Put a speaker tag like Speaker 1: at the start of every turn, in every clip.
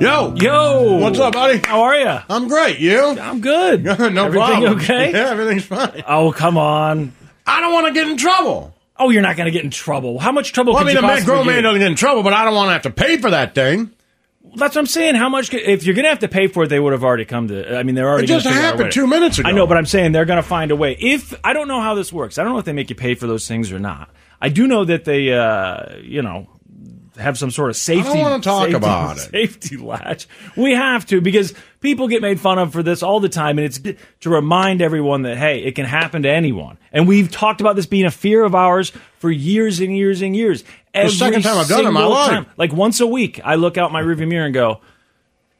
Speaker 1: Yo,
Speaker 2: Yo,
Speaker 1: What's up, buddy?
Speaker 2: How are you?
Speaker 1: I'm great. You?
Speaker 2: I'm good.
Speaker 1: no
Speaker 2: Everything
Speaker 1: problem.
Speaker 2: okay?
Speaker 1: Yeah, everything's fine.
Speaker 2: Oh, come on.
Speaker 1: I don't want to get in trouble.
Speaker 2: Oh, you're not going to get in trouble. How much trouble?
Speaker 1: Well, I
Speaker 2: could
Speaker 1: mean,
Speaker 2: you
Speaker 1: the man,
Speaker 2: possibly
Speaker 1: grown
Speaker 2: get?
Speaker 1: man doesn't get in trouble, but I don't want to have to pay for that thing.
Speaker 2: That's what I'm saying. How much? Could, if you're going to have to pay for it, they would have already come to. I mean, they're already.
Speaker 1: It just
Speaker 2: gonna figure out a
Speaker 1: happened
Speaker 2: way.
Speaker 1: two minutes ago.
Speaker 2: I know, but I'm saying they're going to find a way. If I don't know how this works, I don't know if they make you pay for those things or not. I do know that they, uh, you know, have some sort of safety.
Speaker 1: wanna talk
Speaker 2: safety-
Speaker 1: about it.
Speaker 2: Safety latch. We have to because people get made fun of for this all the time, and it's d- to remind everyone that hey, it can happen to anyone. And we've talked about this being a fear of ours for years and years and years. Every
Speaker 1: second time I've done it in my
Speaker 2: single
Speaker 1: life.
Speaker 2: time. Like once a week, I look out my rearview mirror and go,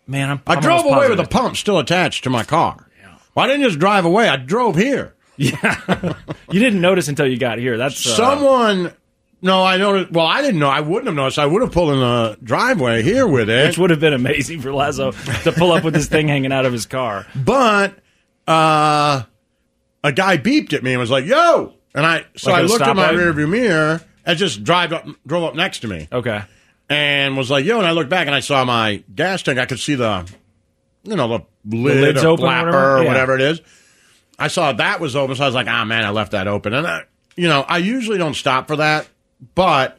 Speaker 2: "Man, I'm."
Speaker 1: I
Speaker 2: I'm
Speaker 1: drove
Speaker 2: almost
Speaker 1: away
Speaker 2: positive.
Speaker 1: with a pump still attached to my car. Well, I didn't just drive away. I drove here.
Speaker 2: You didn't notice until you got here. That's uh,
Speaker 1: Someone. No, I noticed. Well, I didn't know. I wouldn't have noticed. I would have pulled in the driveway here with it.
Speaker 2: which would have been amazing for Lazo to pull up with this thing hanging out of his car.
Speaker 1: But uh, a guy beeped at me and was like, "Yo!" And I so
Speaker 2: Like
Speaker 1: I
Speaker 2: at a
Speaker 1: looked at my
Speaker 2: stoplight?
Speaker 1: rearview mirror. I just drive up, drove up next to me,
Speaker 2: Okay.
Speaker 1: and was like, "Yo!" And I looked back and I saw my gas tank. I could see the, you know, the lid
Speaker 2: lid's
Speaker 1: or
Speaker 2: open or
Speaker 1: flapper
Speaker 2: whatever?
Speaker 1: or
Speaker 2: Yeah.
Speaker 1: whatever it is. I saw that was open, so I was like, "Ah, man, I left that open." And I, you know, I usually don't stop for that, but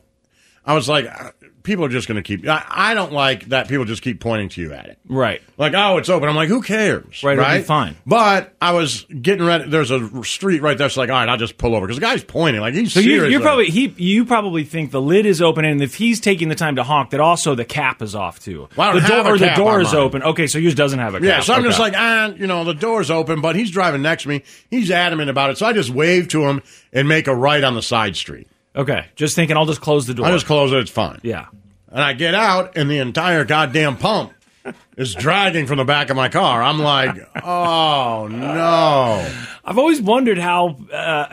Speaker 1: I was like, "Ah, people are just going to keep. I, I don't like that people just keep pointing to you at it.
Speaker 2: Right.
Speaker 1: Like, oh, it's open. I'm like, who cares?
Speaker 2: Right, it'll be fine.
Speaker 1: But I was getting ready. There's a street right there. So like, all right, I'll just pull over because the guy's pointing. Like he's
Speaker 2: So you,
Speaker 1: serious.
Speaker 2: you're probably he. You probably think the lid is open, and if he's taking the time to honk, that also the cap is off too.
Speaker 1: Well, I
Speaker 2: the
Speaker 1: don't have a
Speaker 2: or the
Speaker 1: cap
Speaker 2: door
Speaker 1: on
Speaker 2: is
Speaker 1: mine.
Speaker 2: open. Okay, so yours doesn't have a cap.
Speaker 1: yeah. So I'm just
Speaker 2: Okay.
Speaker 1: like, ah, you know, the door's open, but he's driving next to me. He's adamant about it. So I just wave to him and make a right on the side street.
Speaker 2: okay, just thinking I'll just close the door.
Speaker 1: I just close it. It's fine.
Speaker 2: yeah.
Speaker 1: And I get out, and the entire goddamn pump is dragging from the back of my car. I'm like, oh no.
Speaker 2: I've always wondered how,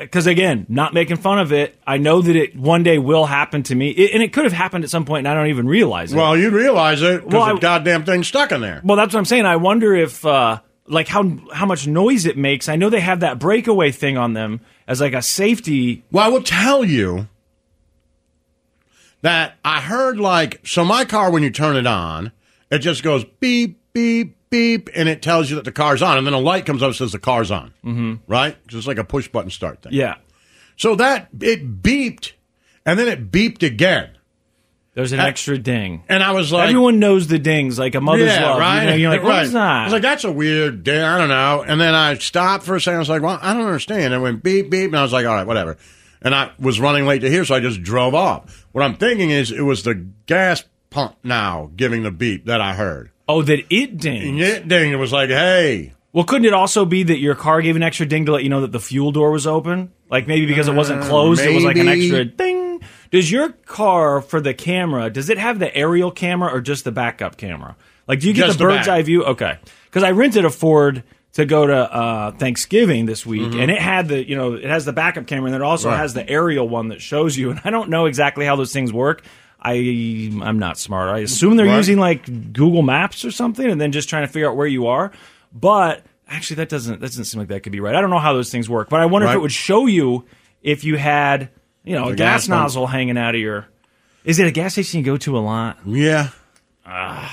Speaker 2: because again, not making fun of it. I know that it one day will happen to me, it, and it could have happened at some point, and I don't even realize it.
Speaker 1: Well, you'd realize it because
Speaker 2: Well, I-
Speaker 1: the goddamn thing's stuck in there.
Speaker 2: Well, that's what I'm saying. I wonder if uh, like how how much noise it makes. I know they have that breakaway thing on them as like a safety.
Speaker 1: Well, I will tell you that I heard like so my car when you turn it on, it just goes beep beep beep, and it tells you that the car's on, and then a light comes up and says the car's on, mm-hmm. right? 'Cause it's like a push button start thing.
Speaker 2: Yeah,
Speaker 1: So that it beeped, and then it beeped again,
Speaker 2: there's an
Speaker 1: Uh,
Speaker 2: extra ding.
Speaker 1: and I was like,
Speaker 2: Everyone knows the dings, like a mother's
Speaker 1: yeah,
Speaker 2: love.
Speaker 1: right.
Speaker 2: You know, you're like,
Speaker 1: right.
Speaker 2: what is that?
Speaker 1: I was like, that's a weird day. I don't know. And then I stopped for a second. I was like, well, I don't understand. It went beep, beep. And I was like, all right, whatever. And I was running late to here, so I just drove off. What I'm thinking is it was the gas pump now giving the beep that I heard.
Speaker 2: oh, that it
Speaker 1: And
Speaker 2: ding.
Speaker 1: it ding. It was like, hey.
Speaker 2: Well, couldn't it also be that your car gave an extra ding to let you know that the fuel door was open? Like maybe because it wasn't closed, it was like an
Speaker 1: Uh, maybe.
Speaker 2: extra ding. Does your car for the camera? Does it have the aerial camera or just the backup camera? Like, do you get
Speaker 1: Just
Speaker 2: the
Speaker 1: the
Speaker 2: bird's
Speaker 1: back.
Speaker 2: eye view? Okay, because I rented a Ford to go to uh, Thanksgiving this week, and it had the you know it has the backup camera, and it also
Speaker 1: Mm-hmm. Right.
Speaker 2: has the aerial one that shows you. And I don't know exactly how those things work. I I'm not smart. I assume they're
Speaker 1: Right.
Speaker 2: using like Google Maps or something, and then just trying to figure out where you are. But actually, that doesn't that doesn't seem like that could be right. I don't know how those things work, but I wonder if
Speaker 1: Right.
Speaker 2: it would show you if you had you know a gas,
Speaker 1: gas pump.
Speaker 2: nozzle hanging out of your. Is it a gas station you go to a lot?
Speaker 1: Yeah.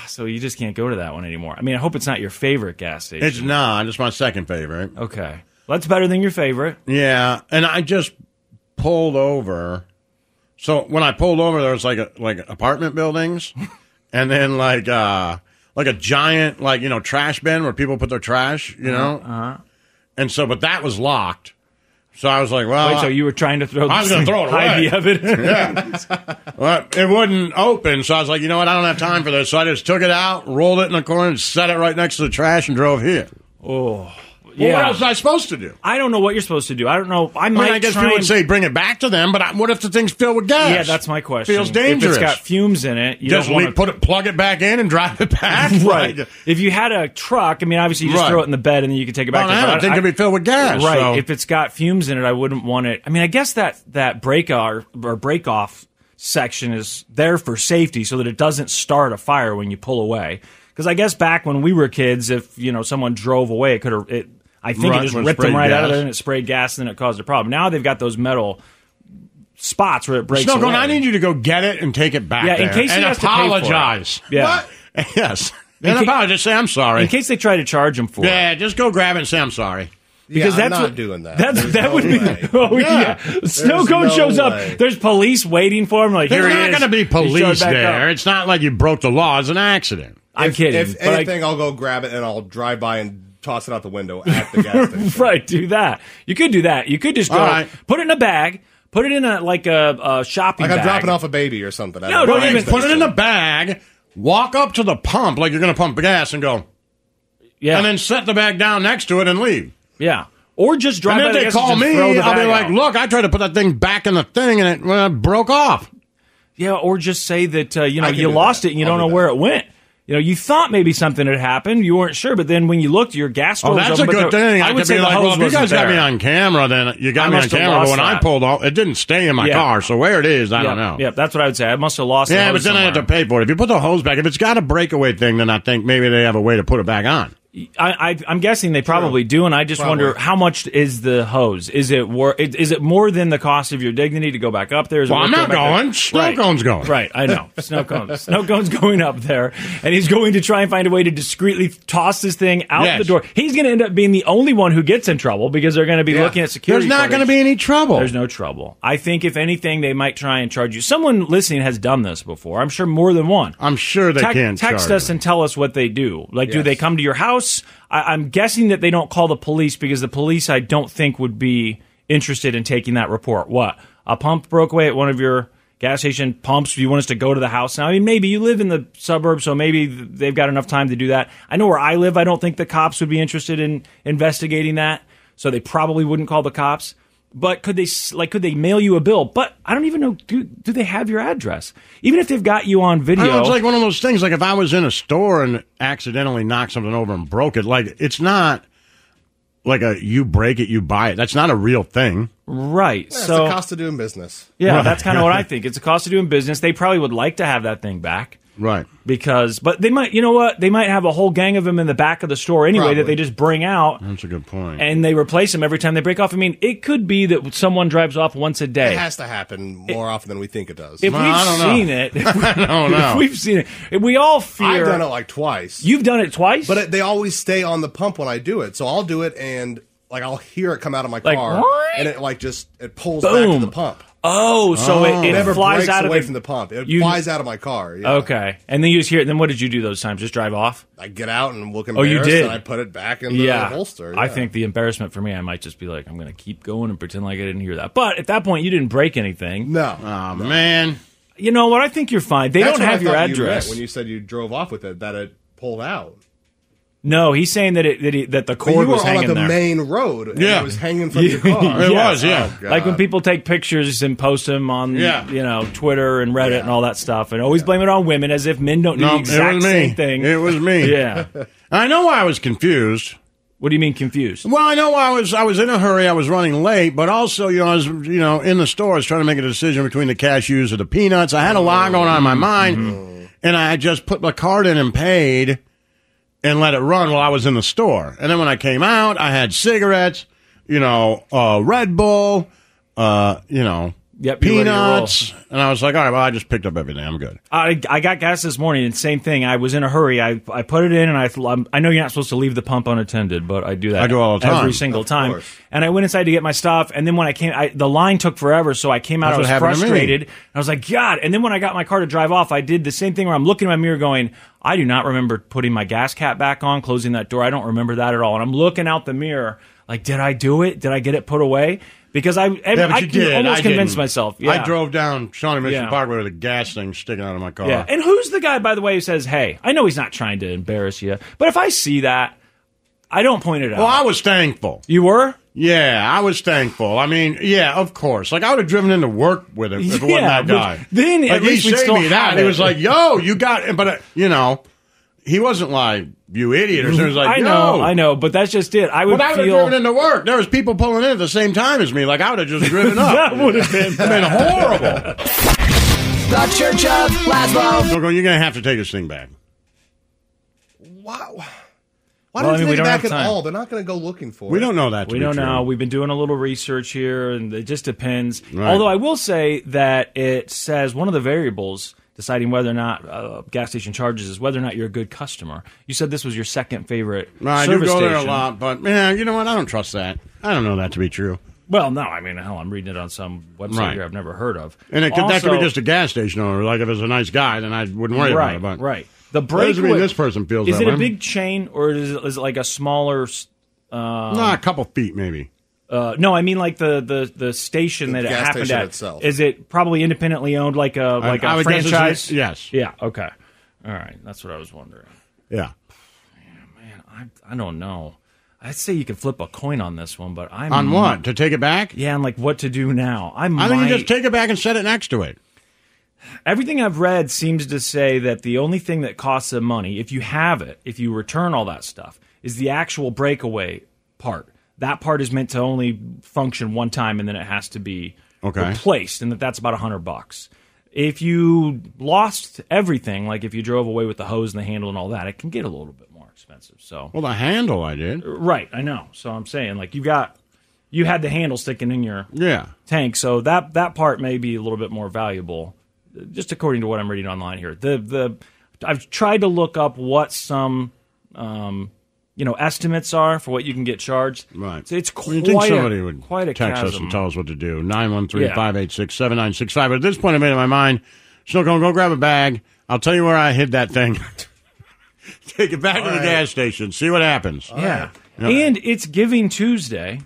Speaker 2: So you just can't go to that one anymore. I mean, I hope it's not your favorite gas station.
Speaker 1: It's not. It's my second favorite.
Speaker 2: okay, well, that's better than your favorite.
Speaker 1: Yeah, and I just pulled over. So when I pulled over, there was like a, like apartment buildings, and then like uh like a giant like you know
Speaker 2: uh-huh.
Speaker 1: trash bin where people put their trash, you know. Uh-huh. And so, but that was locked. So I was like, well,
Speaker 2: Wait, so you were trying to throw
Speaker 1: I was
Speaker 2: this
Speaker 1: gonna
Speaker 2: thing-
Speaker 1: throw it
Speaker 2: hide
Speaker 1: away.
Speaker 2: the evidence.
Speaker 1: well, it wouldn't open. So I was like, you know what? I don't have time for this. So I just took it out, rolled it in the corner, and set it right next to the trash and drove here. Well, what
Speaker 2: Yeah.
Speaker 1: else was I supposed to do?
Speaker 2: I don't know what you're supposed to do. I don't know. I might
Speaker 1: I mean, I guess
Speaker 2: try
Speaker 1: people would
Speaker 2: and-
Speaker 1: say bring it back to them, but I, what if the thing's filled with gas?
Speaker 2: Yeah, that's my question.
Speaker 1: Feels
Speaker 2: If
Speaker 1: dangerous.
Speaker 2: it's got fumes in it, you
Speaker 1: just
Speaker 2: don't wanna-
Speaker 1: leave, put it, plug it back in and drive it back.
Speaker 2: right.
Speaker 1: Like,
Speaker 2: If you had a truck, I mean, obviously you just
Speaker 1: Right.
Speaker 2: throw it in the bed and then you can take it back.
Speaker 1: well,
Speaker 2: to the
Speaker 1: I don't
Speaker 2: garage.
Speaker 1: think it'd be filled with gas.
Speaker 2: right.
Speaker 1: so-
Speaker 2: If it's got fumes in it, I wouldn't want it. I mean, I guess that that break or, or break off section is there for safety so that it doesn't start a fire when you pull away. Because I guess back when we were kids, if you know someone drove away, it could have. It, I think
Speaker 1: Right,
Speaker 2: it just
Speaker 1: when it
Speaker 2: ripped them
Speaker 1: sprayed
Speaker 2: right out of
Speaker 1: gas.
Speaker 2: there and it sprayed gas and then it caused a problem. Now they've got those metal spots where it breaks.
Speaker 1: Snowcone,
Speaker 2: away.
Speaker 1: I need you to go get it and take it back.
Speaker 2: Yeah, in
Speaker 1: there
Speaker 2: case he
Speaker 1: and
Speaker 2: has to pay for it.
Speaker 1: apologize.
Speaker 2: Yeah.
Speaker 1: What? Yes. And
Speaker 2: ca-
Speaker 1: apologize. Just say I'm sorry.
Speaker 2: in case they try to charge them for it.
Speaker 1: yeah, just go grab it and say I'm sorry.
Speaker 2: because
Speaker 3: Yeah, I'm
Speaker 2: that's
Speaker 3: not
Speaker 2: what,
Speaker 3: doing that.
Speaker 2: That's,
Speaker 3: There's
Speaker 2: that
Speaker 3: no
Speaker 2: would be.
Speaker 3: way.
Speaker 2: Oh yeah, snow
Speaker 3: There's
Speaker 2: cone
Speaker 3: no
Speaker 2: shows
Speaker 3: way.
Speaker 2: up. There's police waiting for him. Like
Speaker 1: There's
Speaker 2: here
Speaker 1: not
Speaker 2: going to
Speaker 1: be police there. It's not like you broke the law. It's an accident.
Speaker 2: I'm
Speaker 3: If-
Speaker 2: kidding.
Speaker 3: If
Speaker 2: but I-
Speaker 3: anything, I, will go grab it and I'll drive by and toss it out the window at the gas station.
Speaker 2: right, do that. You could do that. You could just go
Speaker 1: All right.
Speaker 2: put it in a bag, put it in a like a, a shopping.
Speaker 3: Like I'm
Speaker 2: bag.
Speaker 3: dropping off a baby or something. at
Speaker 2: No,
Speaker 3: a
Speaker 2: don't
Speaker 3: gas
Speaker 2: even-
Speaker 3: station.
Speaker 1: Put it in a bag, walk up to the pump like you're going to pump gas and go,
Speaker 2: Yeah,
Speaker 1: and then set the bag down next to it and leave.
Speaker 2: yeah. Or just drive.
Speaker 1: And then
Speaker 2: by the
Speaker 1: they
Speaker 2: gas station
Speaker 1: call
Speaker 2: and
Speaker 1: me,
Speaker 2: throw the
Speaker 1: I'll be
Speaker 2: bag
Speaker 1: like,
Speaker 2: out.
Speaker 1: look, I tried to put that thing back in the thing and it uh, broke off.
Speaker 2: Yeah, or just say that uh, you know
Speaker 3: I can
Speaker 2: you
Speaker 3: do
Speaker 2: lost
Speaker 3: that.
Speaker 2: it and you don't
Speaker 3: I'll do
Speaker 2: know
Speaker 3: that.
Speaker 2: where it went. You know, you thought maybe something had happened. You weren't sure, but then when you looked, your gas.
Speaker 1: Oh,
Speaker 2: was
Speaker 1: that's a
Speaker 2: open, but
Speaker 1: good
Speaker 2: there-
Speaker 1: thing.
Speaker 2: I,
Speaker 1: I,
Speaker 2: would
Speaker 1: could
Speaker 2: say
Speaker 1: be
Speaker 2: the
Speaker 1: like,
Speaker 2: hose
Speaker 1: well, if you
Speaker 2: wasn't
Speaker 1: guys got me
Speaker 2: there.
Speaker 1: on camera, then you got
Speaker 2: I
Speaker 1: me on
Speaker 2: must have
Speaker 1: camera. But
Speaker 2: lost
Speaker 1: when I
Speaker 2: that.
Speaker 1: pulled off, it didn't stay in my
Speaker 2: Yeah.
Speaker 1: car. So where it is, I
Speaker 2: yeah,
Speaker 1: don't know.
Speaker 2: Yeah, that's what I would say. I must have lost. the
Speaker 1: Yeah,
Speaker 2: hose
Speaker 1: but then I have to
Speaker 2: somewhere.
Speaker 1: pay for it. If you put the hose back, if it's got a breakaway thing, then I think maybe they have a way to put it back on.
Speaker 2: I, I, I'm guessing they probably do, and I just
Speaker 3: Probably.
Speaker 2: wonder how much is the hose? Is it wor- it- Is it more than the cost of your dignity to go back up there? Is it
Speaker 1: Well, I'm
Speaker 2: worth
Speaker 1: not
Speaker 2: back
Speaker 1: going.
Speaker 2: there?
Speaker 1: Snow
Speaker 2: right.
Speaker 1: cone's going.
Speaker 2: Right, I know. Snow cone. Snow cone's going up there, and he's going to try and find a way to discreetly toss this thing out
Speaker 1: Yes.
Speaker 2: the door. He's going to end up being the only one who gets in trouble because they're going to be looking at security.
Speaker 1: There's not going to be any trouble.
Speaker 2: There's no trouble. I think if anything, they might try and charge you. Someone listening has done this before. I'm sure more than one.
Speaker 1: I'm sure they
Speaker 2: Tec-
Speaker 1: can
Speaker 2: text
Speaker 1: charge
Speaker 2: us and tell us what they do. Like, do they come to your house? I- I'm guessing that they don't call the police because the police, I don't think, would be interested in taking that report. What? A pump broke away at one of your gas station pumps. Do you want us to go to the house now? I mean, maybe you live in the suburbs, so maybe th- they've got enough time to do that. I know where I live. I don't think the cops would be interested in investigating that, so they probably wouldn't call the cops. But could they s- like could they mail you a bill? But I don't even know do do they have your address? Even if they've got you on video,
Speaker 1: I know, it's like one of those things. Like if I was in a store and accidentally knocked something over and broke it, like it's not like a you break it, you buy it. That's not a real thing.
Speaker 2: Right.
Speaker 3: That's
Speaker 2: so
Speaker 3: the cost of doing business.
Speaker 2: yeah, that's kind of what I think. It's a cost of doing business. They probably would like to have that thing back
Speaker 1: Right.
Speaker 2: because, but they might, you know what? They might have a whole gang of them in the back of the store anyway that
Speaker 3: Probably.
Speaker 2: they just bring out
Speaker 1: That's a good point.
Speaker 2: and they replace them every time they break off. I mean, it could be that someone drives off once a
Speaker 3: It
Speaker 2: day.
Speaker 3: has to happen more often than we think it does.
Speaker 2: If
Speaker 1: Well, I don't
Speaker 2: we've
Speaker 1: know.
Speaker 2: seen it, if, we,
Speaker 1: don't know.
Speaker 2: if we've seen it, if we all fear.
Speaker 3: I've done it like twice.
Speaker 2: You've done it twice,
Speaker 3: But it, they always stay on the pump when I do it, so I'll do it and like I'll hear it come out of my
Speaker 2: Like,
Speaker 3: car,
Speaker 2: what?
Speaker 3: and it like just it pulls back
Speaker 2: Boom.
Speaker 3: to the pump.
Speaker 2: oh, so it,
Speaker 3: It
Speaker 2: it
Speaker 3: never
Speaker 2: flies
Speaker 3: breaks
Speaker 2: out of
Speaker 3: away
Speaker 2: it.
Speaker 3: from the pump. It
Speaker 2: You- Oh.
Speaker 3: flies out of my car. yeah.
Speaker 2: Okay, and then you just hear it. Then what did you do those times? Just drive off.
Speaker 3: I get out and look
Speaker 2: Oh, you
Speaker 3: embarrassed,
Speaker 2: did.
Speaker 3: and I put it back in the holster.
Speaker 2: I
Speaker 3: yeah.
Speaker 2: think the embarrassment for me, I might just be like, I'm going to keep going and pretend like I didn't hear that. But at that point, you didn't break anything.
Speaker 3: no.
Speaker 1: oh man.
Speaker 2: You know what? I think you're fine. They
Speaker 3: That's
Speaker 2: don't
Speaker 3: what I
Speaker 2: have your
Speaker 3: thought you
Speaker 2: address.
Speaker 3: meant when you said you drove off with it, that it pulled out.
Speaker 2: no, he's saying that it that, it, that the
Speaker 3: But
Speaker 2: cord
Speaker 3: you were
Speaker 2: was
Speaker 3: on like
Speaker 2: hanging
Speaker 3: the
Speaker 2: there.
Speaker 3: main road. And
Speaker 1: Yeah.
Speaker 3: it was hanging from your car.
Speaker 1: It was, yeah.
Speaker 3: Oh, God.
Speaker 2: like when people take pictures and post them on,
Speaker 1: Yeah.
Speaker 2: you know, Twitter and Reddit and all that stuff, and always blame it on women as if men don't do
Speaker 1: No,
Speaker 2: the exact
Speaker 1: it was me.
Speaker 2: same thing.
Speaker 1: It was me.
Speaker 2: yeah.
Speaker 1: I know why I was confused.
Speaker 2: What do you mean confused?
Speaker 1: Well, I know I was I was in a hurry. I was running late, but also you know I was you know in the store. I was trying to make a decision between the cashews or the peanuts. I had a lot going on in my mind, and I just put my card in and paid, and let it run while I was in the store. And then when I came out, I had cigarettes, you know, uh, Red Bull, uh, you know,
Speaker 2: Yep, you ready to roll.
Speaker 1: peanuts, and I was like, all right, well, I just picked up everything. I'm good.
Speaker 2: I, I got gas this morning and same thing. I was in a hurry. I, I put it in and I I'm- I know you're not supposed to leave the pump unattended, but I do that.
Speaker 1: I do all the time.
Speaker 2: every single
Speaker 3: Of
Speaker 2: time.
Speaker 3: course.
Speaker 2: And I went inside to get my stuff, and then when I came, I, the line took forever, so I came out.
Speaker 1: That's what
Speaker 2: I
Speaker 1: happened
Speaker 2: was
Speaker 1: to me.
Speaker 2: frustrated. And I was like, God. And then when I got my car to drive off, I did the same thing where I'm looking in my mirror, going, I do not remember putting my gas cap back on, closing that door. I don't remember that at all. And I'm looking out the mirror. Like, did I do it? Did I get it put away? Because I, I,
Speaker 1: Yeah, but
Speaker 2: I
Speaker 1: you
Speaker 2: can
Speaker 1: did.
Speaker 2: almost
Speaker 1: I
Speaker 2: convinced
Speaker 1: didn't.
Speaker 2: myself. Yeah.
Speaker 1: I drove down Shawnee Mission
Speaker 2: Yeah.
Speaker 1: Parkway with a gas thing sticking out of my car.
Speaker 2: Yeah. And who's the guy, by the way, who says, hey, I know he's not trying to embarrass you, but if I see that, I don't point it out.
Speaker 1: well, Oh, I was thankful.
Speaker 2: you were?
Speaker 1: Yeah, I was thankful. I mean, yeah, of course. Like I would have driven into work with him if it wasn't
Speaker 2: Yeah,
Speaker 1: that
Speaker 2: but
Speaker 1: guy.
Speaker 2: then
Speaker 1: like,
Speaker 2: at
Speaker 1: he
Speaker 2: least we'd
Speaker 1: saved
Speaker 2: still
Speaker 1: me that.
Speaker 2: have
Speaker 1: He
Speaker 2: it.
Speaker 1: was like, "Yo, you got," it." but uh, you know, he wasn't like you idiot or something. He was like,
Speaker 2: I know,
Speaker 1: "Yo."
Speaker 2: I know, but that's just it. I would
Speaker 1: When I would have
Speaker 2: feel.
Speaker 1: driven into work, there was people pulling in at the same time as me. Like I would have just driven up.
Speaker 2: That would have been-
Speaker 1: been horrible.
Speaker 4: The Church of Laszlo.
Speaker 1: Coco, you're gonna have to take this thing back.
Speaker 3: Wow. Why
Speaker 2: Well, I
Speaker 3: don't
Speaker 2: mean,
Speaker 3: you
Speaker 2: we
Speaker 3: take it
Speaker 2: don't
Speaker 3: back
Speaker 2: have
Speaker 3: at
Speaker 2: time.
Speaker 3: all? They're not going to go looking for
Speaker 1: We
Speaker 3: it.
Speaker 1: don't know that. To
Speaker 2: we
Speaker 1: be
Speaker 2: don't
Speaker 1: true.
Speaker 2: know. We've been doing a little research here, and it just depends.
Speaker 1: Right.
Speaker 2: Although I will say that it says one of the variables deciding whether or not uh, gas station charges is whether or not you're a good customer. You said this was your second favorite
Speaker 1: No, I do
Speaker 2: service
Speaker 1: go
Speaker 2: station.
Speaker 1: there a lot, but man, you know what? I don't trust that. I don't know that to be true.
Speaker 2: Well, no, I mean, hell, I'm reading it on some website
Speaker 1: Right.
Speaker 2: here I've never heard of,
Speaker 1: And it could, that could be
Speaker 2: Also-
Speaker 1: just a gas station owner. Like if it's a nice guy, then I wouldn't worry
Speaker 2: right,
Speaker 1: about it. But
Speaker 2: right. The
Speaker 1: That doesn't mean
Speaker 2: breakaway.
Speaker 1: this person feels
Speaker 2: Is
Speaker 1: that
Speaker 2: it a
Speaker 1: way.
Speaker 2: big chain or is it, is it like a smaller? s-
Speaker 1: nah,
Speaker 2: Um,
Speaker 1: a couple feet maybe.
Speaker 2: Uh, no, I mean like the the the station that it
Speaker 3: gas
Speaker 2: happened
Speaker 3: station
Speaker 2: at.
Speaker 3: itself.
Speaker 2: Is it probably independently owned, like a like a
Speaker 1: I would guess it's-
Speaker 2: franchise?
Speaker 1: yes.
Speaker 2: Yeah. Okay. All right. That's what I was wondering.
Speaker 1: Yeah.
Speaker 2: Man, I I don't know. I'd say you could flip a coin on this one, but I'm
Speaker 1: On what? To take it back?
Speaker 2: Yeah, and like what to do now. I might.
Speaker 1: I think you just take it back and set it next to it.
Speaker 2: Everything I've read seems to say that the only thing that costs them money, if you have it, if you return all that stuff, is the actual breakaway part. That part is meant to only function one time, and then it has to be
Speaker 1: Okay.
Speaker 2: replaced, and that that's about a hundred bucks. If you lost everything, like if you drove away with the hose and the handle and all that, it can get a little bit more expensive. So
Speaker 1: Well, the handle I did.
Speaker 2: right, I know. So I'm saying, like you got, you had the handle sticking in your
Speaker 1: Yeah.
Speaker 2: tank. So that that part may be a little bit more valuable, just according to what I'm reading online here. The the I've tried to look up what some um, you know estimates are for what you can get charged.
Speaker 1: Right.
Speaker 2: It's, it's quite
Speaker 1: You think somebody
Speaker 2: a,
Speaker 1: would
Speaker 2: quite a
Speaker 1: text us
Speaker 2: chasm.
Speaker 1: and tell us what to do? 913-586-7965. At this point, I made up my mind. Snow Cone, go grab a bag. I'll tell you where I hid that thing. Take it back to the gas station. See what happens.
Speaker 2: Yeah. And it's Giving Tuesday.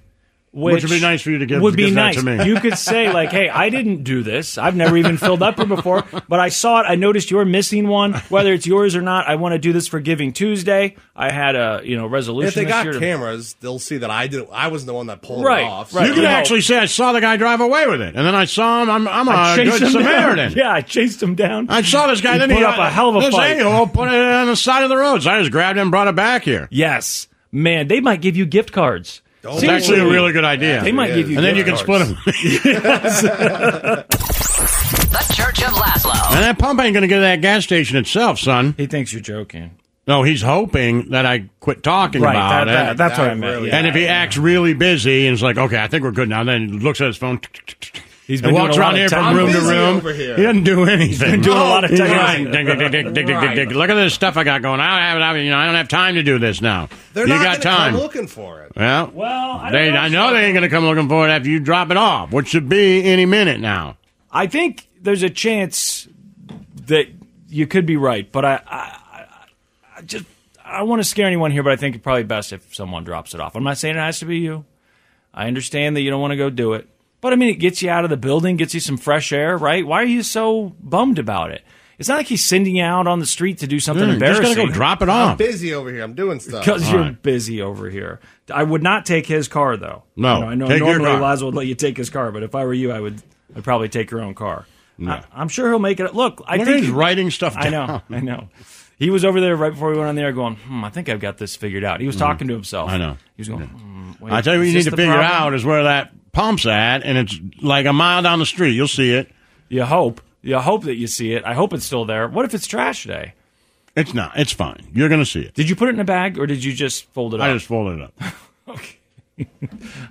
Speaker 2: Which,
Speaker 1: would be nice for you to give-
Speaker 2: Would be
Speaker 1: give that
Speaker 2: nice.
Speaker 1: to me.
Speaker 2: You could say like, "Hey, I didn't do this. I've never even filled up here before, but I saw it. I noticed you're missing one. Whether it's yours or not, I want to do this for Giving Tuesday. I had a you know resolution.
Speaker 3: If they
Speaker 2: this
Speaker 3: got
Speaker 2: year to-
Speaker 3: cameras, they'll see that I did. I wasn't the one that pulled
Speaker 2: Right,
Speaker 3: it off.
Speaker 2: right.
Speaker 1: You can
Speaker 2: I know.
Speaker 1: actually say I saw the guy drive away with it, and then I saw him. I'm, I'm
Speaker 2: I
Speaker 1: a
Speaker 2: chased
Speaker 1: good
Speaker 2: him down.
Speaker 1: Samaritan.
Speaker 2: Yeah, I chased him down.
Speaker 1: I saw this guy.
Speaker 2: He
Speaker 1: then
Speaker 2: put
Speaker 1: he
Speaker 2: up a hell of a
Speaker 1: this
Speaker 2: fight.
Speaker 1: a-hole put it on the side of the road. So I just grabbed him, and brought it back here.
Speaker 2: yes, man, they might give you gift cards.
Speaker 1: It's
Speaker 3: It's
Speaker 1: actually a
Speaker 2: Seriously.
Speaker 1: really good idea.
Speaker 2: They might
Speaker 3: It
Speaker 2: give
Speaker 3: is.
Speaker 2: you,
Speaker 1: and then you
Speaker 2: gift
Speaker 1: can
Speaker 2: cards.
Speaker 1: split them.
Speaker 4: The Church of Laszlo.
Speaker 1: and that pump ain't going to get to that gas station itself, son.
Speaker 2: He thinks you're joking.
Speaker 1: No, he's hoping that I quit talking
Speaker 2: Right,
Speaker 1: about
Speaker 2: that, that,
Speaker 1: it.
Speaker 2: that's what
Speaker 3: That
Speaker 2: I meant.
Speaker 3: really-
Speaker 2: yeah.
Speaker 1: and if he acts really busy and is like, okay, I think we're good now, then he looks at his phone.
Speaker 2: He's
Speaker 1: and
Speaker 2: been doing
Speaker 1: walks
Speaker 2: a
Speaker 1: around
Speaker 2: lot of
Speaker 1: here from
Speaker 2: tech-
Speaker 1: room to
Speaker 3: I'm busy
Speaker 1: room.
Speaker 3: over here.
Speaker 1: He doesn't do anything.
Speaker 2: doing a lot of
Speaker 1: He's
Speaker 2: tech-
Speaker 1: right. Dig, dig, dig, dig, dig, dig, dig, dig. Look at this stuff I got going. I don't have, I mean, you know, I don't have time to do this now.
Speaker 3: They're
Speaker 1: you
Speaker 3: not
Speaker 1: got
Speaker 3: gonna
Speaker 1: time?
Speaker 3: Come looking for it.
Speaker 1: well,
Speaker 2: Well, I
Speaker 1: they,
Speaker 2: don't know,
Speaker 1: I know
Speaker 2: so-
Speaker 1: they ain't going to come looking for it after you drop it off, which should be any minute now.
Speaker 2: I think there's a chance that you could be right, but I, I, I- I just I don't want to scare anyone here, but I think it's probably best if someone drops it off. I'm not saying it has to be you. I understand that you don't want to go do it, but I mean it gets you out of the building, gets you some fresh air, right? Why are you so bummed about it? It's not like he's sending you out on the street to do something
Speaker 1: You're just
Speaker 2: embarrassing.
Speaker 1: going to go drop it off.
Speaker 3: I'm busy over here. I'm doing stuff.
Speaker 2: Because you're
Speaker 1: right.
Speaker 2: busy over here. I would not take his car though.
Speaker 1: No,
Speaker 2: You know, I know
Speaker 1: take your
Speaker 2: normally
Speaker 1: car.
Speaker 2: Liza would let you take his car, but if I were you, I would. I'd probably take your own car. I, I'm sure he'll make it. Look, I
Speaker 1: Look at
Speaker 2: think
Speaker 1: he's writing stuff down.
Speaker 2: I know, I know. He was over there right before we went on the air, going, "Hmm, I think I've got this figured out." He was talking to himself.
Speaker 1: Mm-hmm. I know.
Speaker 2: He was going. "Hmm, wait,
Speaker 1: I tell you what
Speaker 2: is
Speaker 1: you need
Speaker 2: this
Speaker 1: to
Speaker 2: the
Speaker 1: figure
Speaker 2: problem?"
Speaker 1: out is where that pump's at, and it's like a mile down the street. You'll see it.
Speaker 2: You hope. You hope that you see it. I hope it's still there. What if it's trash day?
Speaker 1: It's not. It's fine. You're going to see it.
Speaker 2: Did you put it in a bag or did you just fold it
Speaker 1: I
Speaker 2: up?
Speaker 1: just folded it up.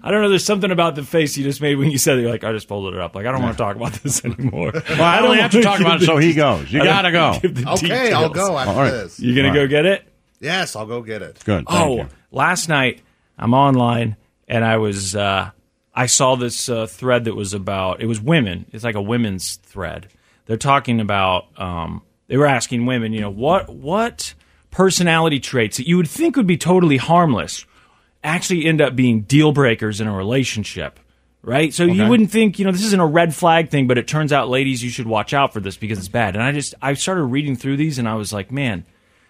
Speaker 2: I don't know. There's something about the face you just made when you said it. You're like, I just folded it up. Like, I don't want to talk about this anymore.
Speaker 1: Well, I, only have to
Speaker 2: wanna
Speaker 1: talk
Speaker 2: give
Speaker 1: about
Speaker 2: the
Speaker 1: it, so he
Speaker 2: de-
Speaker 1: goes. You
Speaker 2: I don't
Speaker 1: got to go.
Speaker 2: give the
Speaker 3: okay, I'll
Speaker 2: details.
Speaker 3: go after
Speaker 1: All right.
Speaker 3: this.
Speaker 2: You gonna
Speaker 1: All
Speaker 2: go
Speaker 1: right.
Speaker 2: get it?
Speaker 3: Yes, I'll go get it.
Speaker 1: Good. Thank
Speaker 2: Oh,
Speaker 1: you.
Speaker 2: last night I'm online and I was uh, I saw this uh, thread that was about it was women. It's like a women's thread. They're talking about um, they were asking women, you know, what what personality traits that you would think would be totally harmless actually end up being deal breakers in a relationship. Right? So you wouldn't think, you know, this isn't a red flag thing, but it turns out, ladies, you should watch out for this because it's bad. And I just, I started reading through these and I was like, man,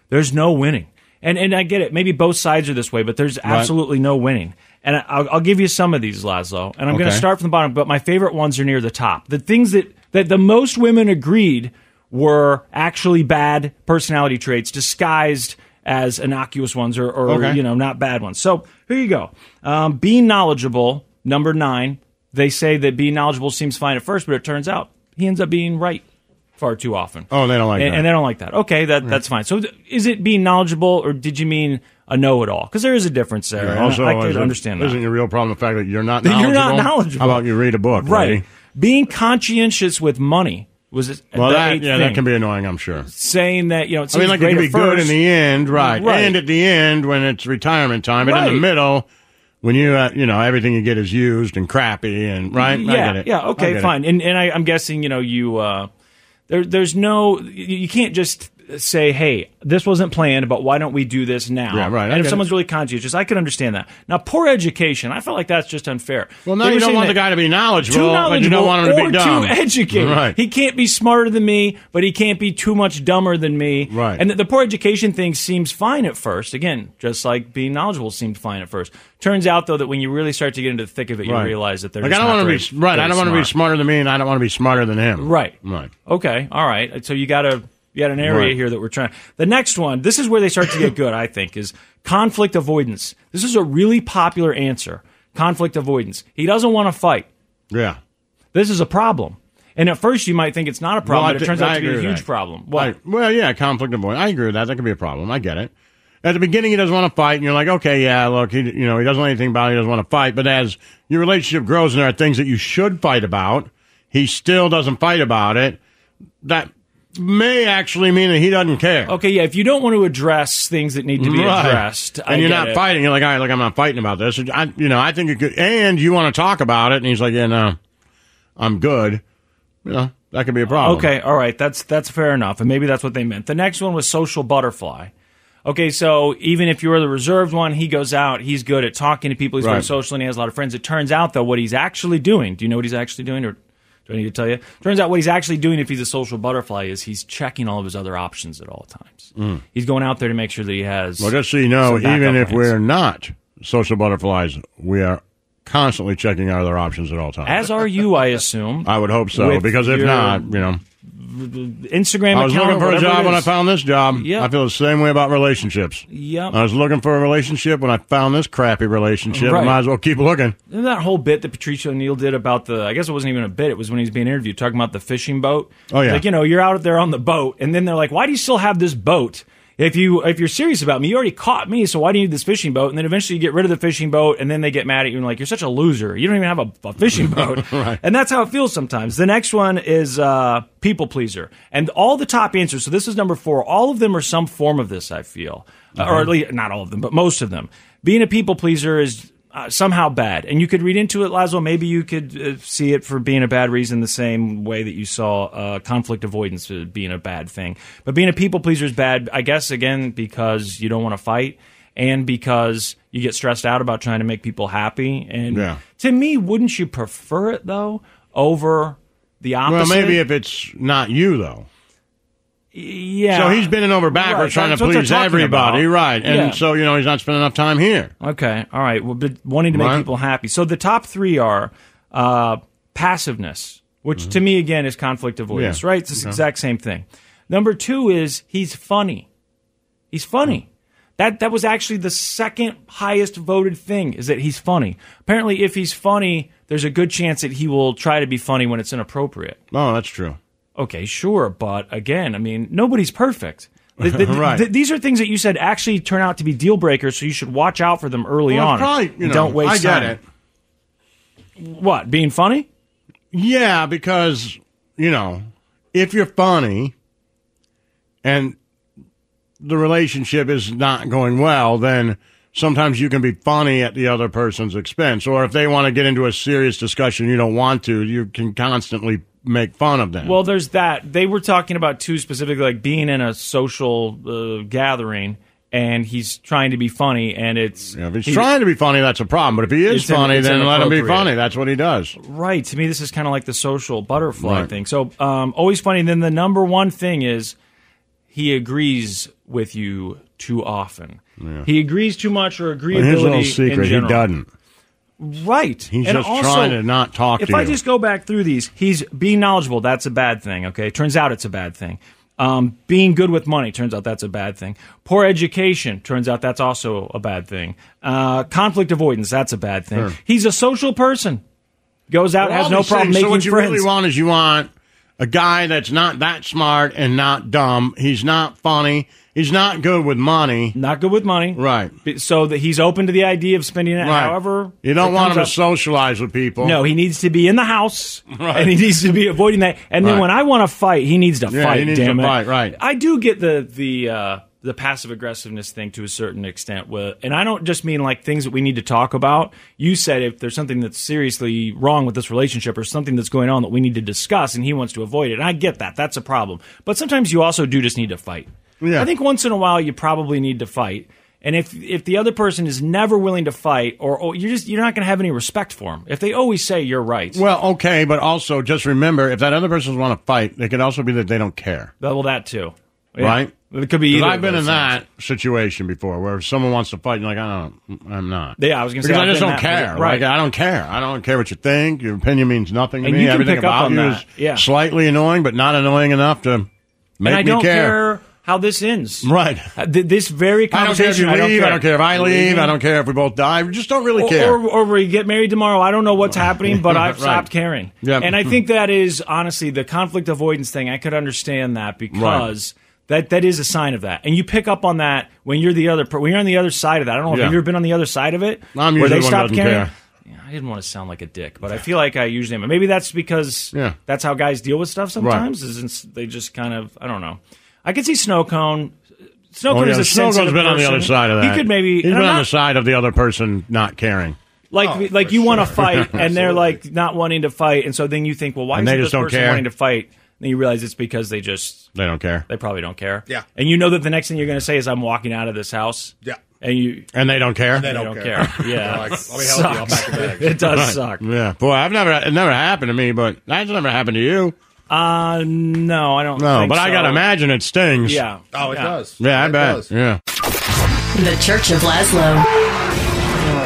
Speaker 2: there's no winning. And and I get it. Maybe both sides are this way, but there's absolutely no winning. And I- I'll, I'll give you some of these, Laszlo. And I'm going to
Speaker 1: Okay.
Speaker 2: start from the bottom, but my favorite ones are near the top. The things that, that the most women agreed were actually bad personality traits disguised as innocuous ones or, or
Speaker 1: Okay.
Speaker 2: you know, not bad ones. So here you go. Um, being knowledgeable, number nine. They say that being knowledgeable seems fine at first, but it turns out he ends up being right far too often.
Speaker 1: Oh, they don't like
Speaker 2: and,
Speaker 1: that.
Speaker 2: and they don't like that. Okay, that that's fine. So, th- is it being knowledgeable, or did you mean a know-it-all? Because there is a difference there. and
Speaker 1: also,
Speaker 2: I could
Speaker 1: isn't-
Speaker 2: understand that.
Speaker 1: Isn't your real problem the fact that you're not
Speaker 2: That
Speaker 1: knowledgeable?
Speaker 2: you're not knowledgeable.
Speaker 1: How about you read a book?
Speaker 2: right.
Speaker 1: lady?
Speaker 2: Being conscientious with money was it,
Speaker 1: Well,
Speaker 2: the
Speaker 1: that
Speaker 2: eighth
Speaker 1: yeah,
Speaker 2: thing.
Speaker 1: that can be annoying. I'm sure.
Speaker 2: saying that you know.
Speaker 1: I
Speaker 2: It seems
Speaker 1: mean, like it
Speaker 2: great
Speaker 1: can be
Speaker 2: at
Speaker 1: good
Speaker 2: first.
Speaker 1: in the e- end, right?
Speaker 2: Right.
Speaker 1: And at the end, when it's retirement time, and in
Speaker 2: Right.
Speaker 1: the middle, when you uh, you know everything you get is used and crappy and right. I
Speaker 2: yeah,
Speaker 1: get it.
Speaker 2: yeah,
Speaker 1: I get
Speaker 2: okay,
Speaker 1: it.
Speaker 2: fine. And and I, I'm guessing you know you uh, there there's no you, you can't just say hey this wasn't planned but why don't we do this now
Speaker 1: Yeah, right, I
Speaker 2: and
Speaker 1: get
Speaker 2: if
Speaker 1: it.
Speaker 2: someone's really conscientious i can understand that now poor education i feel like that's just unfair
Speaker 1: Well, now
Speaker 2: They were
Speaker 1: you don't
Speaker 2: saying
Speaker 1: want the
Speaker 2: that-
Speaker 1: guy to be knowledgeable,
Speaker 2: too
Speaker 1: but
Speaker 2: knowledgeable
Speaker 1: you don't want him to
Speaker 2: or
Speaker 1: be dumb.
Speaker 2: too educated.
Speaker 1: Right.
Speaker 2: He can't be smarter than me, but he can't be too much dumber than me.
Speaker 1: Right.
Speaker 2: And the, the poor education thing seems fine at first. Again, just like being knowledgeable seemed fine at first. Turns out though that when you really start to get into the thick of it, you
Speaker 1: Right.
Speaker 2: realize that they're
Speaker 1: like
Speaker 2: just
Speaker 1: I don't
Speaker 2: not
Speaker 1: wanna
Speaker 2: very-
Speaker 1: be right. I
Speaker 2: very
Speaker 1: don't want to be smarter than me, and I don't want to be smarter than him.
Speaker 2: Right.
Speaker 1: Right.
Speaker 2: Okay. All right. So you got a you got an area
Speaker 1: Right.
Speaker 2: here that we're trying. The next one, this is where they start to get good, I think, is conflict avoidance. This is a really popular answer. Conflict avoidance. He doesn't want to fight.
Speaker 1: Yeah.
Speaker 2: This is a problem. And at first you might think it's not a problem,
Speaker 1: Well, I
Speaker 2: but it
Speaker 1: thi-
Speaker 2: turns
Speaker 1: I
Speaker 2: out to be
Speaker 1: agree
Speaker 2: a
Speaker 1: with
Speaker 2: huge
Speaker 1: that.
Speaker 2: problem. Well,
Speaker 1: Right. Well, yeah, conflict avoidance. I agree with that. That could be a problem. I get it. At the beginning, he doesn't want to fight, and you're like, okay, yeah, look, he, you know, he doesn't know anything about it. He doesn't want to fight. But as your relationship grows, and there are things that you should fight about, he still doesn't fight about it. That may actually mean that he doesn't care.
Speaker 2: okay, yeah, if you don't want to address things that need to be
Speaker 1: Right.
Speaker 2: addressed, I
Speaker 1: and you're
Speaker 2: get
Speaker 1: not
Speaker 2: it.
Speaker 1: fighting. You're like, all right, like I'm not fighting about this. I, you know, I think it could. And you want to talk about it, and he's like, yeah, no, I'm good. You know, that could be a problem.
Speaker 2: Okay, all right, that's that's fair enough, and maybe that's what they meant. The next one was social butterfly. Okay, so even if you're the reserved one, he goes out, he's good at talking to people, he's very
Speaker 1: Right.
Speaker 2: social, and he has a lot of friends. It turns out though, what he's actually doing. Do you know what he's actually doing, or do I need to tell you? Turns out what he's actually doing, if he's a social butterfly, is he's checking all of his other options at all times. He's going out there to make sure that he has.
Speaker 1: Mm. Well, just so you know,
Speaker 2: some backup
Speaker 1: even if
Speaker 2: plans.
Speaker 1: we're not social butterflies, we are constantly checking our other options at all times.
Speaker 2: As are you, I assume.
Speaker 1: I would hope so,
Speaker 2: With
Speaker 1: because if
Speaker 2: your
Speaker 1: not, you know,
Speaker 2: Instagram
Speaker 1: I was
Speaker 2: account.
Speaker 1: looking
Speaker 2: or
Speaker 1: for a
Speaker 2: whatever
Speaker 1: job
Speaker 2: it
Speaker 1: when I
Speaker 2: is.
Speaker 1: found this job.
Speaker 2: Yeah.
Speaker 1: I feel the same way about relationships.
Speaker 2: Yep.
Speaker 1: I was looking for a relationship when I found this crappy relationship.
Speaker 2: Right.
Speaker 1: Might as well keep looking.
Speaker 2: Remember that whole bit that Patricio O'Neill did about the, I guess it wasn't even a bit, it was when he was being interviewed talking about the fishing boat.
Speaker 1: Oh, yeah.
Speaker 2: Like, you know, you're out there on the boat, and then they're like, why do you still have this boat? If you if you're serious about me, you already caught me, so why do you need this fishing boat? And then eventually you get rid of the fishing boat, and then they get mad at you and like you're such a loser. You don't even have a, a fishing boat, right. and that's how it feels sometimes. The next one is uh, people pleaser, and all the top answers. So this is number four. All of them are some form of this. I feel, Uh,
Speaker 1: Mm-hmm.
Speaker 2: or at least not all of them, but most of them. Being a people pleaser is uh, somehow bad. And you could read into it, Lazo. Maybe you could uh, see it for being a bad reason the same way that you saw uh, conflict avoidance uh, being a bad thing. But being a people pleaser is bad, I guess, again, because you don't want to fight and because you get stressed out about trying to make people happy. And
Speaker 1: Yeah.
Speaker 2: to me, wouldn't you prefer it, though, over the
Speaker 1: Well,
Speaker 2: opposite?
Speaker 1: maybe if it's not you, though.
Speaker 2: Yeah.
Speaker 1: So he's bending over backwards
Speaker 2: Right,
Speaker 1: trying
Speaker 2: that's
Speaker 1: to
Speaker 2: what they're
Speaker 1: please
Speaker 2: talking
Speaker 1: everybody,
Speaker 2: about.
Speaker 1: right? And
Speaker 2: Yeah.
Speaker 1: so you know he's not spending enough time here.
Speaker 2: Okay. All right. Well, but wanting to make
Speaker 1: Right.
Speaker 2: people happy. So the top three are uh, passiveness, which to me again is conflict avoidance.
Speaker 1: Yeah.
Speaker 2: Right. It's the exact same thing. Number two is he's funny. He's funny. That that was actually the second highest voted thing is that he's funny. Apparently, if he's funny, there's a good chance that he will try to be funny when it's inappropriate.
Speaker 1: Oh, that's true.
Speaker 2: Okay, sure, but again, I mean, nobody's perfect. Th- th-
Speaker 1: Right.
Speaker 2: th- these are things that you said actually turn out to be deal breakers, so you should watch out for them early
Speaker 1: Well,
Speaker 2: on.
Speaker 1: probably, you know,
Speaker 2: Don't waste
Speaker 1: I get
Speaker 2: time.
Speaker 1: it.
Speaker 2: What being funny?
Speaker 1: Yeah, because you know, if you're funny and the relationship is not going well, then sometimes you can be funny at the other person's expense. Or if they want to get into a serious discussion you don't want to, you can constantly make fun of them.
Speaker 2: Well, there's that. They were talking about two specifically, like being in a social uh, gathering and he's trying to be funny, and it's
Speaker 1: You know, if he's
Speaker 2: he-
Speaker 1: trying to be funny, that's a problem. But if he is
Speaker 2: It's in-
Speaker 1: funny,
Speaker 2: it's
Speaker 1: then let him be
Speaker 2: inappropriate.
Speaker 1: funny. That's what he does.
Speaker 2: right to me this is kind of like the social butterfly
Speaker 1: Right.
Speaker 2: thing so um, always funny then the number one thing is he agrees with you too often he agrees too much or agreeability
Speaker 1: Here's a little
Speaker 2: in
Speaker 1: secret: he
Speaker 2: general.
Speaker 1: doesn't.
Speaker 2: right
Speaker 1: He's
Speaker 2: and
Speaker 1: just
Speaker 2: also,
Speaker 1: trying to not talk
Speaker 2: if
Speaker 1: to
Speaker 2: I
Speaker 1: you.
Speaker 2: just go back through these, he's being knowledgeable. That's a bad thing. Okay, turns out it's a bad thing. Um, being good with money turns out that's a bad thing. Poor education turns out that's also a bad thing. Uh, conflict avoidance that's a bad thing. He's a social person. Goes out
Speaker 1: Well,
Speaker 2: has no
Speaker 1: obviously,
Speaker 2: problem
Speaker 1: so
Speaker 2: making
Speaker 1: what you
Speaker 2: friends.
Speaker 1: really want is you want a guy that's not that smart and not dumb. He's not funny. He's not good with money.
Speaker 2: Not good with money,
Speaker 1: Right.
Speaker 2: B- So that he's open to the idea of spending it.
Speaker 1: Right.
Speaker 2: However,
Speaker 1: you
Speaker 2: it
Speaker 1: don't want
Speaker 2: comes
Speaker 1: him
Speaker 2: up-
Speaker 1: to socialize with people.
Speaker 2: No, he needs to be in the house,
Speaker 1: Right.
Speaker 2: and he needs to be avoiding that. And then
Speaker 1: Right.
Speaker 2: when I want to fight, he needs to
Speaker 1: Yeah,
Speaker 2: fight.
Speaker 1: he needs
Speaker 2: damn
Speaker 1: to
Speaker 2: it.
Speaker 1: fight, right.
Speaker 2: I do get the the uh, the passive aggressiveness thing to a certain extent. With and I don't just mean like things that we need to talk about. You said if there's something that's seriously wrong with this relationship or something that's going on that we need to discuss, and he wants to avoid it, and I get that. That's a problem. But sometimes you also do just need to fight.
Speaker 1: Yeah.
Speaker 2: I think once in a while you probably need to fight. And if if the other person is never willing to fight, or, or you're just you're not going to have any respect for them. If they always say you're right,
Speaker 1: Well, okay, but also just remember if that other person's want to fight, it could also be that they don't care.
Speaker 2: double that too, Yeah.
Speaker 1: Right.
Speaker 2: It could be
Speaker 1: 'Cause
Speaker 2: either.
Speaker 1: I've
Speaker 2: of
Speaker 1: been in
Speaker 2: those
Speaker 1: that situation before where if someone wants to fight, you're like, I don't, I'm not.
Speaker 2: things. Yeah, I was going to say
Speaker 1: Because I
Speaker 2: I've
Speaker 1: just
Speaker 2: been
Speaker 1: don't
Speaker 2: in that-
Speaker 1: care.
Speaker 2: Right.
Speaker 1: Right. I don't care. I don't care what you think. Your opinion means nothing to
Speaker 2: And
Speaker 1: me.
Speaker 2: you can
Speaker 1: Everything
Speaker 2: pick up
Speaker 1: about
Speaker 2: on
Speaker 1: you
Speaker 2: that.
Speaker 1: is
Speaker 2: Yeah.
Speaker 1: slightly annoying, but not annoying enough to make
Speaker 2: and
Speaker 1: me
Speaker 2: I don't care. how this ends.
Speaker 1: Right.
Speaker 2: Uh, th- This very
Speaker 1: I don't care if
Speaker 2: conversation.
Speaker 1: you leave. I don't care if I
Speaker 2: You're
Speaker 1: leave. I
Speaker 2: leaving.
Speaker 1: don't care if we both die. We just don't really care.
Speaker 2: Or, or, or we get married tomorrow. I don't know what's happening, but I've
Speaker 1: Right.
Speaker 2: stopped caring.
Speaker 1: Yeah.
Speaker 2: And I think that is honestly the conflict avoidance thing. I could understand that because that that is a sign of that. And you pick up on that when you're the other per- when you're on the other side of that. I don't know if
Speaker 1: Yeah.
Speaker 2: you've ever been on the other side of it
Speaker 1: I'm
Speaker 2: where
Speaker 1: usually
Speaker 2: they
Speaker 1: the one
Speaker 2: stopped
Speaker 1: who doesn't
Speaker 2: caring.
Speaker 1: care.
Speaker 2: Yeah, I didn't want to sound like a dick, but I feel like I usually am. And Maybe that's because
Speaker 1: Yeah.
Speaker 2: that's how guys deal with stuff sometimes. Isn't they just kind of I don't know. I could see snow cone. Snow
Speaker 1: Oh,
Speaker 2: cone
Speaker 1: yeah,
Speaker 2: is a
Speaker 1: Snowgo's
Speaker 2: sensitive
Speaker 1: been on the
Speaker 2: person.
Speaker 1: other side of that.
Speaker 2: He could maybe
Speaker 1: he's
Speaker 2: and
Speaker 1: been
Speaker 2: I'm
Speaker 1: on
Speaker 2: not-
Speaker 1: the side of the other person not caring,
Speaker 2: like
Speaker 3: Oh,
Speaker 2: like
Speaker 3: for
Speaker 2: you want to
Speaker 3: sure.
Speaker 2: fight and they're like not wanting to fight and so then you think well why
Speaker 1: And
Speaker 2: is
Speaker 1: they
Speaker 2: this
Speaker 1: just don't
Speaker 2: person
Speaker 1: care?
Speaker 2: wanting to fight and then you realize it's because they just
Speaker 1: they don't care,
Speaker 2: they probably don't care
Speaker 3: Yeah.
Speaker 2: and you know that the next thing you're going to say is i'm walking out of this house
Speaker 3: Yeah.
Speaker 2: and you
Speaker 1: and they don't care.
Speaker 3: They
Speaker 2: I
Speaker 3: don't
Speaker 2: don't care,
Speaker 3: care.
Speaker 2: yeah
Speaker 3: They're like, "Let me help you. I'll
Speaker 2: Sucks.
Speaker 3: pack your bags."
Speaker 2: it does suck
Speaker 1: Yeah, boy, I've never it never happened to me, but that's never happened to you.
Speaker 2: uh no i don't
Speaker 1: No,
Speaker 2: think
Speaker 1: but I
Speaker 2: so.
Speaker 1: gotta imagine it stings.
Speaker 2: yeah
Speaker 3: Oh, it
Speaker 2: Yeah.
Speaker 3: does.
Speaker 1: yeah, I
Speaker 3: It
Speaker 1: bet.
Speaker 3: does.
Speaker 1: Yeah,
Speaker 5: The Church of Laszlo.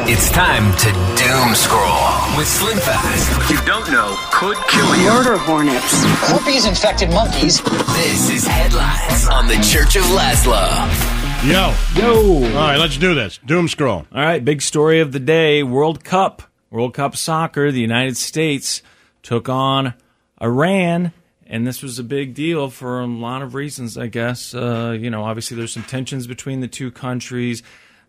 Speaker 4: It's time to doom scroll with Slim Fast.
Speaker 6: you don't know could kill you.
Speaker 7: murder hornets.
Speaker 4: Herpes infected monkeys. This is headlines on the Church of Laszlo.
Speaker 1: yo,
Speaker 2: yo
Speaker 1: all right, let's do this. Doom scroll.
Speaker 2: All right, big story of the day World Cup. World Cup soccer. The United States took on Iran, and this was a big deal for a lot of reasons, I guess. Uh, you know, obviously, there's some tensions between the two countries.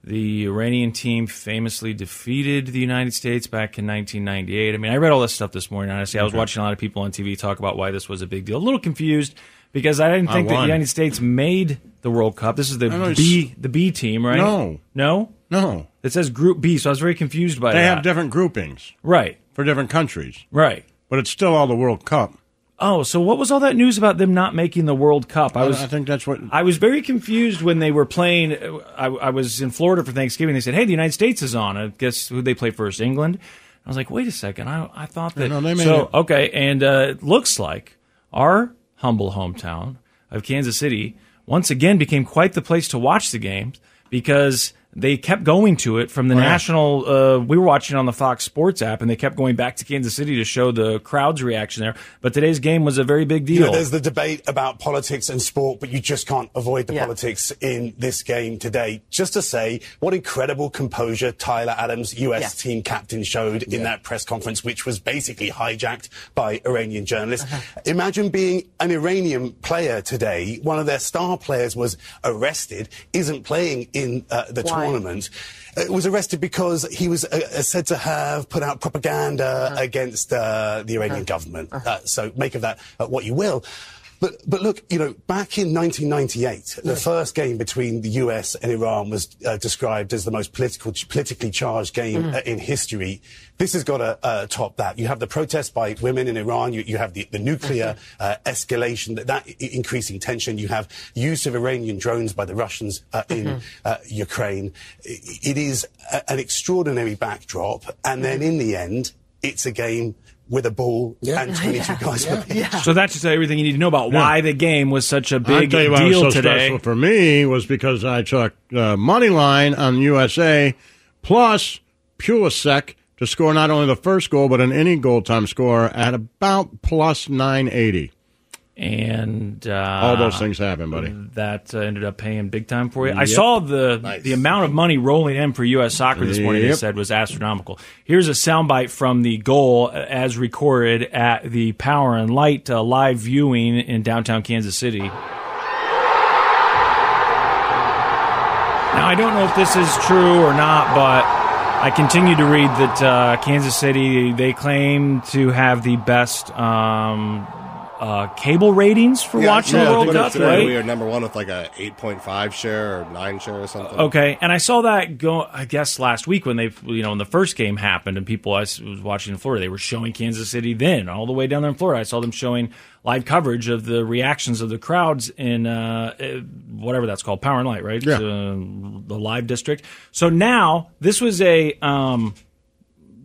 Speaker 2: The Iranian team famously defeated the United States back in 1998. I mean, I read all this stuff this morning. Honestly, I was watching a lot of people on TV talk about why this was a big deal. A little confused because I didn't think that the
Speaker 1: won.
Speaker 2: United States made the World Cup. This is the
Speaker 1: know, it's-
Speaker 2: B the B team, right?
Speaker 1: No.
Speaker 2: no,
Speaker 1: No,
Speaker 2: it says Group B, so I was very confused by
Speaker 1: they
Speaker 2: that.
Speaker 1: have different groupings
Speaker 2: right,
Speaker 1: for different countries,
Speaker 2: right.
Speaker 1: but it's still all the World Cup.
Speaker 2: Oh, so what was all that news about them not making the World Cup? I
Speaker 1: I,
Speaker 2: was,
Speaker 1: I think that's what.
Speaker 2: I was very confused when they were playing. I, I was in Florida for Thanksgiving. They said, "Hey, the United States is on." I guess who they play first, England. I was like, "Wait a second, I, I thought that."
Speaker 1: no, they made
Speaker 2: so
Speaker 1: it.
Speaker 2: okay, and uh, it looks like our humble hometown of Kansas City once again became quite the place to watch the games because they kept going to it
Speaker 1: Oh,
Speaker 2: from the national. Uh, we were watching on the Fox Sports app, and they kept going back to Kansas City to show the crowd's reaction there. But today's game was a very big deal.
Speaker 8: You know, there's the debate about politics and sport, but you just can't avoid the
Speaker 7: Yeah.
Speaker 8: politics in this game today. Just to say, what incredible composure Tyler Adams, US
Speaker 7: Yeah.
Speaker 8: team captain, showed in that press conference, which was basically hijacked by Iranian journalists.
Speaker 7: Uh-huh.
Speaker 8: Imagine being an Iranian player today. One of their star players was arrested, isn't playing in uh, the
Speaker 7: Why?
Speaker 8: tournament. Uh, was arrested because he was uh, uh, said to have put out
Speaker 7: Uh-huh.
Speaker 8: propaganda against uh, the Iranian government. Uh, so make of that uh, what you will. But but look, you know, back in 1998, the first game between the U.S. and Iran was uh, described as the most political, politically charged game uh, in history. This has got to uh, top that. You have the protests by women in Iran. You, you have the, the nuclear uh, escalation, that, that i- increasing tension. You have use of Iranian drones by the Russians uh, in uh, Ukraine. I- It is a, an extraordinary backdrop. And then in the end, it's a game with a ball and 22 guys on the pitch.
Speaker 2: So that should tell you everything you need to know about why the game was such a
Speaker 1: I'll
Speaker 2: big
Speaker 1: tell you why it was
Speaker 2: deal
Speaker 1: so
Speaker 2: today.
Speaker 1: special for me was because I took uh, money line on USA plus Pulisic to score not only the first goal but an any goal time score at about plus nine eighty.
Speaker 2: And uh,
Speaker 1: All those things happen, buddy.
Speaker 2: that uh, ended up paying big time for you. I saw the the amount of money rolling in for U.S. soccer this morning. They
Speaker 1: Yep.
Speaker 2: said was astronomical. Here's a soundbite from the goal uh, as recorded at the Power and Light uh, live viewing in downtown Kansas City. Now I don't know if this is true or not, but. I continue to read that uh, Kansas City they claim to have the best um, uh, cable ratings for watching
Speaker 3: yeah,
Speaker 2: the
Speaker 3: I
Speaker 2: World
Speaker 3: think
Speaker 2: Cup,
Speaker 3: today
Speaker 2: right?
Speaker 3: We are number one with like a 8.5 share or 9 share or something.
Speaker 2: Okay, and I saw that go. I guess last week when they, you know, when the first game happened, and people I s- was watching in Florida, they were showing Kansas City then all the way down there in Florida. I saw them showing live coverage of the reactions of the crowds in uh, eh, whatever that's called, Power and Light, right?
Speaker 1: Yeah.
Speaker 2: Uh, the live district. So now this was a. Um,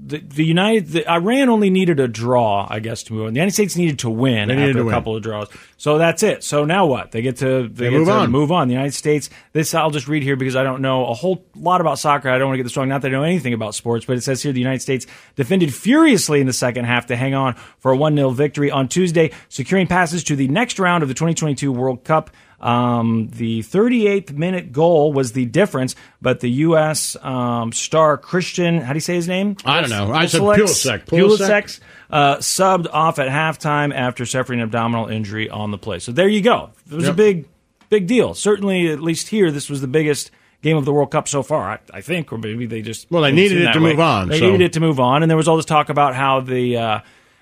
Speaker 2: the, the United the, Iran only needed a draw, I guess, to move on. The United States needed to win
Speaker 1: They needed
Speaker 2: after
Speaker 1: to
Speaker 2: a
Speaker 1: win.
Speaker 2: couple of draws. So that's it. So now what? They get to they,
Speaker 1: They
Speaker 2: get
Speaker 1: move
Speaker 2: to
Speaker 1: on.
Speaker 2: move on. The United States. This I'll just read here because I don't know a whole lot about soccer. I don't want to get this wrong. Not that I know anything about sports, but it says here the United States defended furiously in the second half to hang on for a one 0 victory on Tuesday, securing passes to the next round of the 2022 World Cup. Um, the 38th minute goal was the difference, but the U.S. Um, star Christian, how do you say his name?
Speaker 1: I don't know. I said
Speaker 2: Pulisic.
Speaker 1: Pulisic.
Speaker 2: Pulisic, uh, subbed off at halftime after suffering an abdominal injury on the play. So there you go. It was a
Speaker 1: Yep.
Speaker 2: big, big deal. Certainly, at least here, this was the biggest game of the World Cup so far. I, I think, or maybe they just
Speaker 1: Well, they
Speaker 2: didn't
Speaker 1: needed
Speaker 2: seem
Speaker 1: it
Speaker 2: that
Speaker 1: to
Speaker 2: way.
Speaker 1: move on,
Speaker 2: They
Speaker 1: so-
Speaker 2: needed it to move on, and there was all this talk about how the, uh,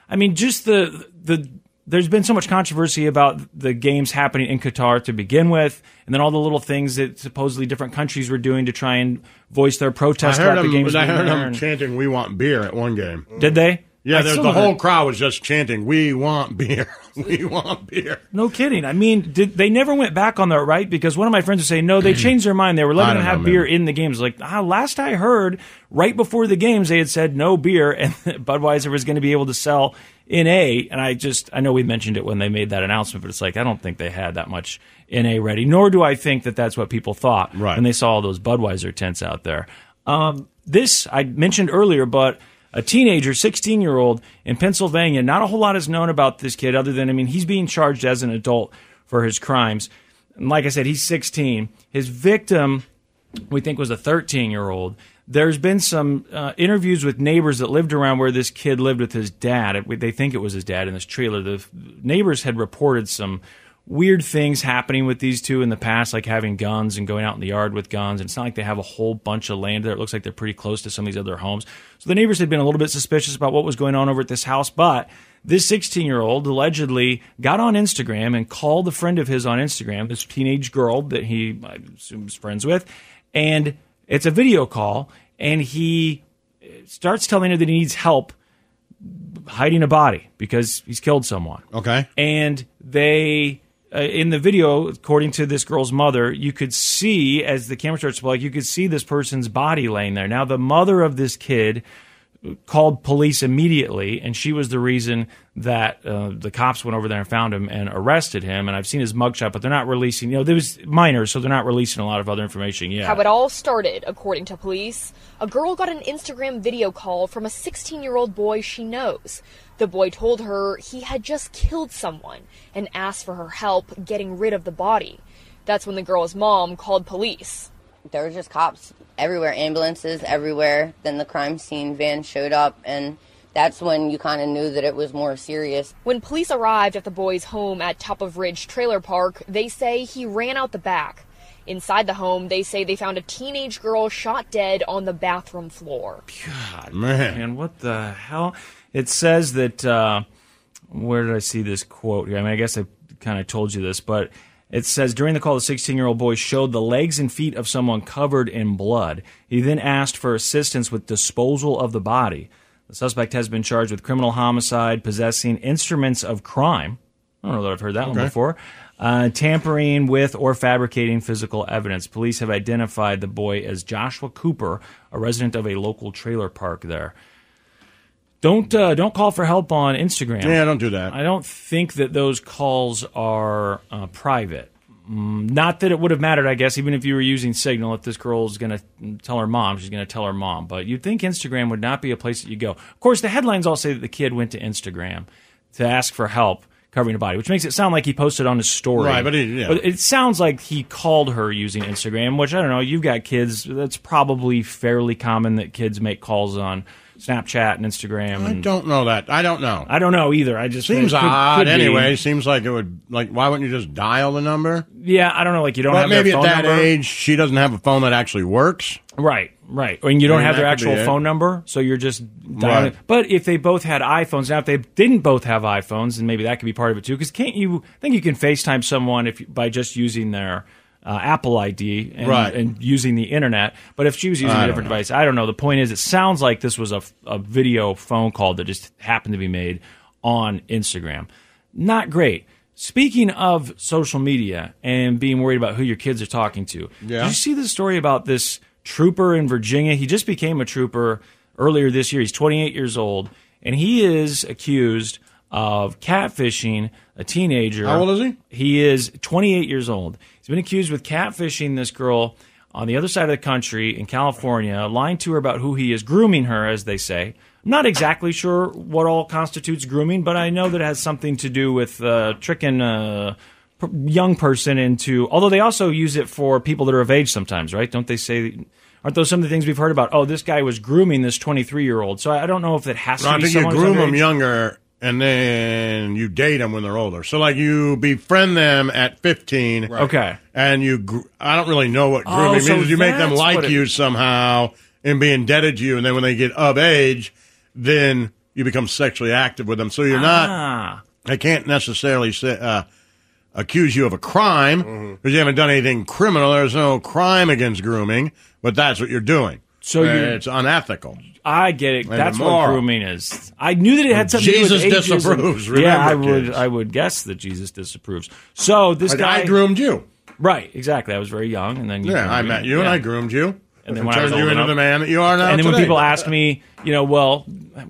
Speaker 2: I mean, just the the. There's been so much controversy about the games happening in Qatar to begin with, and then all the little things that supposedly different countries were doing to try and voice their
Speaker 1: I
Speaker 2: protest
Speaker 1: heard
Speaker 2: about the games.
Speaker 1: them. I
Speaker 2: being
Speaker 1: heard
Speaker 2: there
Speaker 1: them
Speaker 2: and-
Speaker 1: chanting, "We want beer" at one game.
Speaker 2: did they?
Speaker 1: Yeah,
Speaker 2: I
Speaker 1: there's
Speaker 2: still
Speaker 1: the
Speaker 2: don't-
Speaker 1: whole crowd was just chanting, "We want beer, we want beer."
Speaker 2: No kidding. I mean, did they never went back on that, right? Because one of my friends was saying, no, they changed their mind. They were
Speaker 1: I
Speaker 2: letting them
Speaker 1: don't
Speaker 2: have
Speaker 1: know,
Speaker 2: beer
Speaker 1: man.
Speaker 2: in the games. Like, ah, last I heard, right before the games, they had said no beer, and Budweiser was going to be able to sell in A. And I just, I know we mentioned it when they made that announcement, but it's like, I don't think they had that much in A ready, nor do I think that that's what people thought
Speaker 1: Right.
Speaker 2: when they saw all those Budweiser tents out there. Um, this I mentioned earlier, but a teenager, 16 year old in Pennsylvania, not a whole lot is known about this kid other than, I mean, he's being charged as an adult for his crimes. And like I said, he's 16. His victim, we think, was a 13 year old. There's been some uh, interviews with neighbors that lived around where this kid lived with his dad. It- They think it was his dad in this trailer. The f- neighbors had reported some weird things happening with these two in the past, like having guns and going out in the yard with guns. And it's not like they have a whole bunch of land there. It looks like they're pretty close to some of these other homes. So the neighbors had been a little bit suspicious about what was going on over at this house, but this 16 year old allegedly got on Instagram and called a friend of his on Instagram, this teenage girl that he, I assume, is friends with. And it's a video call, and he starts telling her that he needs help hiding a body because he's killed someone.
Speaker 1: Okay.
Speaker 2: And they, uh, in the video, according to this girl's mother, you could see as the camera starts to play, you could see this person's body laying there. Now, the mother of this kid called police immediately, and she was the reason that uh, the cops went over there and found him and arrested him. And I've seen his mugshot, but they're not releasing. You know, there was minors, so they're not releasing a lot of other information yet.
Speaker 7: How it all started, according to police. A girl got an Instagram video call from a 16 year old boy she knows. The boy told her he had just killed someone and asked for her help getting rid of the body. That's when the girl's mom called police.
Speaker 9: there were just cops everywhere, ambulances everywhere. Then the crime scene van showed up, and that's when you kind of knew that it was more serious.
Speaker 7: When police arrived at the boy's home at Top of Ridge Trailer Park, they say he ran out the back. Inside the home, they say they found a teenage girl shot dead on the bathroom floor.
Speaker 1: Man,
Speaker 2: Man, what the hell? It says that. Uh, where did I see this quote here? I mean, I guess I kind of told you this, but it says during the call, the 16 year old boy showed the legs and feet of someone covered in blood. He then asked for assistance with disposal of the body. The suspect has been charged with criminal homicide, possessing instruments of crime. I don't know that I've heard that one
Speaker 10: Okay.
Speaker 2: before. Uh, tampering with or fabricating physical evidence. Police have identified the boy as Joshua Cooper, a resident of a local trailer park there. Don't uh, don't call for help on Instagram.
Speaker 1: Yeah, don't do that.
Speaker 2: I don't think that those calls are uh, private. Mm, Not that it would have mattered, I guess. Even if you were using Signal, if this girl is going to tell her mom, she's going to tell her mom. But you'd think Instagram would not be a place that you go. Of course, the headlines all say that the kid went to Instagram to ask for help covering a body, which makes it sound like he posted on his story.
Speaker 1: Right, but he- yeah.
Speaker 2: But it sounds like he called her using Instagram, which I don't know. You've got kids; that's probably fairly common that kids make calls on Snapchat and Instagram.
Speaker 1: I
Speaker 2: and-
Speaker 1: don't know that. I don't know.
Speaker 2: I don't know either. I just
Speaker 1: Seems
Speaker 2: it could-
Speaker 1: odd.
Speaker 2: could be.
Speaker 1: anyway, seems like it would. Like, why wouldn't you just dial the number?
Speaker 2: Yeah, I don't know. Like you don't
Speaker 1: but
Speaker 2: have
Speaker 1: maybe
Speaker 2: their phone
Speaker 1: at that
Speaker 2: number.
Speaker 1: age, she doesn't have a phone that actually works.
Speaker 2: Right, right. And you don't
Speaker 1: I mean,
Speaker 2: have their
Speaker 1: that could be
Speaker 2: actual
Speaker 1: it.
Speaker 2: phone number, so you're just dialing.
Speaker 1: Right.
Speaker 2: But if they both had iPhones, now if they didn't both have iPhones, then maybe that could be part of it too. Because can't you? I think you can FaceTime someone if you- by just using their uh, Apple ID and,
Speaker 1: Right.
Speaker 2: and using the internet. But if she was using
Speaker 1: I
Speaker 2: a
Speaker 1: don't
Speaker 2: different device, I don't know. The point is, it sounds like this was a, f- a video phone call that just happened to be made on Instagram. Not great. Speaking of social media and being worried about who your kids are talking to,
Speaker 1: Yeah.
Speaker 2: did you see the story about this trooper in Virginia? He just became a trooper earlier this year. He's 28 years old, and he is accused of catfishing a teenager.
Speaker 1: How old is he?
Speaker 2: He is 28 years old. He's been accused with catfishing this girl on the other side of the country in California, lying to her about who he is, grooming her, as they say. I'm not exactly sure what all constitutes grooming, but I know that it has something to do with uh, tricking a p- young person into. Although they also use it for people that are of age sometimes, right? Don't they say? Aren't those some of the things we've heard about? Oh, this guy was grooming this 23 year old. So I I don't know if it has to
Speaker 1: I
Speaker 2: be
Speaker 1: think you
Speaker 2: someone who's
Speaker 1: groom them
Speaker 2: underage.
Speaker 1: younger, and then you date them when they're older. So, like, you befriend them at fifteen.
Speaker 2: Okay.
Speaker 1: And you, gr- I don't really know what
Speaker 2: Oh,
Speaker 1: grooming means.
Speaker 2: so
Speaker 1: you make them
Speaker 2: that's
Speaker 1: like
Speaker 2: what it-
Speaker 1: you somehow and be indebted to you, and then when they get of age, then you become sexually active with them. So you're
Speaker 2: Ah.
Speaker 1: not. I can't necessarily say. Uh, accuse you of a crime because
Speaker 2: Mm-hmm.
Speaker 1: you haven't done anything criminal. There's no crime against grooming, but that's what you're doing.
Speaker 2: So you-
Speaker 1: it's unethical.
Speaker 2: I get it.
Speaker 1: And
Speaker 2: That's what
Speaker 1: immoral.
Speaker 2: grooming is. I knew that it had something
Speaker 1: Jesus
Speaker 2: to do with ages and-
Speaker 1: disapproves,
Speaker 2: yeah, I
Speaker 1: remember,
Speaker 2: would.
Speaker 1: kids.
Speaker 2: I would guess that Jesus disapproves. So this
Speaker 1: Like,
Speaker 2: guy
Speaker 1: I groomed you.
Speaker 2: Right. Exactly. I was very young, and then you
Speaker 1: Yeah, I
Speaker 2: groomed me.
Speaker 1: met you and
Speaker 2: Mm-hmm. Yeah.
Speaker 1: I groomed you.
Speaker 2: And then
Speaker 1: It
Speaker 2: when I was
Speaker 1: turned you
Speaker 2: old
Speaker 1: into
Speaker 2: enough-
Speaker 1: the man that you are now.
Speaker 2: And then when
Speaker 1: today.
Speaker 2: people ask me, you know, well,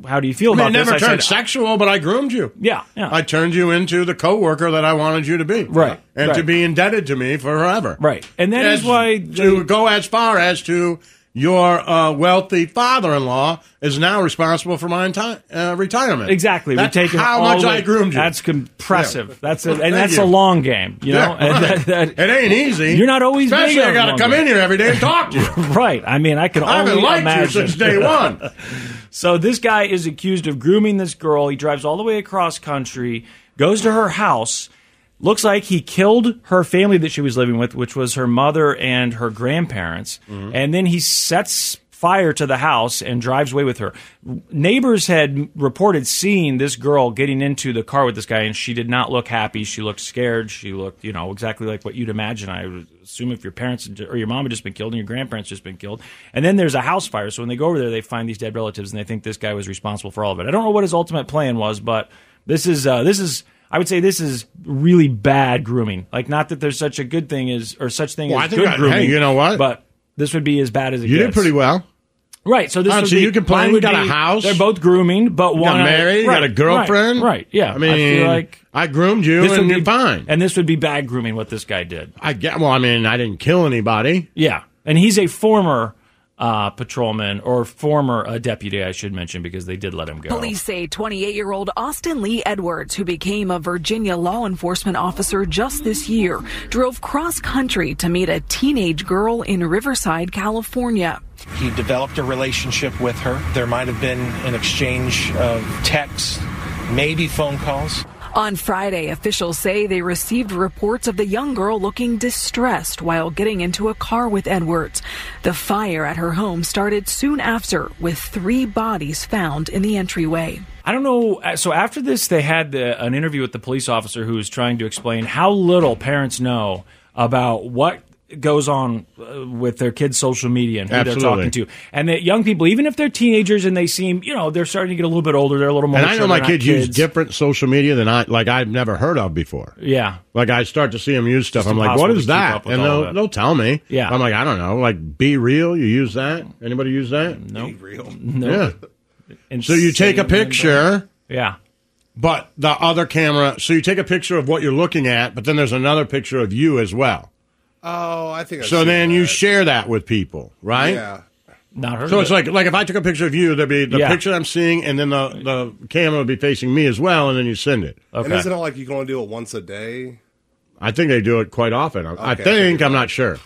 Speaker 2: how do you feel
Speaker 1: I mean,
Speaker 2: about
Speaker 1: it never
Speaker 2: this?
Speaker 1: turned
Speaker 2: I said,
Speaker 1: sexual, but I groomed you.
Speaker 2: Yeah,
Speaker 1: I turned you into the coworker that I wanted you to be.
Speaker 2: Right,
Speaker 1: and to
Speaker 2: right.
Speaker 1: be indebted to me forever.
Speaker 2: Right, and that is
Speaker 1: As-
Speaker 2: why
Speaker 1: to go as far as to your uh, wealthy father-in-law is now responsible for my enti- uh, retirement.
Speaker 2: Exactly.
Speaker 1: That's
Speaker 2: We've taken
Speaker 1: how
Speaker 2: all
Speaker 1: much
Speaker 2: the-
Speaker 1: I groomed you.
Speaker 2: That's compressive.
Speaker 1: Yeah.
Speaker 2: That's a,
Speaker 1: Thank
Speaker 2: and that's
Speaker 1: you.
Speaker 2: a long game. You know,
Speaker 1: Yeah,
Speaker 2: And
Speaker 1: right.
Speaker 2: that- that-
Speaker 1: It ain't easy.
Speaker 2: You're not always
Speaker 1: Especially
Speaker 2: big on
Speaker 1: I gotta
Speaker 2: long
Speaker 1: come
Speaker 2: game.
Speaker 1: in here every day and talk to you.
Speaker 2: right. I mean, I can
Speaker 1: I haven't
Speaker 2: only
Speaker 1: liked you
Speaker 2: imagine.
Speaker 1: since day one.
Speaker 2: so this guy is accused of grooming this girl. He drives all the way across country, goes to her house. Looks like he killed her family that she was living with, which was her mother and her grandparents. And then he sets fire to the house and drives away with her. Neighbors had reported seeing this girl getting into the car with this guy, and she did not look happy. She looked scared. She looked, you know, exactly like what you'd imagine. I would assume if your parents had- or your mom had just been killed and your grandparents just been killed. And then there's a house fire. So when they go over there, they find these dead relatives, and they think this guy was responsible for all of it. I don't know what his ultimate plan was, but this is uh, this is. I would say this is really bad grooming. Like, not that there's such a good thing as or such thing
Speaker 1: Well,
Speaker 2: as
Speaker 1: I think
Speaker 2: good
Speaker 1: I- hey,
Speaker 2: grooming.
Speaker 1: you know what?
Speaker 2: But this would be as bad as it
Speaker 1: You
Speaker 2: gets.
Speaker 1: did pretty well.
Speaker 2: Right. So this
Speaker 1: Oh,
Speaker 2: would
Speaker 1: so
Speaker 2: be,
Speaker 1: you can play,
Speaker 2: mine
Speaker 1: you
Speaker 2: would
Speaker 1: got a
Speaker 2: be-
Speaker 1: house?
Speaker 2: They're both grooming, but
Speaker 1: You
Speaker 2: one
Speaker 1: got married, you got
Speaker 2: right,
Speaker 1: a girlfriend.
Speaker 2: Right. right, yeah.
Speaker 1: I mean, I,
Speaker 2: feel like
Speaker 1: groomed you
Speaker 2: this would
Speaker 1: and
Speaker 2: be-
Speaker 1: you're fine.
Speaker 2: and this would be bad grooming what this guy did.
Speaker 1: I get, well, I mean, I didn't kill anybody.
Speaker 2: Yeah. And he's a former uh, patrolman or former uh, deputy, I should mention, because they did let him go.
Speaker 11: Police say 28 year old Austin Lee Edwards, who became a Virginia law enforcement officer just this year, drove cross country to meet a teenage girl in Riverside, California.
Speaker 12: He developed a relationship with her. There might have been an exchange of texts, maybe phone calls.
Speaker 11: On Friday, officials say they received reports of the young girl looking distressed while getting into a car with Edwards. The fire at her home started soon after, with three bodies found in the entryway.
Speaker 2: I don't know. uh, So after this, they had the, an interview with the police officer who was trying to explain how little parents know about what goes on uh, with their kids' social media and who
Speaker 1: Absolutely.
Speaker 2: they're talking to, and that young people, even if they're teenagers and they seem, you know, they're starting to get a little bit older, they're a little more.
Speaker 1: And I
Speaker 2: mature,
Speaker 1: know my
Speaker 2: they're not
Speaker 1: kids, use different social media than I like I've never heard of before.
Speaker 2: Yeah.
Speaker 1: Like I start to see them use stuff.
Speaker 2: Just
Speaker 1: I'm like, what
Speaker 2: impossible to
Speaker 1: is
Speaker 2: keep
Speaker 1: that?
Speaker 2: up with
Speaker 1: And
Speaker 2: all of
Speaker 1: they'll,
Speaker 2: it.
Speaker 1: they'll tell me.
Speaker 2: Yeah.
Speaker 1: I'm like, I don't know. Like, be real. You use that? Anybody use that?
Speaker 2: No.
Speaker 3: real.
Speaker 1: Yeah.
Speaker 2: No. And
Speaker 1: so you take a
Speaker 2: cinnamon bun.
Speaker 1: picture.
Speaker 2: Yeah.
Speaker 1: But the other camera. So you take a picture of what you're looking at, but then there's another picture of you as well.
Speaker 3: Oh, I think. I've
Speaker 1: So
Speaker 3: seen
Speaker 1: then
Speaker 3: that.
Speaker 1: you share that with people, right?
Speaker 3: Yeah.
Speaker 2: Not heard
Speaker 1: So
Speaker 2: of
Speaker 1: it's
Speaker 2: it.
Speaker 1: like like if I took a picture of you, there'd be the
Speaker 2: Yeah.
Speaker 1: picture I'm seeing, and then the, the camera would be facing me as well, and then you send it.
Speaker 3: And isn't it like you can only do it once a day?
Speaker 1: I think they do it quite often. I- I
Speaker 3: Okay, I
Speaker 1: think I'm not sure.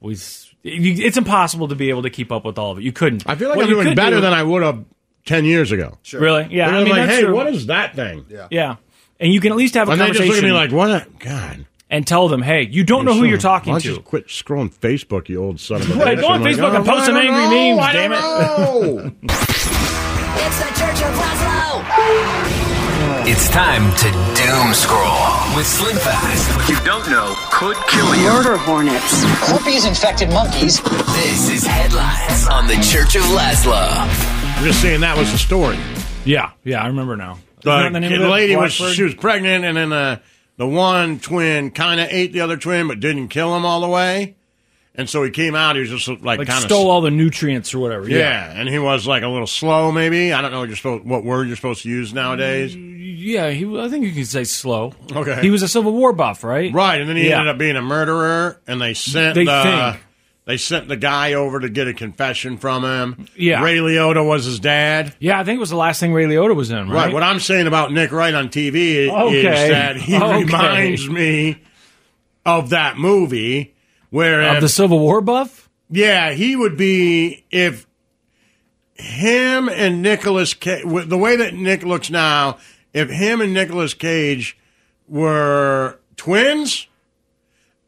Speaker 2: we. s- you- It's impossible to be able to keep up with all of it. You couldn't.
Speaker 1: I feel like I'm doing better than I would have ten years ago.
Speaker 2: Sure. Really? Yeah,
Speaker 1: And
Speaker 2: I
Speaker 1: I'm
Speaker 2: mean,
Speaker 1: like,
Speaker 2: that's
Speaker 1: hey,
Speaker 2: true.
Speaker 1: what is that thing?
Speaker 2: Yeah. And you can at least have a
Speaker 1: And they just
Speaker 2: conversation.
Speaker 1: look at me like, what? A, God.
Speaker 2: And tell them, hey, you don't know who
Speaker 1: son
Speaker 2: you're
Speaker 1: of- why
Speaker 2: talking
Speaker 1: don't
Speaker 2: to.
Speaker 1: You quit scrolling Facebook, you old son of a bitch.
Speaker 2: Right, go on
Speaker 1: I'm like,
Speaker 2: Facebook and
Speaker 1: "Oh,
Speaker 2: post some
Speaker 1: I don't
Speaker 2: angry
Speaker 1: know,
Speaker 2: memes,
Speaker 1: I
Speaker 2: damn
Speaker 1: don't know."
Speaker 4: It's the Church of Laszlo. It's time to doom scroll with Slim Fast. What you don't know could kill you.
Speaker 6: Murder
Speaker 4: hornets, herpes infected monkeys. This is headlines on the Church of Laszlo.
Speaker 1: I'm just saying that was the story.
Speaker 2: Yeah, yeah, I remember now.
Speaker 1: The,
Speaker 2: Isn't that the name
Speaker 1: kid-
Speaker 2: of it?
Speaker 1: lady was
Speaker 2: Blackbird?
Speaker 1: she was pregnant, and then uh, the one twin kind of ate the other twin, but didn't kill him all the way. And so he came out. He was just like,
Speaker 2: like
Speaker 1: kind of
Speaker 2: stole all the nutrients or whatever.
Speaker 1: Yeah.
Speaker 2: Yeah,
Speaker 1: and he was like a little slow, maybe. I don't know what you're supposed, what word you're supposed to use nowadays.
Speaker 2: Mm. yeah. he, I think you could say slow.
Speaker 1: Okay,
Speaker 2: He was a Civil War buff, right?
Speaker 1: right, and then he
Speaker 2: Yeah.
Speaker 1: ended up being a murderer, and they sent
Speaker 2: They
Speaker 1: the,
Speaker 2: think.
Speaker 1: they sent the guy over to get a confession from him.
Speaker 2: Yeah.
Speaker 1: Ray Liotta was his dad.
Speaker 2: Yeah, I think it was the last thing Ray Liotta was in,
Speaker 1: Right.
Speaker 2: right?
Speaker 1: What I'm saying about Nick Wright on TV
Speaker 2: Okay.
Speaker 1: is that he
Speaker 2: Okay.
Speaker 1: reminds me of that movie where
Speaker 2: Of
Speaker 1: if-
Speaker 2: the Civil War buff?
Speaker 1: yeah, he would be if him and Nicholas Cage, the way that Nick looks now, if him and Nicholas Cage were twins,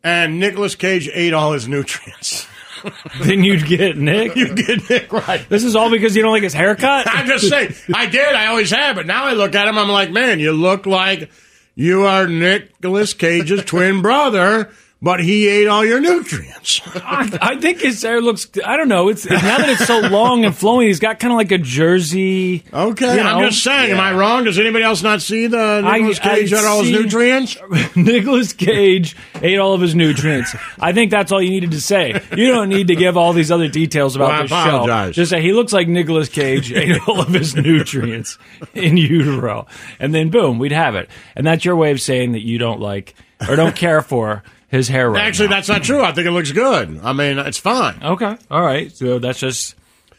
Speaker 1: and Nicholas Cage ate all his nutrients.
Speaker 2: then you'd get Nick.
Speaker 1: You'd get Nick right.
Speaker 2: This is all because you don't like his haircut.
Speaker 1: I'm just saying, I did, I always have, but now I look at him, I'm like, man, you look like you are Nicholas Cage's twin brother, but he ate all your nutrients.
Speaker 2: I, I think his hair looks. I don't know. It's now that it's so long and flowing, he's got kind of like a jersey.
Speaker 1: Okay,
Speaker 2: you
Speaker 1: I'm
Speaker 2: know?
Speaker 1: just saying. Am I wrong? Does anybody else not see the
Speaker 2: I-
Speaker 1: Nicolas Cage
Speaker 2: I
Speaker 1: had all his
Speaker 2: see-
Speaker 1: nutrients?
Speaker 2: Nicholas Cage ate all of his nutrients. I think that's all you needed to say. You don't need to give all these other details about
Speaker 1: Well, I
Speaker 2: this show.
Speaker 1: apologize.
Speaker 2: Just say he looks like Nicolas Cage ate all of his nutrients in utero, and then boom, we'd have it. And that's your way of saying that you don't like or don't care for his hair. Right
Speaker 1: Actually, that's not true. I think it looks good. I mean, it's fine.
Speaker 2: now. okay. All right. So that's just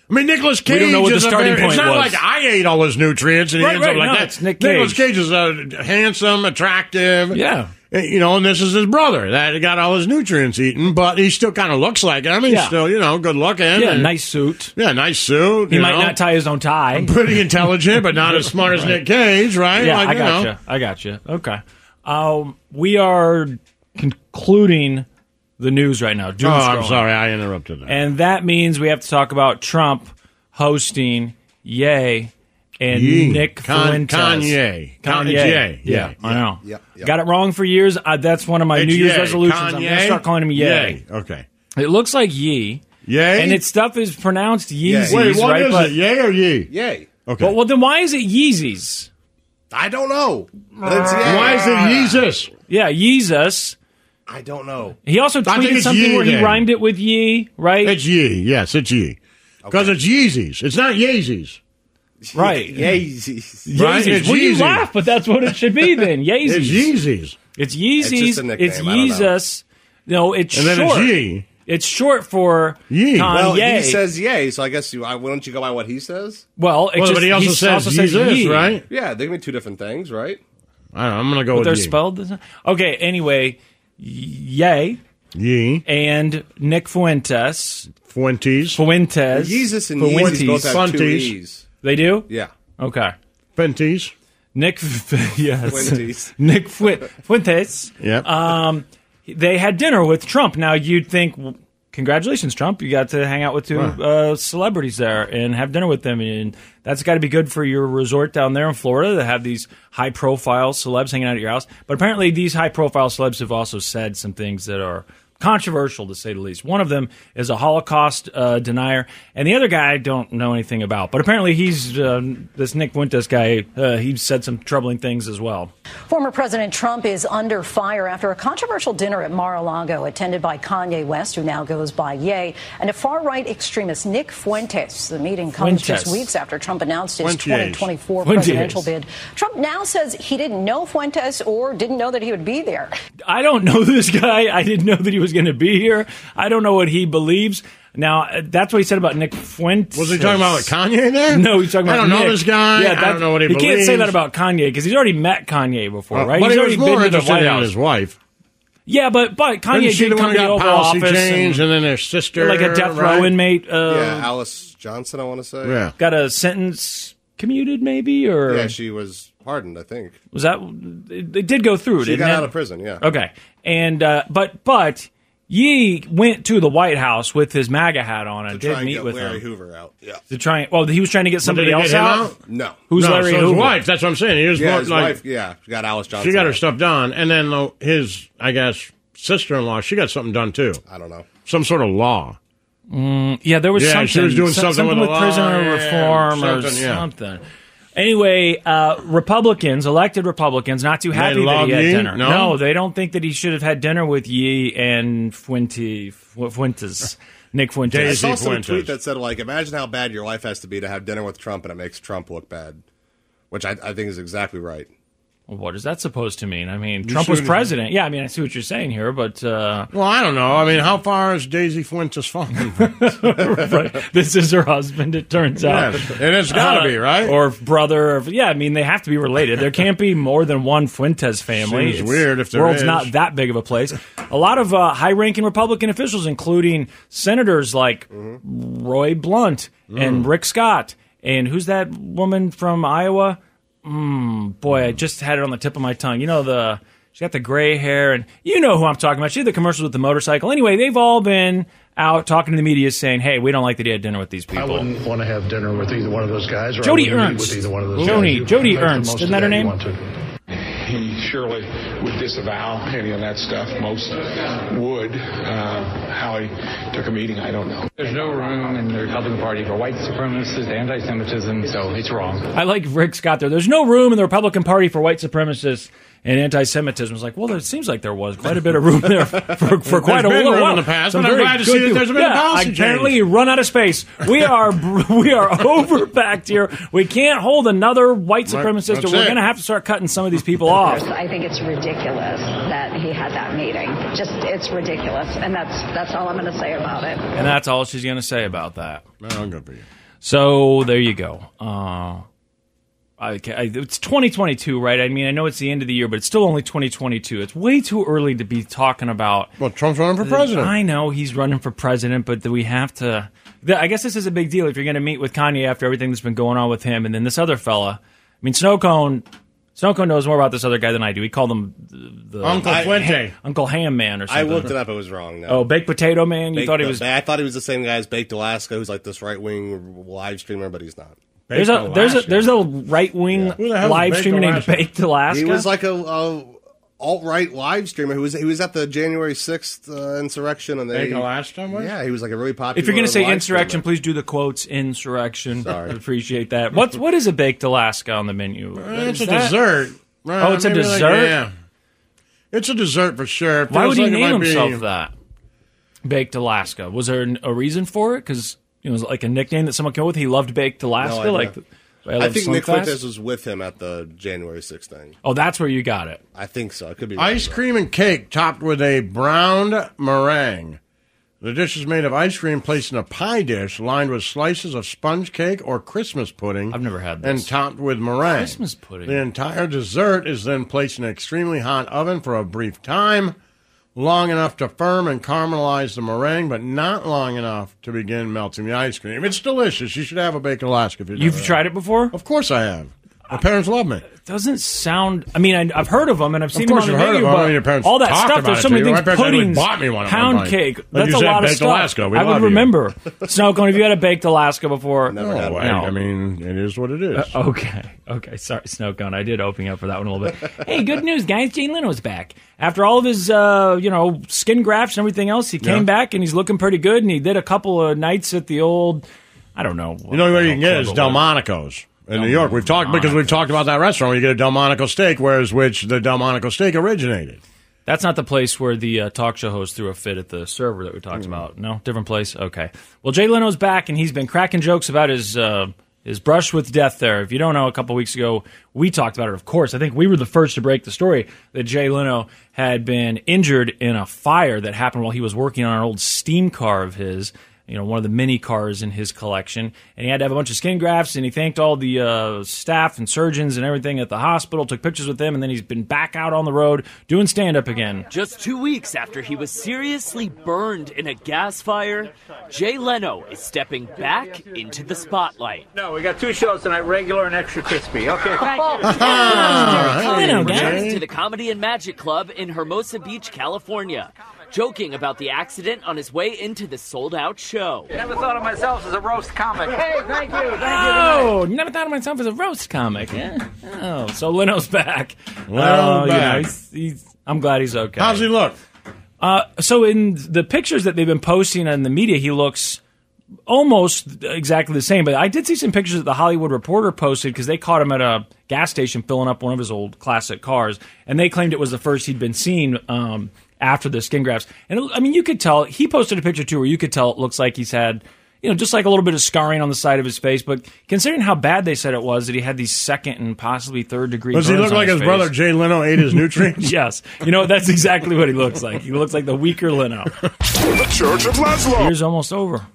Speaker 1: I mean, Nicolas
Speaker 2: We
Speaker 1: Cage.
Speaker 2: don't know what the
Speaker 1: is a
Speaker 2: starting
Speaker 1: very-
Speaker 2: point
Speaker 1: It's not
Speaker 2: was.
Speaker 1: like I ate all his nutrients and he
Speaker 2: Right,
Speaker 1: ends
Speaker 2: right,
Speaker 1: up like
Speaker 2: no,
Speaker 1: that.
Speaker 2: it's Nick
Speaker 1: Nicolas
Speaker 2: Cage.
Speaker 1: Cage is a handsome, attractive.
Speaker 2: Yeah.
Speaker 1: eh, You know, and this is his brother that got all his nutrients eaten, but he still kind of looks like him. He's
Speaker 2: Yeah.
Speaker 1: still, you know, good looking.
Speaker 2: yeah,
Speaker 1: and-
Speaker 2: nice suit.
Speaker 1: Yeah, nice suit.
Speaker 2: He
Speaker 1: you
Speaker 2: might
Speaker 1: know.
Speaker 2: not tie his own tie.
Speaker 1: Pretty intelligent, but not as smart as Nick Cage, right?
Speaker 2: Yeah,
Speaker 1: Like,
Speaker 2: I
Speaker 1: you
Speaker 2: got
Speaker 1: know.
Speaker 2: you. I got you. Okay. Um, we are concluding the news right now.
Speaker 1: Oh,
Speaker 2: Doom
Speaker 1: I'm
Speaker 2: scrolling.
Speaker 1: sorry, I interrupted that.
Speaker 2: And that means we have to talk about Trump hosting Yay and
Speaker 1: Yee.
Speaker 2: Nick
Speaker 1: Con-
Speaker 2: Fuentes.
Speaker 1: Kanye. Con-
Speaker 2: Kanye.
Speaker 1: it's Ye.
Speaker 2: Yeah,
Speaker 1: Yeah.
Speaker 2: I know.
Speaker 1: Yep, yep.
Speaker 2: Got it wrong for years. Uh, that's one of my
Speaker 1: It's
Speaker 2: New Year's
Speaker 1: Ye.
Speaker 2: resolutions. I'm going to
Speaker 1: Kanye?
Speaker 2: start calling him Yay.
Speaker 1: Ye. Okay.
Speaker 2: It looks like Yee.
Speaker 1: Yay.
Speaker 2: And its stuff is pronounced Yeezys,
Speaker 1: Wait, what
Speaker 2: right?
Speaker 1: is
Speaker 2: but,
Speaker 1: it? Yay or ye?
Speaker 3: Yay.
Speaker 1: Okay.
Speaker 2: Well, well, then why is it Yeezys?
Speaker 3: I don't know. But it's yay.
Speaker 1: Why is
Speaker 3: Ah.
Speaker 1: it Jesus?
Speaker 2: Yeah, Yeezus.
Speaker 3: I don't know.
Speaker 2: He also
Speaker 1: I think
Speaker 2: tweeted
Speaker 1: it's
Speaker 2: something
Speaker 1: ye
Speaker 2: where he
Speaker 1: then.
Speaker 2: rhymed it with ye, right?
Speaker 1: It's ye. Yes, it's ye. Because it's Yeezys. It's not Yeezys.
Speaker 2: right.
Speaker 3: Yeezys.
Speaker 1: Right?
Speaker 2: Yeezys.
Speaker 1: It's
Speaker 2: Well, you
Speaker 1: Yeezy.
Speaker 2: laugh, but that's what it should be then. Yeezys.
Speaker 1: It's Yeezys.
Speaker 2: It's Yeezys.
Speaker 3: It's just a nickname,
Speaker 2: It's
Speaker 3: I don't know.
Speaker 2: Yeezus. No, it's
Speaker 1: And then
Speaker 2: short.
Speaker 1: it's ye.
Speaker 2: It's short for
Speaker 1: Ye.
Speaker 2: Kanye.
Speaker 3: Well, he says yay, so I guess you. I, why don't you go by what he says?
Speaker 2: Well, it
Speaker 1: Well,
Speaker 2: just,
Speaker 1: but he also
Speaker 2: he's-
Speaker 1: says Jesus,
Speaker 2: ye.
Speaker 1: right?
Speaker 3: Yeah, they can be two different things, right?
Speaker 1: I don't know, I'm going to go
Speaker 2: But
Speaker 1: with
Speaker 2: they're
Speaker 1: ye.
Speaker 2: spelled. the same. Okay. Anyway, yay
Speaker 1: ye.
Speaker 2: and Nick Fuentes.
Speaker 1: Fuentes.
Speaker 2: Fuentes.
Speaker 3: Jesus and
Speaker 2: Fuentes.
Speaker 3: Yeezys both have two
Speaker 1: Fuentes.
Speaker 3: e's.
Speaker 2: They do.
Speaker 3: Yeah,
Speaker 2: Okay.
Speaker 1: Fuentes.
Speaker 2: Nick. yes.
Speaker 3: Fuentes.
Speaker 2: Nick Fu- Fuentes.
Speaker 1: Yep.
Speaker 2: Ah, um, they had dinner with Trump. Now you'd think, well, congratulations, Trump. You got to hang out with two
Speaker 1: Right.
Speaker 2: uh, celebrities there and have dinner with them. And that's got to be good for your resort down there in Florida to have these high profile celebs hanging out at your house. But apparently, these high profile celebs have also said some things that are controversial to say the least. One of them is a Holocaust uh, denier, and the other guy I don't know anything about. But apparently, he's uh, this Nick Fuentes guy. Uh, he said some troubling things as well.
Speaker 10: Former President Trump is under fire after a controversial dinner at Mar-a-Lago attended by Kanye West, who now goes by Ye, and a far-right extremist, Nick Fuentes. The meeting comes
Speaker 13: Fuentes.
Speaker 10: just weeks after Trump announced his
Speaker 13: Fuentes.
Speaker 10: 2024
Speaker 2: Fuentes.
Speaker 10: presidential bid. Trump now says he didn't know Fuentes or didn't know that he would be there.
Speaker 2: I don't know this guy. I didn't know that he was going to be here. I don't know what he believes. Now, uh, that's what he said about Nick Fuentes.
Speaker 1: Was he talking about Kanye there?
Speaker 2: No, he's talking
Speaker 1: I
Speaker 2: about
Speaker 1: don't know
Speaker 2: Nick.
Speaker 1: this guy. I don't
Speaker 2: that's-
Speaker 1: know what he
Speaker 2: He can't say
Speaker 1: believes.
Speaker 2: that about Kanye because he's already met Kanye before,
Speaker 1: Uh,
Speaker 2: right?
Speaker 1: But
Speaker 2: he's
Speaker 1: he
Speaker 2: already
Speaker 1: was more
Speaker 2: been to the
Speaker 1: interested
Speaker 2: White
Speaker 1: in
Speaker 2: House.
Speaker 1: his wife.
Speaker 2: Yeah, but but
Speaker 1: Isn't
Speaker 2: Kanye
Speaker 1: she
Speaker 2: did
Speaker 1: the one
Speaker 2: come
Speaker 1: who
Speaker 2: to the
Speaker 1: got
Speaker 2: Oval
Speaker 1: policy
Speaker 2: Office
Speaker 1: change, and then their sister,
Speaker 2: like a death row
Speaker 1: right?
Speaker 2: inmate. Uh,
Speaker 1: Um,
Speaker 3: yeah, Alice Johnson, I want to say.
Speaker 2: Yeah. got a sentence commuted, maybe, or
Speaker 3: Yeah, she was pardoned, I think.
Speaker 2: was that? It, it did go through.
Speaker 3: She
Speaker 2: didn't
Speaker 3: got
Speaker 2: it?
Speaker 3: out of prison, yeah.
Speaker 2: Okay, and uh, but but Yee went to the White House with his MAGA hat on and
Speaker 3: Try
Speaker 2: did
Speaker 3: and
Speaker 2: meet
Speaker 3: get
Speaker 2: with
Speaker 3: Larry
Speaker 2: him
Speaker 3: Hoover out. Yeah.
Speaker 2: to try. And, well, he was trying to get somebody
Speaker 1: Well, did
Speaker 2: else
Speaker 1: they get him
Speaker 2: out.
Speaker 3: No.
Speaker 2: who's
Speaker 1: No,
Speaker 2: Larry
Speaker 1: so
Speaker 2: Hoover?
Speaker 1: His wife. That's what I'm saying. He was
Speaker 3: Yeah,
Speaker 1: more,
Speaker 3: his
Speaker 1: like,
Speaker 3: wife, yeah, she got Alice Johnson.
Speaker 1: She got her
Speaker 3: out.
Speaker 1: stuff done, and then though his, I guess, sister-in-law, she got something done too.
Speaker 3: I don't know.
Speaker 1: Some sort of law.
Speaker 2: Mm, yeah, there was
Speaker 1: Yeah,
Speaker 2: something.
Speaker 1: she was doing
Speaker 2: so-
Speaker 1: something with
Speaker 2: with,
Speaker 1: the law,
Speaker 2: prisoner
Speaker 1: yeah,
Speaker 2: reform or
Speaker 1: something, yeah.
Speaker 2: something. Anyway, uh, Republicans, elected Republicans, not too
Speaker 1: They
Speaker 2: happy that
Speaker 1: love
Speaker 2: he had
Speaker 1: Yee?
Speaker 2: dinner.
Speaker 1: No?
Speaker 2: they don't think that he should have had dinner with Yee and Fuente, Fu- Fuentes, Nick Fuentes.
Speaker 3: I saw some tweet that said, like, imagine how bad your life has to be to have dinner with Trump and it makes Trump look bad, which I, I think is exactly right.
Speaker 2: Well, what is that supposed to mean? I mean,
Speaker 1: You
Speaker 2: Trump
Speaker 1: see
Speaker 2: was
Speaker 1: what he-
Speaker 2: president. Yeah, I mean, I see what you're saying here, but uh,
Speaker 1: Well, I don't know. I mean, how far is Daisy Fuentes fallen?
Speaker 2: right. this is her husband. It turns out,
Speaker 1: Yes, and it's gotta be, right?
Speaker 2: Uh, Or brother. Or, yeah, I mean, they have to be related. There can't be more than one Fuentes family.
Speaker 1: Seems weird if there
Speaker 2: world's
Speaker 1: is.
Speaker 2: not that big of a place. A lot of uh, high-ranking Republican officials, including senators like Roy Blunt and
Speaker 1: Mm.
Speaker 2: Rick Scott, and who's that woman from Iowa? Mm, boy, I just had it on the tip of my tongue. You know the she got the gray hair, and you know who I'm talking about. She did the commercials with the motorcycle. Anyway, they've all been out talking to the media saying, "Hey, we don't like that he had dinner with these
Speaker 14: I
Speaker 2: people."
Speaker 14: wouldn't want to have dinner with either one of those guys. Or I
Speaker 2: Jody
Speaker 14: wouldn't meet
Speaker 2: Ernst.
Speaker 14: With either one of those
Speaker 2: Jody-
Speaker 14: guys. You
Speaker 2: Jody
Speaker 14: make the
Speaker 2: Ernst.
Speaker 14: most of
Speaker 2: Isn't that her
Speaker 14: you
Speaker 2: name?
Speaker 14: want to.
Speaker 15: He surely would disavow any of that stuff. Most would. Uh, how he took a meeting, I don't know.
Speaker 16: There's no room in the Republican Party for white supremacist anti-Semitism, so it's wrong.
Speaker 2: I like Rick Scott there. There's no room in the Republican Party for white supremacists and anti-Semitism. It's like, well, there seems like there was quite a bit of room there for, for, for quite
Speaker 1: There's
Speaker 2: a
Speaker 1: been
Speaker 2: while.
Speaker 1: room in the past,
Speaker 2: Some
Speaker 1: but I'm
Speaker 2: very
Speaker 1: glad to
Speaker 2: good
Speaker 1: see that
Speaker 2: people.
Speaker 1: there's been a
Speaker 2: yeah,
Speaker 1: policy
Speaker 2: Apparently,
Speaker 1: change.
Speaker 2: you run out of space. We are we are overpacked here. We can't hold another white
Speaker 17: Right,
Speaker 2: supremacist, or
Speaker 17: that's
Speaker 2: we're
Speaker 17: it.
Speaker 2: going to have to start cutting some of these people off.
Speaker 17: I think it's ridiculous that he had that meeting. Just it's ridiculous, and that's that's all I'm going to say about it.
Speaker 2: And that's all she's going to say about that. So there you go. Uh, I, ca- I, it's 2022, right? I mean, I know it's the end of the year, but it's still only 2022. It's way too early to be talking about.
Speaker 1: Well, Trump's running for president.
Speaker 2: I know he's running for president, but do we have to. the- I guess this is a big deal if you're going to meet with Kanye after everything that's been going on with him, and then this other fella. I mean, Snowcone. Snowcone knows more about this other guy than I do. He called him the, the-
Speaker 3: Uncle
Speaker 2: I-
Speaker 3: Fuente.
Speaker 2: Ha- Uncle Ham Man, or
Speaker 3: I
Speaker 2: something.
Speaker 3: looked it up. It was wrong. No.
Speaker 2: Oh, baked potato man. You
Speaker 3: Baked
Speaker 2: thought he
Speaker 3: the-
Speaker 2: was
Speaker 3: I thought he was the same guy as Baked Alaska, who's like this right wing live streamer, but he's not.
Speaker 2: There's a there's a there's a right wing
Speaker 3: hell's
Speaker 2: live
Speaker 3: Baked
Speaker 2: streamer named
Speaker 3: Alaska?
Speaker 2: Baked Alaska.
Speaker 3: He was like a, a alt right live streamer who was he was at the January sixth uh, insurrection and they
Speaker 1: Baked Alaska was?
Speaker 3: Yeah, he was like a really popular.
Speaker 2: if you're gonna say
Speaker 3: live
Speaker 2: insurrection, please do the quotes insurrection. Sorry, appreciate that. What's what is a baked Alaska on the menu? What
Speaker 1: It's
Speaker 2: is
Speaker 1: a
Speaker 2: that?
Speaker 1: dessert. Right,
Speaker 2: Oh, it's a
Speaker 1: maybe like-
Speaker 2: dessert?
Speaker 1: yeah. It's a dessert for sure. It
Speaker 2: Why
Speaker 1: feels
Speaker 2: would
Speaker 1: like
Speaker 2: he
Speaker 1: it
Speaker 2: name
Speaker 1: might be-
Speaker 2: himself that? Baked Alaska. Was there an- a reason for it? Because you know, it was like a nickname that someone came up with. He loved Baked Alaska.
Speaker 3: idea.
Speaker 2: like
Speaker 3: streamer. I,
Speaker 2: love
Speaker 3: think Nick
Speaker 2: Slim Fast.
Speaker 3: Fuentes was with him at the January sixth thing.
Speaker 2: Oh, that's where you got it.
Speaker 3: I think so. I could be wrong.
Speaker 1: Ice cream and cake topped with a browned meringue. The dish is made of ice cream placed in a pie dish lined with slices of sponge cake or Christmas pudding. I've never had
Speaker 2: this.
Speaker 1: And topped with meringue.
Speaker 2: Christmas pudding.
Speaker 1: The entire dessert is then placed in an extremely hot oven for a brief time, long enough to firm and caramelize the meringue, but not long enough to begin melting the ice cream. It's delicious. You should have a Baked Alaska if you
Speaker 2: You've tried it before?
Speaker 1: Of course I have. My parents love me.
Speaker 2: Doesn't sound. I mean, I, I've heard of them and I've seen
Speaker 1: course
Speaker 2: them
Speaker 1: you've
Speaker 2: on the
Speaker 1: heard of
Speaker 2: menu,
Speaker 1: them. I
Speaker 2: but
Speaker 1: mean, your parents
Speaker 2: all that
Speaker 1: talked
Speaker 2: stuff.
Speaker 1: about
Speaker 2: There's
Speaker 1: it
Speaker 2: so
Speaker 1: to
Speaker 2: many
Speaker 1: you.
Speaker 2: things.
Speaker 1: My parents actually
Speaker 2: puddings,
Speaker 1: bought me one at one
Speaker 2: pound
Speaker 1: point.
Speaker 2: cake.
Speaker 1: Like
Speaker 2: That's
Speaker 1: you
Speaker 2: a
Speaker 1: said,
Speaker 2: lot of
Speaker 1: baked
Speaker 2: stuff.
Speaker 1: Alaska. We
Speaker 2: I
Speaker 1: love
Speaker 2: would
Speaker 1: you.
Speaker 2: remember. Snow cone. Have you had a baked Alaska before?
Speaker 1: No, Oh, I, I mean, it is what it is.
Speaker 2: Uh, okay. Okay. Sorry, snow cone. I did open you up for that one a little bit. hey, good news, guys. Jane Leno's back. After all of his, uh, you know, skin grafts and everything else, he came
Speaker 1: Yeah.
Speaker 2: back and he's looking pretty good. And he did a couple of nights at the old, I don't know.
Speaker 1: You know where you can get is
Speaker 2: Club or whatever.
Speaker 1: Delmonico's in New York. We've talked because we've talked about that restaurant. where You get a Delmonico steak, where's which the Delmonico steak originated.
Speaker 2: That's not the place where the uh, talk show host threw a fit at the server that we talked about. No, different place. Okay. Well, Jay Leno's back, and he's been cracking jokes about his uh, his brush with death. There, if you don't know, a couple weeks ago we talked about it. Of course, I think we were the first to break the story that Jay Leno had been injured in a fire that happened while he was working on an old steam car of his. You know, one of the mini cars in his collection, and he had to have a bunch of skin grafts. And he thanked all the uh, staff and surgeons and everything at the hospital. Took pictures with them, and then he's been back out on the road doing stand up again.
Speaker 13: Just two weeks after he was seriously burned in a gas fire, Jay Leno is stepping back into the spotlight.
Speaker 18: No, we got two shows tonight, regular and extra crispy. Okay.
Speaker 13: Leno returns
Speaker 18: Jay.
Speaker 13: to the Comedy and Magic Club in Hermosa Beach, California, joking about the accident on his way into the sold out show.
Speaker 18: Never thought of myself as a roast comic. Hey, thank you. Thank
Speaker 2: Oh, never thought of myself as a roast comic. Yeah. Oh, so Leno's back.
Speaker 1: Leno's
Speaker 2: Oh, you
Speaker 1: back.
Speaker 2: know, he's, he's, I'm glad he's okay.
Speaker 1: How's he look?
Speaker 2: Uh, so in the pictures that they've been posting in the media, he looks almost exactly the same. But I did see some pictures that the Hollywood Reporter posted because they caught him at a gas station filling up one of his old classic cars, and they claimed it was the first he'd been seen um, after the skin grafts. And it, I mean, you could tell he posted a picture too, where you could tell it looks like he's had. You know, just like a little bit of scarring on the side of his face, but considering how bad they said it was that he had these second and possibly third degree.
Speaker 1: Does he
Speaker 2: burns
Speaker 1: look
Speaker 2: on
Speaker 1: like his
Speaker 2: face.
Speaker 1: brother Jay Leno ate his nutrients?
Speaker 2: yes. You know, that's exactly what he looks like. He looks like the weaker Leno.
Speaker 1: The Church of
Speaker 2: The year's almost over.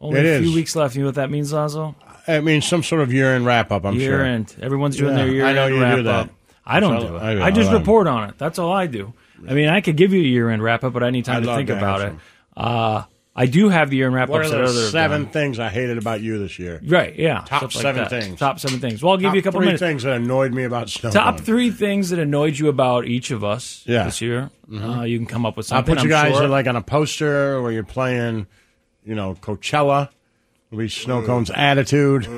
Speaker 2: Only
Speaker 1: It
Speaker 2: a few
Speaker 1: is.
Speaker 2: weeks left. You know what that means, Lazo?
Speaker 1: I mean, some sort of year-end wrap-up. I'm
Speaker 2: year
Speaker 1: sure.
Speaker 2: end. Everyone's doing
Speaker 1: Yeah,
Speaker 2: their year
Speaker 1: I know
Speaker 2: end
Speaker 1: you
Speaker 2: wrap
Speaker 1: do that.
Speaker 2: up. I don't
Speaker 1: So,
Speaker 2: do it.
Speaker 1: I know,
Speaker 2: I, just
Speaker 1: I know.
Speaker 2: report on it. That's all I do. I mean, I could give you a year end wrap up, but I need
Speaker 1: I
Speaker 2: time to
Speaker 1: love
Speaker 2: think
Speaker 1: that
Speaker 2: about it.
Speaker 1: answer.
Speaker 2: Uh, I do have the year end wrap
Speaker 1: What
Speaker 2: ups
Speaker 1: are
Speaker 2: that
Speaker 1: the
Speaker 2: other
Speaker 1: seven things I hated about you this year?
Speaker 2: Right, yeah.
Speaker 1: Top
Speaker 2: Stuff like
Speaker 1: seven
Speaker 2: that.
Speaker 1: things.
Speaker 2: Top seven things. Well, I'll give
Speaker 1: Top
Speaker 2: you a couple
Speaker 1: three
Speaker 2: minutes.
Speaker 1: things that annoyed me about Snow.
Speaker 2: Top
Speaker 1: Cone.
Speaker 2: three things that annoyed you about each of us
Speaker 1: Yeah.
Speaker 2: this year.
Speaker 1: Mhm.
Speaker 2: Uh, you can come up with
Speaker 1: I'll
Speaker 2: something.
Speaker 1: put you
Speaker 2: I'm
Speaker 1: guys
Speaker 2: sure.
Speaker 1: in, like on a poster where you're playing, you know, Coachella. It'll be Snow Cone's attitude.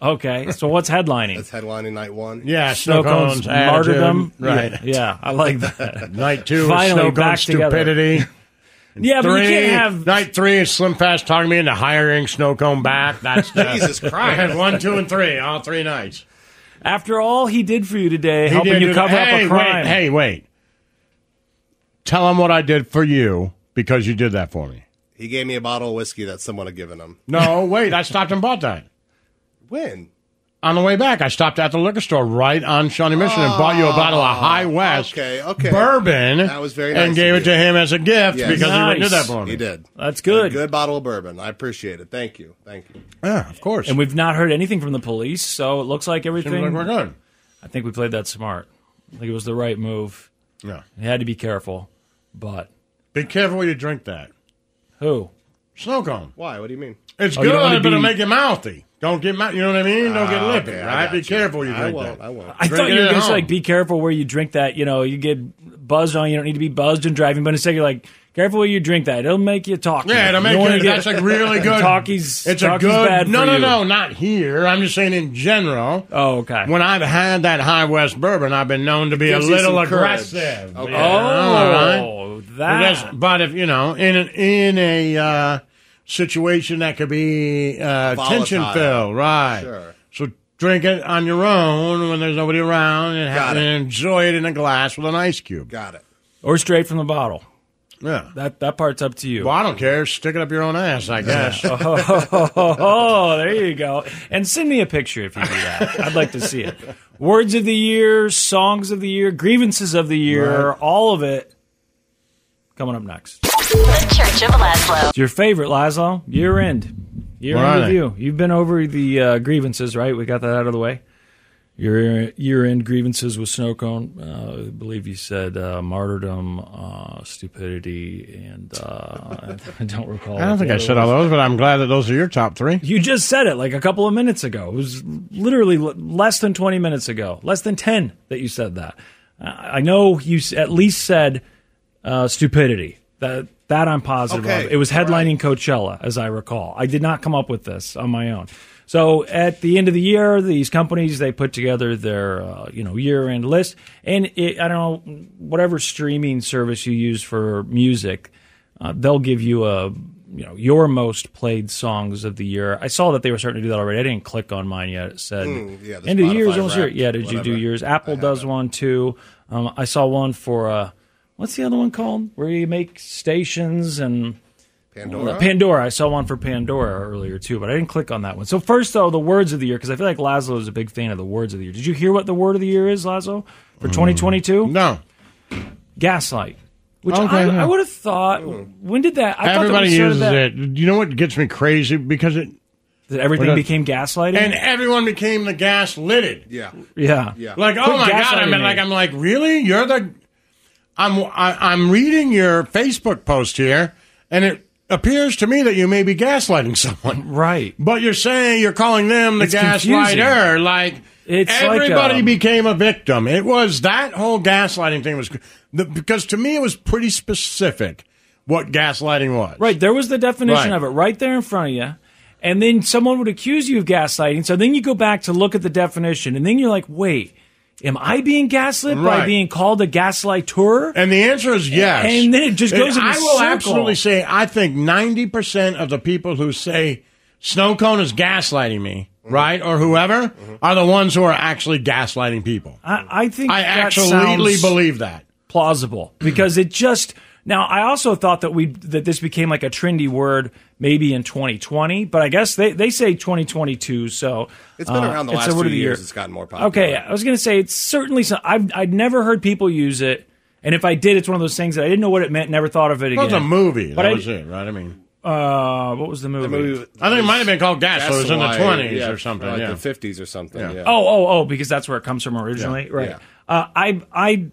Speaker 2: Okay, so what's headlining?
Speaker 3: That's headlining night one.
Speaker 1: Yeah, Snow, Cone's, attitude.
Speaker 2: martyrdom.
Speaker 1: Right.
Speaker 2: Yeah, yeah, I like that.
Speaker 1: night two
Speaker 2: Finally,
Speaker 1: is Snow
Speaker 2: back
Speaker 1: Cone's
Speaker 2: together.
Speaker 1: stupidity. And
Speaker 2: Yeah, but you
Speaker 1: three,
Speaker 2: can't have-
Speaker 1: night three is Slim Fast talking me into hiring Snow Cone back. That's the-
Speaker 3: Jesus Christ.
Speaker 1: I had one, two, and three, all three nights.
Speaker 2: After all he did for you today,
Speaker 1: He
Speaker 2: helping
Speaker 1: did
Speaker 2: you
Speaker 1: do
Speaker 2: cover
Speaker 1: that. hey,
Speaker 2: up a crime.
Speaker 1: Wait, hey, wait. Tell him what I did for you because you did that for me.
Speaker 3: He gave me a bottle of whiskey that someone had given him.
Speaker 1: No, wait. I stopped and bought that.
Speaker 3: When?
Speaker 1: On the way back, I stopped at the liquor store right on Shawnee Mission and bought you a bottle of High West
Speaker 3: Oh, Okay, okay.
Speaker 1: bourbon
Speaker 3: That was very nice
Speaker 1: and gave
Speaker 3: of
Speaker 1: it to him as a gift
Speaker 3: Yes.
Speaker 1: because he wouldn't do that for me.
Speaker 3: He did.
Speaker 2: That's good.
Speaker 3: A good bottle of bourbon. I appreciate it. Thank you. Thank you.
Speaker 1: Yeah, of course.
Speaker 2: And we've not heard anything from the police, so it looks like everything.
Speaker 1: like we're good.
Speaker 2: I think we played that smart. I think it was the right move.
Speaker 1: Yeah.
Speaker 2: You had to be careful, but
Speaker 1: Be careful when you drink that.
Speaker 2: who?
Speaker 1: Snow cone.
Speaker 3: Why? What do you mean?
Speaker 1: It's
Speaker 2: Oh, you
Speaker 1: good,
Speaker 2: don't wanna
Speaker 1: but it'll
Speaker 2: be-
Speaker 1: make you mouthy. Don't get mou- You know what I mean? Don't get
Speaker 3: Ah,
Speaker 1: lippy.
Speaker 3: okay, I
Speaker 1: right?
Speaker 3: got
Speaker 1: Be
Speaker 3: you.
Speaker 1: careful you
Speaker 3: I
Speaker 1: drink
Speaker 3: won't,
Speaker 1: that.
Speaker 3: I won't.
Speaker 2: I
Speaker 1: Drink
Speaker 2: thought
Speaker 1: it
Speaker 2: you were
Speaker 1: at
Speaker 2: going to say,
Speaker 1: home.
Speaker 2: like, be careful where you drink that. You know, you get buzzed on. You don't need to be buzzed and driving. But instead, you're like, careful where you drink that. It'll make you talk.
Speaker 1: Yeah, it'll make you. That's like really good.
Speaker 2: Talkies.
Speaker 1: It's
Speaker 2: talkies
Speaker 1: a good.
Speaker 2: Bad
Speaker 1: no,
Speaker 2: for
Speaker 1: no,
Speaker 2: you.
Speaker 1: no, not here. I'm just saying in general.
Speaker 2: Oh, okay.
Speaker 1: When I've had that High West bourbon, I've been known to be a
Speaker 2: gives you
Speaker 1: little
Speaker 2: some courage.
Speaker 1: aggressive.
Speaker 2: Okay.
Speaker 1: you know, all right?
Speaker 2: Oh,
Speaker 1: But
Speaker 2: that.
Speaker 1: that's- But if you know, in an, in a uh, situation that could be uh,
Speaker 3: Volatile.
Speaker 1: tension filled, right?
Speaker 3: Sure.
Speaker 1: So drink it on your own when there's nobody around, and, have,
Speaker 3: Got it.
Speaker 1: and enjoy it in a glass with an ice cube.
Speaker 3: Got it.
Speaker 2: Or straight from the bottle.
Speaker 1: Yeah.
Speaker 2: That that part's up to you.
Speaker 1: Well, I don't care. Stick it up your own ass, I guess.
Speaker 2: oh, there you go. And send me a picture if you do that. I'd like to see it. Words of the year, songs of the year, grievances of the year, all of it coming up next.
Speaker 5: The Church of Laszlo.
Speaker 2: It's your favorite, Laszlo. Year end. Year
Speaker 1: What are
Speaker 2: end
Speaker 1: they?
Speaker 2: review. You've been over the uh, grievances, right? We got that out of the way. Your year-end grievances with Snowcone, uh, I believe you said uh, martyrdom, uh, stupidity, and uh, I don't recall.
Speaker 1: I don't
Speaker 2: what
Speaker 1: think
Speaker 2: the
Speaker 1: I
Speaker 2: other
Speaker 1: said all
Speaker 2: was.
Speaker 1: those, but I'm glad that those are your top three.
Speaker 2: You just said it like a couple of minutes ago. It was literally l- less than 20 minutes ago, less than 10 that you said that. Uh, I know you s- at least said uh, stupidity. That that I'm positive
Speaker 19: Okay,
Speaker 2: of. It was headlining Coachella, as I recall. I did not come up with this on my own. So at the end of the year, these companies they put together their uh, you know year end list, and it, I don't know whatever streaming service you use for music, uh, they'll give you a you know your most played songs of the year. I saw that they were starting to do that already. I didn't click on mine yet. It said
Speaker 3: Mm, yeah, the
Speaker 2: end of the year is
Speaker 3: Spotify
Speaker 2: almost here.
Speaker 3: Wrapped,
Speaker 2: Yeah, did you
Speaker 3: whatever.
Speaker 2: do yours? Apple does one too. Um, I saw one for uh, what's the other one called? Where you make stations and
Speaker 3: Pandora?
Speaker 2: Pandora. I saw one for Pandora earlier too, but I didn't click on that one. So first though, the words of the year because I feel like Laszlo is a big fan of the words of the year. Did you hear what the word of the year is, Laszlo,
Speaker 3: Mm.
Speaker 2: for 2022?
Speaker 1: No.
Speaker 2: Gaslight. Which
Speaker 1: Okay,
Speaker 2: I,
Speaker 1: yeah.
Speaker 2: I would have thought. When did that? I
Speaker 1: Everybody
Speaker 2: thought that we started
Speaker 1: uses
Speaker 2: that,
Speaker 1: it. You know what gets me crazy because it
Speaker 2: that everything
Speaker 1: Well, that-
Speaker 2: became gaslighting.
Speaker 1: and everyone became the gaslighted.
Speaker 3: Yeah.
Speaker 2: yeah,
Speaker 1: Like, oh
Speaker 2: Quit
Speaker 1: my god! I
Speaker 2: gaslighting
Speaker 1: mean,
Speaker 2: me.
Speaker 1: like, I'm like, really? You're the? I'm I, I'm reading your Facebook post here, and it appears to me that you may be gaslighting someone.
Speaker 2: Right.
Speaker 1: But you're saying you're calling them the
Speaker 2: It's confusing.
Speaker 1: gaslighter. Like,
Speaker 2: It's like,
Speaker 1: everybody
Speaker 2: um,
Speaker 1: became a victim. It was that whole gaslighting thing was the, because to me it was pretty specific what gaslighting was.
Speaker 2: Right. There was the definition
Speaker 1: Right.
Speaker 2: of it right there in front of you. And then someone would accuse you of gaslighting. So then you go back to look at the definition. And then you're like, wait, am I being gaslit by
Speaker 1: Right.
Speaker 2: being called a gaslighter?
Speaker 1: And the answer is yes.
Speaker 2: And then it just goes
Speaker 1: And
Speaker 2: in a
Speaker 1: I will
Speaker 2: circle.
Speaker 1: absolutely say I think ninety percent of the people who say snow cone is gaslighting me, right, or whoever, are the ones who are actually gaslighting people.
Speaker 2: I, I think
Speaker 1: I
Speaker 2: Uh, that
Speaker 1: absolutely
Speaker 2: sounds
Speaker 1: believe that.
Speaker 2: plausible because it just now. I also thought that we that this became like a trendy word maybe in 2020, but I guess they, they say 2022. So
Speaker 3: It's been
Speaker 2: uh,
Speaker 3: around the
Speaker 2: it's a
Speaker 3: last
Speaker 2: word
Speaker 3: two
Speaker 2: of the
Speaker 3: years.
Speaker 2: year.
Speaker 3: It's gotten more popular.
Speaker 2: Okay, I was gonna say it's certainly some, I've I'd never heard people use it, and if I did, it's one of those things that I didn't know what it meant, never thought of it
Speaker 1: It
Speaker 2: again.
Speaker 1: was a movie.
Speaker 2: But
Speaker 1: that
Speaker 2: I-
Speaker 1: was it, right? I mean,
Speaker 2: Uh, what was the movie?
Speaker 1: I think it might have been called Gas. so it was in the
Speaker 3: Gaslight,
Speaker 1: twenties
Speaker 3: yeah,
Speaker 1: or something.
Speaker 3: like
Speaker 1: yeah,
Speaker 3: the 50s or something. Yeah.
Speaker 2: Oh, oh, oh, because that's where it comes from originally,
Speaker 3: Yeah.
Speaker 2: right?
Speaker 3: Yeah.
Speaker 2: Uh, I, I,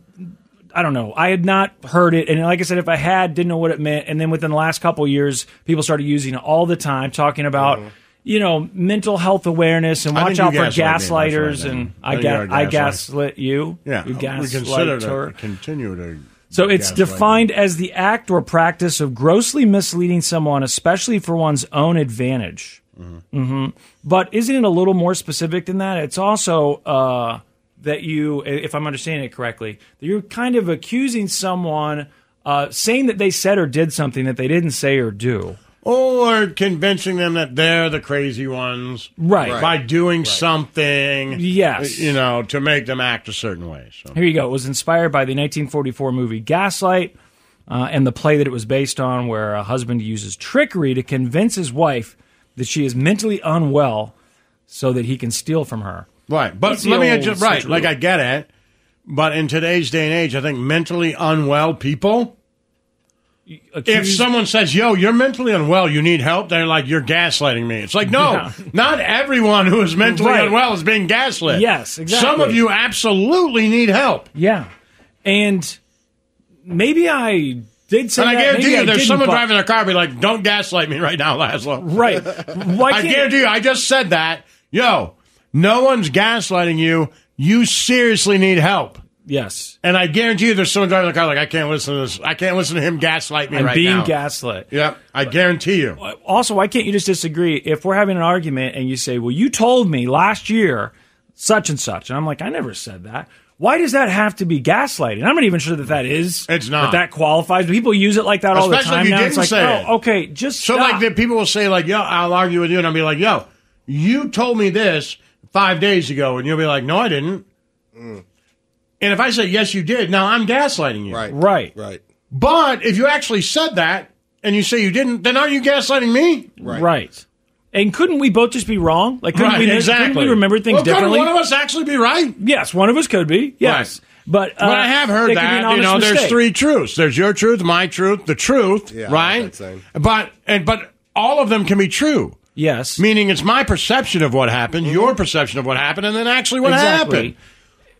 Speaker 2: I don't know. I had not heard it, and like I said, if I had, didn't know what it meant. And then within the last couple of years, people started using it all the time, talking about. You know, mental health awareness and
Speaker 1: Mm-hmm. I
Speaker 2: watch
Speaker 1: think
Speaker 2: out
Speaker 1: you gaslighted
Speaker 2: for
Speaker 1: me, that's
Speaker 2: gaslighters.
Speaker 1: right,
Speaker 2: and
Speaker 1: I
Speaker 2: I,
Speaker 1: think
Speaker 2: ga-
Speaker 1: you're a
Speaker 2: I
Speaker 1: gaslighter.
Speaker 2: gaslit you.
Speaker 1: yeah.
Speaker 2: you
Speaker 1: we consider it
Speaker 2: gaslighter.
Speaker 1: a- continue to.
Speaker 2: So it's
Speaker 1: gaslighting.
Speaker 2: defined as the act or practice of grossly misleading someone, especially for one's own advantage. hmm But isn't it a little more specific than that? It's also uh, that you, if I'm understanding it correctly, that you're kind of accusing someone, uh, saying that they said or did something that they didn't say or do.
Speaker 1: Or convincing them that they're the crazy ones,
Speaker 2: Right.
Speaker 1: By doing something,
Speaker 2: Yes.
Speaker 1: you know, to make them act a certain way. So.
Speaker 2: Here you go. It was inspired by the 1944 movie Gaslight uh, and the play that it was based on, where a husband uses trickery to convince his wife that she is mentally unwell so that he can steal from her.
Speaker 1: Right, but
Speaker 2: It's the
Speaker 1: let me
Speaker 2: old
Speaker 1: adjust, right,
Speaker 2: switcheroo.
Speaker 1: like I get it, but in today's day and age, I think mentally unwell people. If
Speaker 2: accuse-
Speaker 1: someone says, "Yo, you're mentally unwell, you need help," they're like, "You're gaslighting me." It's like, no,
Speaker 2: Yeah.
Speaker 1: not everyone who is mentally
Speaker 2: Right.
Speaker 1: unwell is being gaslit.
Speaker 2: Yes, exactly.
Speaker 1: Some of you absolutely need help.
Speaker 2: Yeah. And maybe I did say
Speaker 1: and I
Speaker 2: that,
Speaker 1: guarantee
Speaker 2: maybe
Speaker 1: you,
Speaker 2: I
Speaker 1: there's
Speaker 2: didn't,
Speaker 1: someone
Speaker 2: but-
Speaker 1: driving their car, be like, "Don't gaslight me right now, Laszlo."
Speaker 2: Right. Why
Speaker 1: I
Speaker 2: can't-
Speaker 1: guarantee you. I just said that. Yo, no one's gaslighting you. You seriously need help.
Speaker 2: Yes.
Speaker 1: And I guarantee you, there's someone driving the car like, I can't listen to this. I can't listen to him gaslight me
Speaker 2: I'm
Speaker 1: right
Speaker 2: being
Speaker 1: now.
Speaker 2: gaslit.
Speaker 1: Yep, I guarantee you.
Speaker 2: also, why can't you just disagree if we're having an argument and you say, "Well, you told me last year such and such," and I'm like, "I never said that." Why does that have to be gaslighting? I'm not even sure that that is. It's
Speaker 1: not.
Speaker 2: That, that qualifies. People use it like that all
Speaker 1: Especially
Speaker 2: the time
Speaker 1: if you
Speaker 2: now.
Speaker 1: didn't
Speaker 2: it's like,
Speaker 1: say
Speaker 2: oh,
Speaker 1: it.
Speaker 2: okay, just
Speaker 1: So,
Speaker 2: stop.
Speaker 1: like, the people will say, like, yo, I'll argue with you, and I'll be like, yo, you told me this five days ago, and you'll be like, no, I didn't. And if I say, yes, you did, now I'm gaslighting you. Right.
Speaker 2: Right.
Speaker 3: Right.
Speaker 1: But if you actually said that and you say you didn't, then aren't you gaslighting me?
Speaker 2: right. And couldn't we both just be wrong? Like, couldn't,
Speaker 1: Right,
Speaker 2: we,
Speaker 1: exactly.
Speaker 2: couldn't we remember things
Speaker 1: Well, couldn't
Speaker 2: differently?
Speaker 1: one of us actually be right?
Speaker 2: Yes, one of us could be. Yes. But, uh,
Speaker 1: but I have heard
Speaker 2: it could be an
Speaker 1: that you know
Speaker 2: honest
Speaker 1: there's
Speaker 2: mistake.
Speaker 1: three truths. There's your truth, my truth, the truth,
Speaker 3: Yeah, I like
Speaker 1: right?
Speaker 3: that saying.
Speaker 1: But and but all of them can be true.
Speaker 2: Yes.
Speaker 1: Meaning it's my perception of what happened,
Speaker 3: Mm-hmm.
Speaker 1: your perception of what happened, and then actually what
Speaker 2: Exactly.
Speaker 1: happened.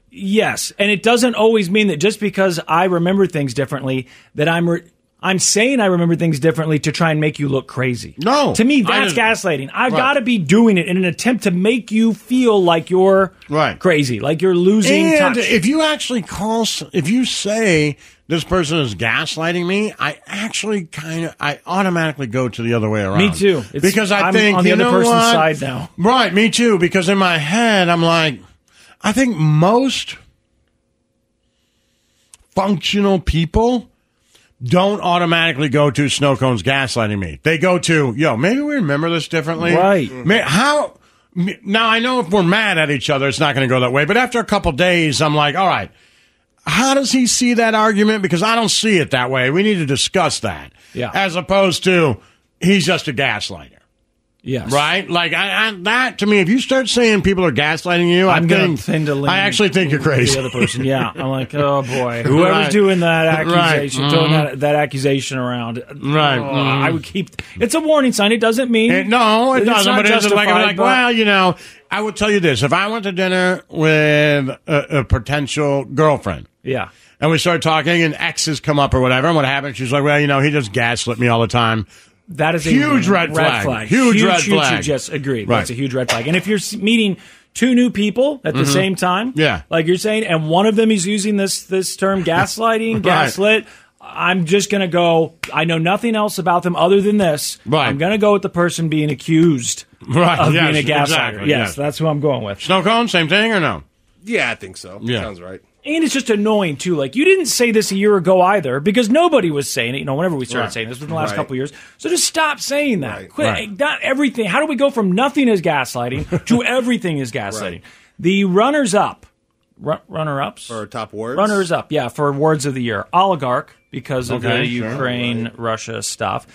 Speaker 2: Yes, and it doesn't always mean that just because I remember things differently that I'm re- I'm saying I remember things differently to try and make you look crazy. No, to me
Speaker 1: I
Speaker 2: that's
Speaker 1: didn't-
Speaker 2: gaslighting. I've
Speaker 1: Right.
Speaker 2: got to be doing it in an attempt to make you feel like you're right. crazy, like you're losing
Speaker 1: and
Speaker 2: touch.
Speaker 1: if you actually call, s- if you say this person is gaslighting me, I actually kind of, I automatically go to the other way around.
Speaker 2: Me too. It's-
Speaker 1: because I
Speaker 2: I'm
Speaker 1: think
Speaker 2: on the
Speaker 1: you
Speaker 2: other
Speaker 1: know
Speaker 2: person's
Speaker 1: what?
Speaker 2: side now.
Speaker 1: Right, me too. Because in my head, I'm like, I think most functional people don't automatically go to snow cones gaslighting me. They go to yo, maybe we remember this differently.
Speaker 2: Right.
Speaker 1: Ma- How? m- Now I know if we're mad at each other, it's not going to go that way. But after a couple days, I'm like, all right, how does he see that argument? Because I don't see it that way. We need to discuss that.
Speaker 2: Yeah.
Speaker 1: As opposed to he's just a gaslighter.
Speaker 2: Yes.
Speaker 1: Right? Like I, I that to me, if you start saying people are gaslighting you,
Speaker 2: I'm
Speaker 1: I
Speaker 2: gonna
Speaker 1: think-
Speaker 2: tend to lean
Speaker 1: I actually think you're crazy.
Speaker 2: The other person, yeah. I'm like, oh boy, whoever's
Speaker 1: Right.
Speaker 2: doing that
Speaker 1: Right.
Speaker 2: accusation, throwing
Speaker 1: Mhm.
Speaker 2: that, that accusation around,
Speaker 1: Right.
Speaker 2: oh,
Speaker 1: Mhm.
Speaker 2: I would keep. It's a warning sign. It doesn't mean
Speaker 1: It- no, it
Speaker 2: it's
Speaker 1: doesn't.
Speaker 2: not
Speaker 1: But it's like,
Speaker 2: justified,
Speaker 1: I'm like
Speaker 2: but-
Speaker 1: well, you know, I will tell you this: if I went to dinner with a, a potential girlfriend,
Speaker 2: Yeah.
Speaker 1: and we started talking, and exes come up or whatever, and what happened? She's like, well, you know, he just gaslit me all the time.
Speaker 2: That is
Speaker 1: huge
Speaker 2: a
Speaker 1: red, flag. Huge, red flag.
Speaker 2: Yes, agreed.
Speaker 1: Right.
Speaker 2: That's a huge red flag. And if you're s- meeting two new people at the
Speaker 1: Mhm.
Speaker 2: same time,
Speaker 1: Yeah.
Speaker 2: like you're saying, and one of them is using this this term gaslighting,
Speaker 1: Right.
Speaker 2: gaslit. I'm just gonna go. I know nothing else about them other than this. Right. I'm gonna go with the person being accused
Speaker 1: Right,
Speaker 2: of
Speaker 1: yes,
Speaker 2: being a gaslighter.
Speaker 1: exactly,
Speaker 2: yes,
Speaker 1: yes.
Speaker 2: that's who I'm going with.
Speaker 1: Snow cone, same thing or no?
Speaker 3: Yeah, I think so.
Speaker 1: Yeah.
Speaker 3: Sounds right.
Speaker 2: And it's just annoying too. Like you didn't say this a year ago either, because nobody was saying it. You know, whenever we started
Speaker 1: Right.
Speaker 2: saying this within the last
Speaker 1: Right.
Speaker 2: couple years, so just stop saying that. Quit.
Speaker 1: Right.
Speaker 2: Not everything. How do we go from nothing is gaslighting to everything is gaslighting? The runners up, run, runner ups,
Speaker 3: For top words.
Speaker 2: runners up. Yeah, for words of the year, oligarch because of
Speaker 3: Okay,
Speaker 2: the
Speaker 3: sure.
Speaker 2: Ukraine Russia stuff,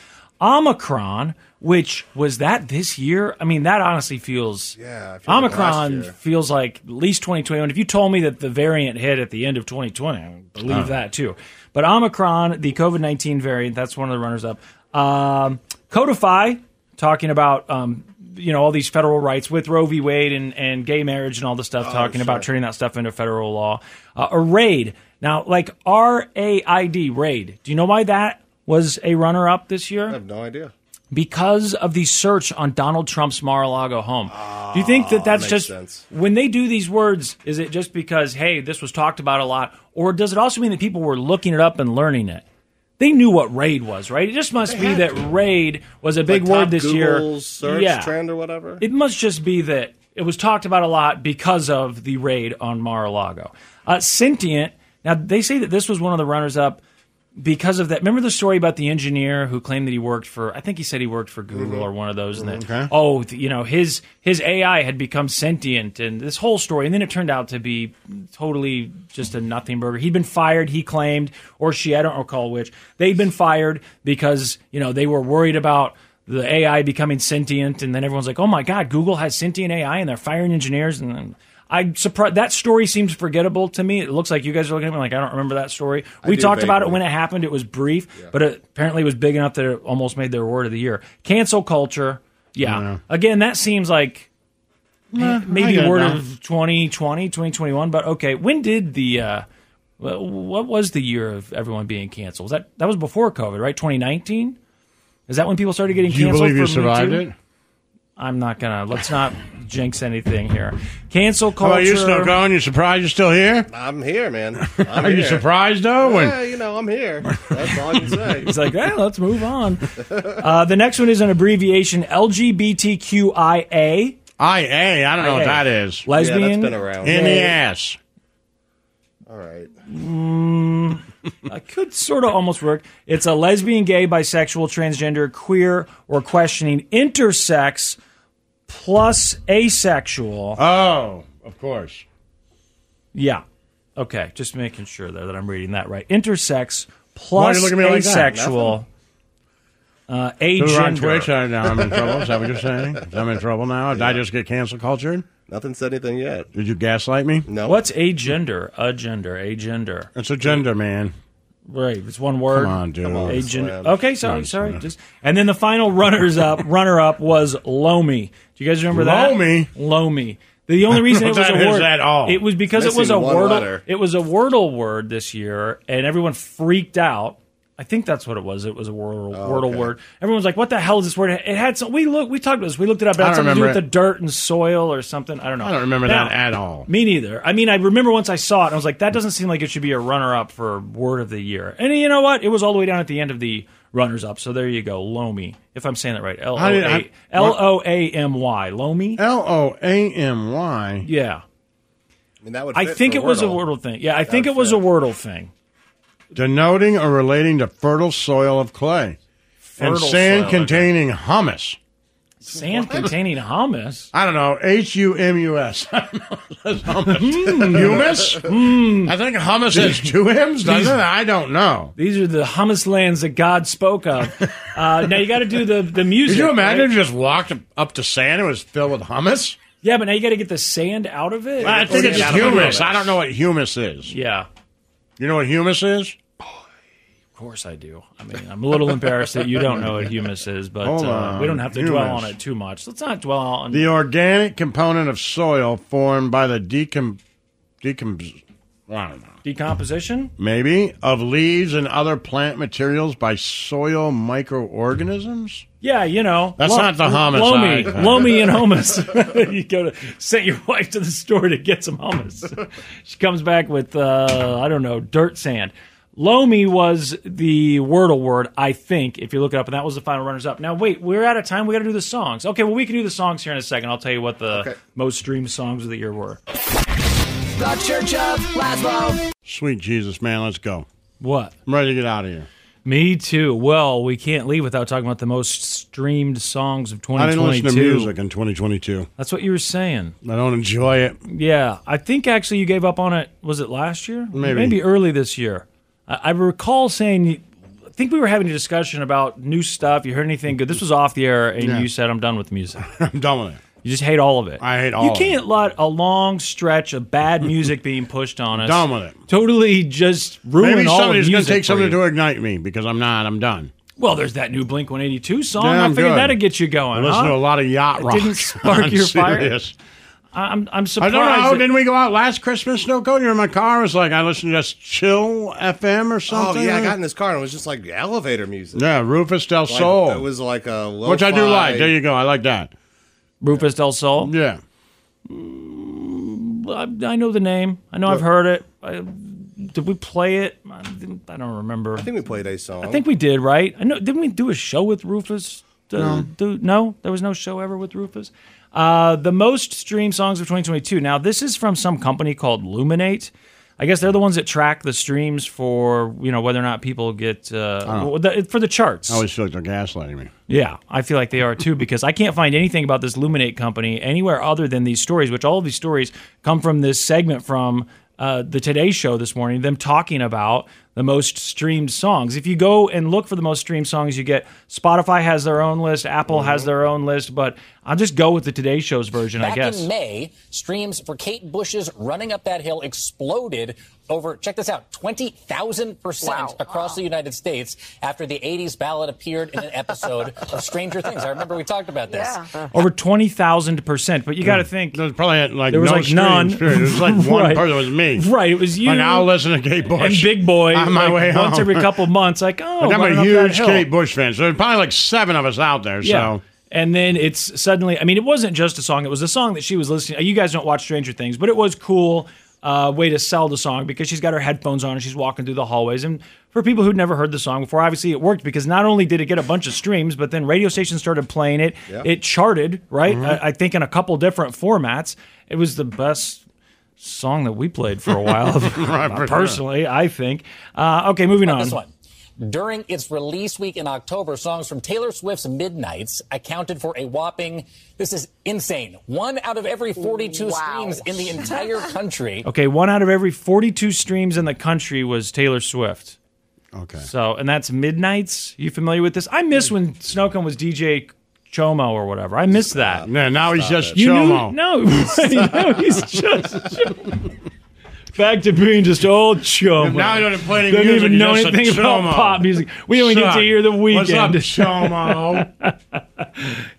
Speaker 2: Omicron, which was that this year. I mean, that honestly feels
Speaker 3: Yeah. I feel like last
Speaker 2: Omicron
Speaker 3: year.
Speaker 2: feels like at least 2021. If you told me that the variant hit at the end of 2020, I would believe
Speaker 3: Oh.
Speaker 2: that too. But Omicron, the COVID 19 variant, that's one of the runners up. Um, Codify, talking about. Um, you know all these federal rights with Roe v. Wade and, and gay marriage and all this stuff, talking about turning that stuff into federal law. Uh, a raid now, like R A I D raid. Do you know why that was a runner up this year?
Speaker 3: I have no idea.
Speaker 2: because of the search on Donald Trump's Mar-a-Lago home. do you think that that's
Speaker 3: Ah, makes
Speaker 2: just
Speaker 3: sense.
Speaker 2: when they do these words? Is it just because hey, this was talked about a lot, or does it also mean that people were looking it up and learning it? They knew what raid was, right? It just must be that raid was a big
Speaker 3: Like
Speaker 2: word
Speaker 3: top
Speaker 2: this
Speaker 3: Google
Speaker 2: year.
Speaker 3: Search
Speaker 2: yeah,
Speaker 3: trend or whatever.
Speaker 2: it must just be that it was talked about a lot because of the raid on Mar-a-Lago. Uh, Sentient. Now they say that this was one of the runners-up because of that. Remember the story about the engineer who claimed that he worked for? I think he said he worked for Google
Speaker 13: Mm-hmm.
Speaker 2: or one of those. And that oh, th- you know his his AI had become sentient, and this whole story. And then it turned out to be totally just a nothing burger. He'd been fired. He claimed, or she, I don't recall which. They'd been fired because you know they were worried about the AI becoming sentient, and then everyone's like, "Oh my God, Google has sentient AI, and they're firing engineers." And then I'm surprised that story seems forgettable to me. It looks like you guys are looking at me like I don't remember that story.
Speaker 13: I
Speaker 2: We
Speaker 13: do
Speaker 2: talked about it
Speaker 13: vaguely.
Speaker 2: when it happened. It was brief, but it, apparently it was big enough that it almost made their word of the year. Cancel culture, yeah. Again, that seems like
Speaker 1: Nah,
Speaker 2: eh,
Speaker 1: I
Speaker 2: maybe
Speaker 1: get it
Speaker 2: word
Speaker 1: now.
Speaker 2: of 2020, 2021. But okay, when did the uh, wh- what was the year of everyone being canceled? Was that that was before COVID, right? 2019. Is that when people started getting
Speaker 1: Do you
Speaker 2: canceled?
Speaker 1: believe you
Speaker 2: for Me
Speaker 1: survived
Speaker 2: Too?
Speaker 1: it?
Speaker 2: I'm not gonna. Let's not jinx anything here. Cancel
Speaker 1: How
Speaker 2: culture.
Speaker 1: about you, Snow Cone? You surprised you're still here?
Speaker 3: I'm here, man. I'm
Speaker 1: Are you
Speaker 3: here.
Speaker 1: surprised though? When-
Speaker 3: Yeah, you know, I'm here. That's all I can say.
Speaker 2: He's like, eh, let's move on. Uh, the next one is an abbreviation LGBTQIA.
Speaker 1: IA, I don't know what that is.
Speaker 2: Lesbian.
Speaker 3: Yeah, that's been around.
Speaker 1: In the
Speaker 2: gay.
Speaker 1: ass.
Speaker 3: All right.
Speaker 2: Mm, I could sort of almost work. It's a lesbian, gay, bisexual, transgender, queer, or questioning intersex plus asexual.
Speaker 1: Oh, of course.
Speaker 2: Yeah. Okay. Just making sure there that I'm reading that right. Intersex
Speaker 1: Why
Speaker 2: plus
Speaker 1: you looking at me like that?
Speaker 2: asexual. uh,
Speaker 1: Who
Speaker 2: agender.
Speaker 1: are on Twitch? I, now I'm in trouble. Is that what you're saying? I'm in trouble now. Did I just get cancel cultured?
Speaker 3: Nothing said anything yet.
Speaker 1: Did you gaslight me?
Speaker 3: No.
Speaker 2: What's a gender? A gender. A gender.
Speaker 1: It's a gender, man.
Speaker 2: Right, it's one word.
Speaker 1: Come on, dude. Come on,
Speaker 2: Agent.
Speaker 1: Slim.
Speaker 2: Okay, sorry,
Speaker 1: Nice,
Speaker 2: sorry.
Speaker 1: man.
Speaker 2: Just and then the final runners up, runner up was Lomi. Do you guys remember that?
Speaker 1: Lomi?
Speaker 2: Lomi. The only reason it was
Speaker 1: That
Speaker 2: a
Speaker 1: is
Speaker 2: word
Speaker 1: at all.
Speaker 2: It was because it was a
Speaker 1: Missing one
Speaker 2: wordle.
Speaker 1: letter.
Speaker 2: It was a wordle word this year, and everyone freaked out. I think that's what it was. It was a wordle, wordle
Speaker 1: Oh, okay.
Speaker 2: word. Everyone's like, "What the hell is this word?" It had some. We look. We talked about this. We looked it up. It
Speaker 1: I
Speaker 2: had
Speaker 1: don't
Speaker 2: something to do with
Speaker 1: remember
Speaker 2: the dirt and soil or something. I don't know.
Speaker 1: I don't remember
Speaker 2: Now-
Speaker 1: that at all.
Speaker 2: me neither. I mean, I remember once I saw it, and I was like, that doesn't seem like it should be a runner up for word of the year. And you know what? It was all the way down at the end of the runners up. So there you go. Lomi, if I'm saying that right. L O
Speaker 1: How did I-
Speaker 2: A- L O A M Y. Lomi?
Speaker 1: L O A M Y.
Speaker 2: Yeah.
Speaker 3: I mean, that would.
Speaker 2: I
Speaker 3: fit
Speaker 2: think
Speaker 3: for
Speaker 2: it was a
Speaker 3: Wordle.
Speaker 2: Wordle thing. Yeah, I think it was a Wordle thing.
Speaker 1: Denoting or relating to fertile soil of clay. and
Speaker 2: Fertile
Speaker 1: sand
Speaker 2: soil,
Speaker 1: containing hummus.
Speaker 2: Sand containing hummus.
Speaker 1: I don't know. H U M U S. Hmm. Humus? I think hummus has two M's, doesn't it? I don't know.
Speaker 2: These are the hummus lands that God spoke of. Uh, now you got to do the, the music.
Speaker 1: Could you imagine
Speaker 2: right?
Speaker 1: if you just walked up to sand and it was filled with hummus?
Speaker 2: Yeah, but now you got to get the sand out of it.
Speaker 1: I think it's humus. I don't know what humus is.
Speaker 2: Yeah.
Speaker 1: You know what humus is?
Speaker 2: Of course I do. I mean, I'm a little embarrassed that you don't know what humus is, but
Speaker 1: Hold
Speaker 2: uh,
Speaker 1: on.
Speaker 2: we don't have to dwell
Speaker 1: Humus.
Speaker 2: on it too much. Let's not dwell on
Speaker 1: The organic component of soil formed by the decom... decom I don't know.
Speaker 2: decomposition.
Speaker 1: Maybe of leaves and other plant materials by soil microorganisms.
Speaker 2: Yeah, you know
Speaker 1: That's
Speaker 2: lo-
Speaker 1: not the hummus
Speaker 2: Lomi,
Speaker 1: I-
Speaker 2: lomi and hummus. you go to send your wife to the store to get some hummus. she comes back with uh, I don't know dirt sand. Lomi was the wordle word, I think, if you look it up, and that was the final runners up. Now, wait, we're out of time. We got to do the songs. Okay, well, we can do the songs here in a second. I'll tell you what the most streamed songs of the year were.
Speaker 4: The Church of Laszlo.
Speaker 1: Sweet Jesus, man, let's go.
Speaker 2: What?
Speaker 1: I'm ready to get out of here.
Speaker 2: Me too. Well, we can't leave without talking about the most streamed songs of
Speaker 1: I didn't
Speaker 2: 2022.
Speaker 1: listen to music in 2022.
Speaker 2: That's what you were saying.
Speaker 1: I don't enjoy it.
Speaker 2: Yeah, I think actually you gave up on it. Was it last year?
Speaker 1: Maybe.
Speaker 2: early this year. I, I recall saying, you- I think we were having a discussion about new stuff. You heard anything good? This was off the air, and
Speaker 1: Yeah.
Speaker 2: you said, "I'm done with music."
Speaker 1: I'm done with it.
Speaker 2: You just hate all of it. I
Speaker 1: hate all
Speaker 2: You
Speaker 1: of it.
Speaker 2: can't let a long stretch of bad music being pushed on us.
Speaker 1: Done with it.
Speaker 2: Totally, just ruin
Speaker 1: Maybe
Speaker 2: all of
Speaker 1: somebody's
Speaker 2: music.
Speaker 1: going to take
Speaker 2: for
Speaker 1: something
Speaker 2: you.
Speaker 1: to ignite me because I'm not. I'm done.
Speaker 2: Well, there's that new Blink 182 song.
Speaker 1: Yeah,
Speaker 2: I
Speaker 1: I'm
Speaker 2: figured
Speaker 1: good.
Speaker 2: that'd get you going.
Speaker 1: I listen
Speaker 2: huh?
Speaker 1: to a lot of yacht
Speaker 2: It
Speaker 1: rock.
Speaker 2: didn't spark
Speaker 1: I'm
Speaker 2: your fire?
Speaker 1: serious.
Speaker 2: I- I'm I'm
Speaker 1: I
Speaker 2: surprised.
Speaker 1: don't know.
Speaker 2: that-
Speaker 1: Didn't we go out last Christmas, Snow Cone? You were in my car. I was like, I listened to just chill FM or
Speaker 3: Oh
Speaker 1: something.
Speaker 3: yeah, I got in this car and it was just like elevator music.
Speaker 1: Yeah, Rufus Del
Speaker 3: Like,
Speaker 1: Sol.
Speaker 3: It was like a lo
Speaker 1: which I do like. There you go. I like that.
Speaker 2: Rufus Del Sol.
Speaker 1: Yeah.
Speaker 2: I, I know the name. I know I've heard it. I, did we play it? I, didn't- I don't remember.
Speaker 3: I think we played a song.
Speaker 2: I think we did, right? I know. Didn't we do a show with Rufus? Uh,
Speaker 3: No.
Speaker 2: do- no, there was no show ever with Rufus. Uh, the most streamed songs of 2022. Now, this is from some company called Luminate. I guess they're the ones that track the streams for you know whether or not people get
Speaker 1: I
Speaker 2: uh,
Speaker 1: don't Oh,
Speaker 2: the- for the charts.
Speaker 1: I always feel like they're gaslighting me.
Speaker 2: Yeah, I feel like they are too because I can't find anything about this Luminate company anywhere other than these stories, which all of these stories come from this segment from uh, the Today Show this morning, them talking about the most streamed songs. If you go and look for the most streamed songs, you get Spotify has their own list, Apple has
Speaker 1: Mm-hmm.
Speaker 2: their own list, but I'll just go with the Today Show's version, I
Speaker 19: Back
Speaker 2: guess.
Speaker 19: in May, streams for Kate Bush's Running Up That Hill exploded over, check this out, 20,000% across the United States after the 80s ballad appeared in an episode of Stranger Things. I remember we talked about this.
Speaker 2: Over 20,000%. But you got to think.
Speaker 1: There's probably like
Speaker 2: there was
Speaker 1: no
Speaker 2: like
Speaker 1: streams,
Speaker 2: none.
Speaker 1: period. It was like one
Speaker 2: Right.
Speaker 1: person. It was me.
Speaker 2: Right, it was you.
Speaker 1: Like, I'll listen to Kate Bush.
Speaker 2: and Big Boy
Speaker 1: on my
Speaker 2: like,
Speaker 1: way home.
Speaker 2: once every couple months. Like, oh,
Speaker 1: Like, I'm
Speaker 2: running
Speaker 1: a
Speaker 2: up that
Speaker 1: huge
Speaker 2: hill.
Speaker 1: Kate Bush fan, so there's probably like seven of us out there.
Speaker 2: Yeah.
Speaker 1: So
Speaker 2: And then it's suddenly, I mean, it wasn't just a song. It was a song that she was listening. You guys don't watch Stranger Things, but it was cool uh, way to sell the song because she's got her headphones on and she's walking through the hallways. And for people who'd never heard the song before, obviously it worked because not only did it get a bunch of streams, but then radio stations started playing it.
Speaker 1: Yeah.
Speaker 2: It charted, right?
Speaker 1: Mhm.
Speaker 2: I, I think in a couple different formats. It was the best song that we played for a while,
Speaker 19: Right, for sure.
Speaker 2: personally, I think. Uh, okay, moving
Speaker 19: How
Speaker 2: on.
Speaker 19: about This one. During its release week in October, songs from Taylor Swift's Midnights accounted for a whopping, this is insane, one out of every 42 streams in the entire country.
Speaker 2: Okay, one out of every 42 streams in the country was Taylor Swift.
Speaker 1: Okay.
Speaker 2: So, and that's Midnights. You familiar with this? I miss when Snowcone was DJ Chomo or whatever. I miss
Speaker 1: Uh,
Speaker 2: that.
Speaker 1: Yeah, now he's Stop just it.
Speaker 2: You knew-
Speaker 1: Chomo.
Speaker 2: no, right, now he's just Back to being just old chum.
Speaker 1: Now I don't play any
Speaker 2: Don't
Speaker 1: music,
Speaker 2: even
Speaker 1: you're
Speaker 2: know
Speaker 1: just a
Speaker 2: anything about
Speaker 1: chomo.
Speaker 2: pop music. We only get to
Speaker 1: Son,
Speaker 2: hear the
Speaker 1: what's up,
Speaker 2: weekend.
Speaker 1: chomo?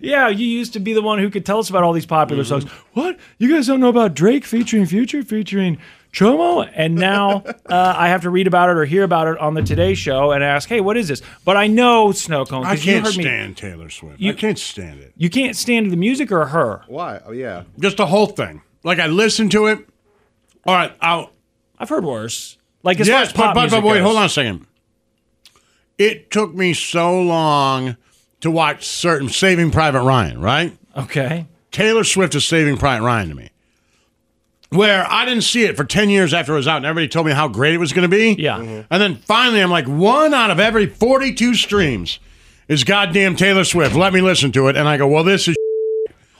Speaker 2: yeah, you used to be the one who could tell us about all these popular
Speaker 1: Mm-hmm.
Speaker 2: songs. What? You guys don't know about Drake featuring Future featuring Chomo? And now uh, I have to read about it or hear about it on the Today Show and ask, hey, what is this? But I know Snow Cone.
Speaker 1: I
Speaker 2: 'cause you
Speaker 1: can't
Speaker 2: heard me-
Speaker 1: stand Taylor Swift.
Speaker 2: You-
Speaker 1: I can't stand it.
Speaker 2: You can't stand the music or her.
Speaker 3: Why? Oh yeah.
Speaker 1: Just the whole thing. Like I listened to it. All right, I'll,
Speaker 2: I've heard worse. Like as far
Speaker 1: yes,
Speaker 2: as pop
Speaker 1: but, but,
Speaker 2: music
Speaker 1: but wait,
Speaker 2: goes.
Speaker 1: hold on a second. It took me so long to watch certain Saving Private Ryan, right?
Speaker 2: Okay.
Speaker 1: Taylor Swift is Saving Private Ryan to me. Where I didn't see it for 10 years after it was out, and everybody told me how great it was going to be. Yeah. And then finally, I'm like, one out of every 42 streams is goddamn Taylor Swift. Let me listen to it. And I go, well, this is.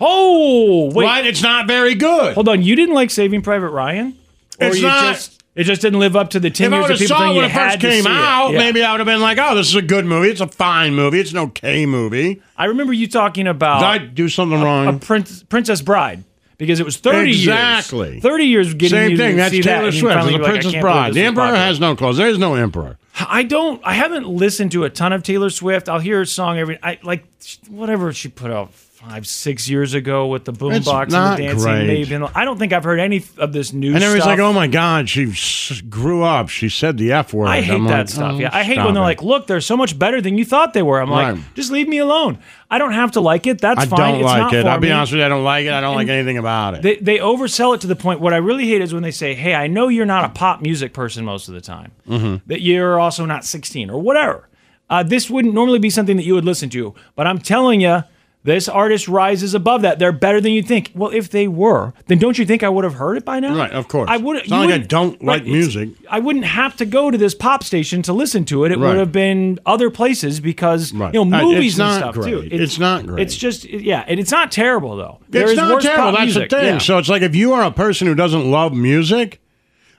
Speaker 2: Oh, wait.
Speaker 1: Right? It's not very good.
Speaker 2: Hold on, you didn't like Saving Private Ryan?
Speaker 1: It's
Speaker 2: you
Speaker 1: not-
Speaker 2: Just, it just didn't live up to the
Speaker 1: if
Speaker 2: ten
Speaker 1: I
Speaker 2: years
Speaker 1: would have
Speaker 2: of people
Speaker 1: saw
Speaker 2: thinking
Speaker 1: it when
Speaker 2: you
Speaker 1: it first
Speaker 2: had to
Speaker 1: came
Speaker 2: see it.
Speaker 1: out,
Speaker 2: Yeah.
Speaker 1: maybe I would have been like, oh, this is a good movie. It's a fine movie. It's an okay movie.
Speaker 2: I remember you talking about.
Speaker 1: Did I do something wrong?
Speaker 2: Oh. a prince, Princess Bride because it was 30 years.
Speaker 1: Exactly.
Speaker 2: Thirty years getting
Speaker 1: Same
Speaker 2: you to
Speaker 1: thing. That's
Speaker 2: see that,
Speaker 1: Taylor
Speaker 2: and you
Speaker 1: Swift. It's
Speaker 2: finally
Speaker 1: a
Speaker 2: be like, I
Speaker 1: Princess
Speaker 2: can't believe
Speaker 1: Bride.
Speaker 2: this
Speaker 1: The
Speaker 2: is
Speaker 1: Emperor
Speaker 2: popular.
Speaker 1: has no clothes. There is no emperor.
Speaker 2: I don't. I haven't listened to a ton of Taylor Swift. I'll hear her song every. I like whatever she put out five, six years ago with the
Speaker 1: It's
Speaker 2: boombox
Speaker 1: not
Speaker 2: and the dancing
Speaker 1: great.
Speaker 2: babe. And I don't think I've heard any of this new.
Speaker 1: And everybody's
Speaker 2: stuff.
Speaker 1: like, oh my God, she s- grew up. She said the F word.
Speaker 2: I hate
Speaker 1: I'm
Speaker 2: that
Speaker 1: like,
Speaker 2: stuff.
Speaker 1: oh,
Speaker 2: yeah, I hate
Speaker 1: stop
Speaker 2: when they're
Speaker 1: it.
Speaker 2: like, "Look, they're so much better than you thought they were." I'm
Speaker 1: Right.
Speaker 2: like, "Just leave me alone. I don't have to like it. That's
Speaker 1: I
Speaker 2: fine.
Speaker 1: don't
Speaker 2: it's
Speaker 1: like
Speaker 2: not
Speaker 1: it.
Speaker 2: for
Speaker 1: I'll be
Speaker 2: me."
Speaker 1: honest with you. I don't like it. I don't like
Speaker 2: And-
Speaker 1: anything about it.
Speaker 2: They, they oversell it to the point. What I really hate is when they say, "Hey, I know you're not a pop music person most of the time.
Speaker 1: Mhm.
Speaker 2: That you're also not 16 or whatever. Uh, this wouldn't normally be something that you would listen to, but I'm telling you, this artist rises above that. They're better than you think. Well, if they were, then don't you think I would have heard it by now?
Speaker 1: Right, of course.
Speaker 2: I would.
Speaker 1: It's not like I don't like music.
Speaker 2: I wouldn't have to go to this pop station to listen to it. It
Speaker 1: Right.
Speaker 2: would have been other places because
Speaker 1: Right.
Speaker 2: you
Speaker 1: Uh,
Speaker 2: know
Speaker 1: it's
Speaker 2: movies and
Speaker 1: not
Speaker 2: stuff too.
Speaker 1: great. It's not great.
Speaker 2: It's just yeah, and it's not terrible though. There
Speaker 1: it's
Speaker 2: is
Speaker 1: not
Speaker 2: worse pop
Speaker 1: terrible. That's
Speaker 2: music.
Speaker 1: the thing.
Speaker 2: Yeah.
Speaker 1: So it's like if you are a person who doesn't love music,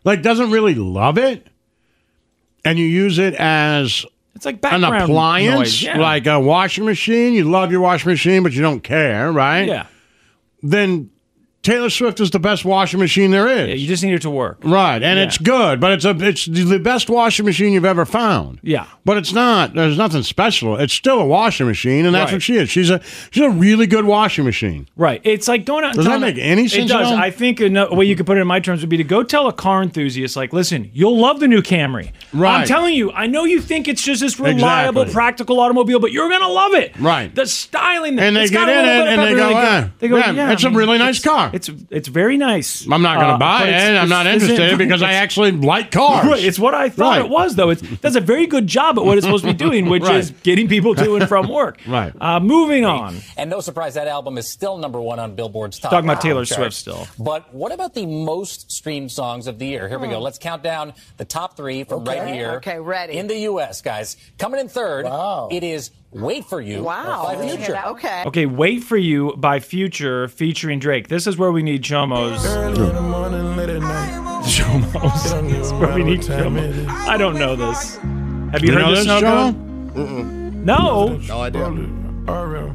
Speaker 1: like doesn't really love it, and you use it as
Speaker 2: it's like
Speaker 1: an
Speaker 2: background
Speaker 1: appliance,
Speaker 2: noise, yeah.
Speaker 1: like a washing machine. You love your washing machine, but you don't care, right?
Speaker 2: Yeah.
Speaker 1: Then Taylor Swift is the best washing machine there is.
Speaker 2: you just need it to work.
Speaker 1: Right, and
Speaker 2: Yeah.
Speaker 1: it's good, but it's a it's the best washing machine you've ever found.
Speaker 2: Yeah.
Speaker 1: But it's not. There's nothing special. It's still a washing machine, and that's
Speaker 2: Right.
Speaker 1: what she is. She's a she's a really good washing machine.
Speaker 2: Right. It's like going out. And
Speaker 1: Does that
Speaker 2: telling-
Speaker 1: make any sense
Speaker 2: It
Speaker 1: at
Speaker 2: does.
Speaker 1: all?
Speaker 2: I think a no- way you could put it in my terms would be to go tell a car enthusiast, like, listen, you'll love the new Camry. I'm
Speaker 1: Right.
Speaker 2: telling you, I know you think it's just this reliable,
Speaker 1: Exactly.
Speaker 2: practical automobile, but you're gonna love it.
Speaker 1: Right.
Speaker 2: The styling,
Speaker 1: And they
Speaker 2: it's
Speaker 1: get
Speaker 2: got a
Speaker 1: in it
Speaker 2: little bit
Speaker 1: and
Speaker 2: of
Speaker 1: they
Speaker 2: pepper
Speaker 1: go,
Speaker 2: in it.
Speaker 1: "Ah,
Speaker 2: they go,
Speaker 1: yeah,
Speaker 2: yeah,
Speaker 1: it's
Speaker 2: I
Speaker 1: a
Speaker 2: mean,
Speaker 1: really nice car.
Speaker 2: It's it's very nice.
Speaker 1: I'm not going to
Speaker 2: Uh,
Speaker 1: buy
Speaker 2: but
Speaker 1: it.
Speaker 2: it's-
Speaker 1: I'm not
Speaker 2: it's- it's-
Speaker 1: interested because I
Speaker 2: it's-
Speaker 1: actually like cars.
Speaker 2: Right, it's what I thought
Speaker 1: Right.
Speaker 2: it was, though. It's does a very good job at what it's supposed to be doing, which
Speaker 19: Right.
Speaker 2: is getting people to and from work.
Speaker 1: Right.
Speaker 2: Uh, moving on.
Speaker 19: And no surprise, that album is still number one on Billboard's top.
Speaker 2: Talking about Taylor
Speaker 19: album chart.
Speaker 2: Swift still.
Speaker 19: But what about the most streamed songs of the year? Here we go. Let's count down the top three from right here. Okay, ready. In the U.S., guys. Coming in third, it is Wait For You
Speaker 20: Wow.
Speaker 19: by Future.
Speaker 20: Okay.
Speaker 2: Okay, Wait For You by Future featuring Drake. This is where we need Chomo's. Chomo's. This is where we need Chomo. I don't know this. Have you,
Speaker 1: You
Speaker 2: heard
Speaker 1: know
Speaker 2: this,
Speaker 1: this,
Speaker 2: Chomo? No.
Speaker 3: No idea.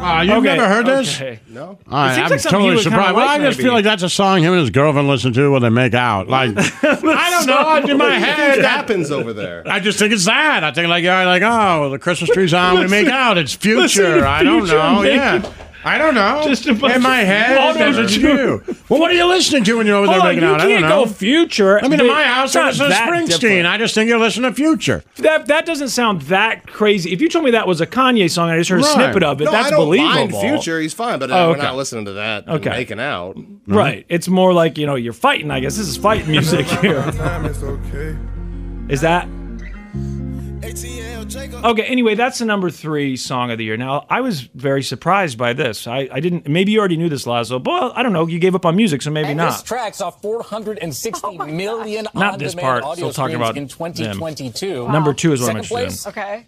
Speaker 1: Ah, you've
Speaker 2: Okay,
Speaker 1: never heard this?
Speaker 2: okay.
Speaker 3: No.
Speaker 1: I,
Speaker 2: It seems
Speaker 1: I'm
Speaker 2: like something you
Speaker 1: totally
Speaker 2: would kinda
Speaker 1: surprised. well,
Speaker 2: like,
Speaker 1: I just
Speaker 2: maybe.
Speaker 1: feel like that's a song him and his girlfriend listen to when they make out. Like I don't know. In my head,
Speaker 3: It
Speaker 1: that-
Speaker 3: happens over there.
Speaker 1: I just think it's that. I think like yeah, like oh, the Christmas tree's on. We
Speaker 2: Listen-
Speaker 1: make out. It's
Speaker 2: listen to
Speaker 1: future. I don't
Speaker 2: Future
Speaker 1: know.
Speaker 2: make-
Speaker 1: Yeah. I don't know.
Speaker 2: Just a bunch
Speaker 1: in my
Speaker 2: of
Speaker 1: head,
Speaker 2: auto-tune.
Speaker 1: it's you. Well, what are you listening to when you're over there
Speaker 2: Hold on,
Speaker 1: making
Speaker 2: you
Speaker 1: out? I
Speaker 2: can't
Speaker 1: don't know.
Speaker 2: go future.
Speaker 1: I mean, in
Speaker 2: but
Speaker 1: my house,
Speaker 2: it's not
Speaker 1: I listen to
Speaker 2: that
Speaker 1: Springsteen.
Speaker 2: different.
Speaker 1: I just think you listen to Future.
Speaker 2: That that doesn't sound that crazy. If you told me that was a Kanye song, and I just heard a
Speaker 1: Right.
Speaker 2: snippet of it.
Speaker 3: no,
Speaker 2: that's
Speaker 3: I don't
Speaker 2: believable.
Speaker 3: mind Future. He's fine, but uh,
Speaker 2: Oh,
Speaker 3: we're
Speaker 2: okay.
Speaker 3: not listening to that. and
Speaker 2: Okay.
Speaker 3: Making out.
Speaker 2: Right. It's more like, you know, you're fighting, I guess. This is fight music here. Is that? Okay, anyway, that's the number three song of the year. Now, I was very surprised by this. I, I didn't, maybe you already knew this, Lazo, but well, I don't know. You gave up on music, so maybe
Speaker 19: and
Speaker 2: not.
Speaker 19: This track saw 460 million
Speaker 2: Not
Speaker 19: on-demand
Speaker 2: this part.
Speaker 19: audio
Speaker 2: Still talking
Speaker 19: streams
Speaker 2: about
Speaker 19: in 2022.
Speaker 2: them. Number two is what I'm
Speaker 19: Second
Speaker 2: interested
Speaker 19: place, Okay.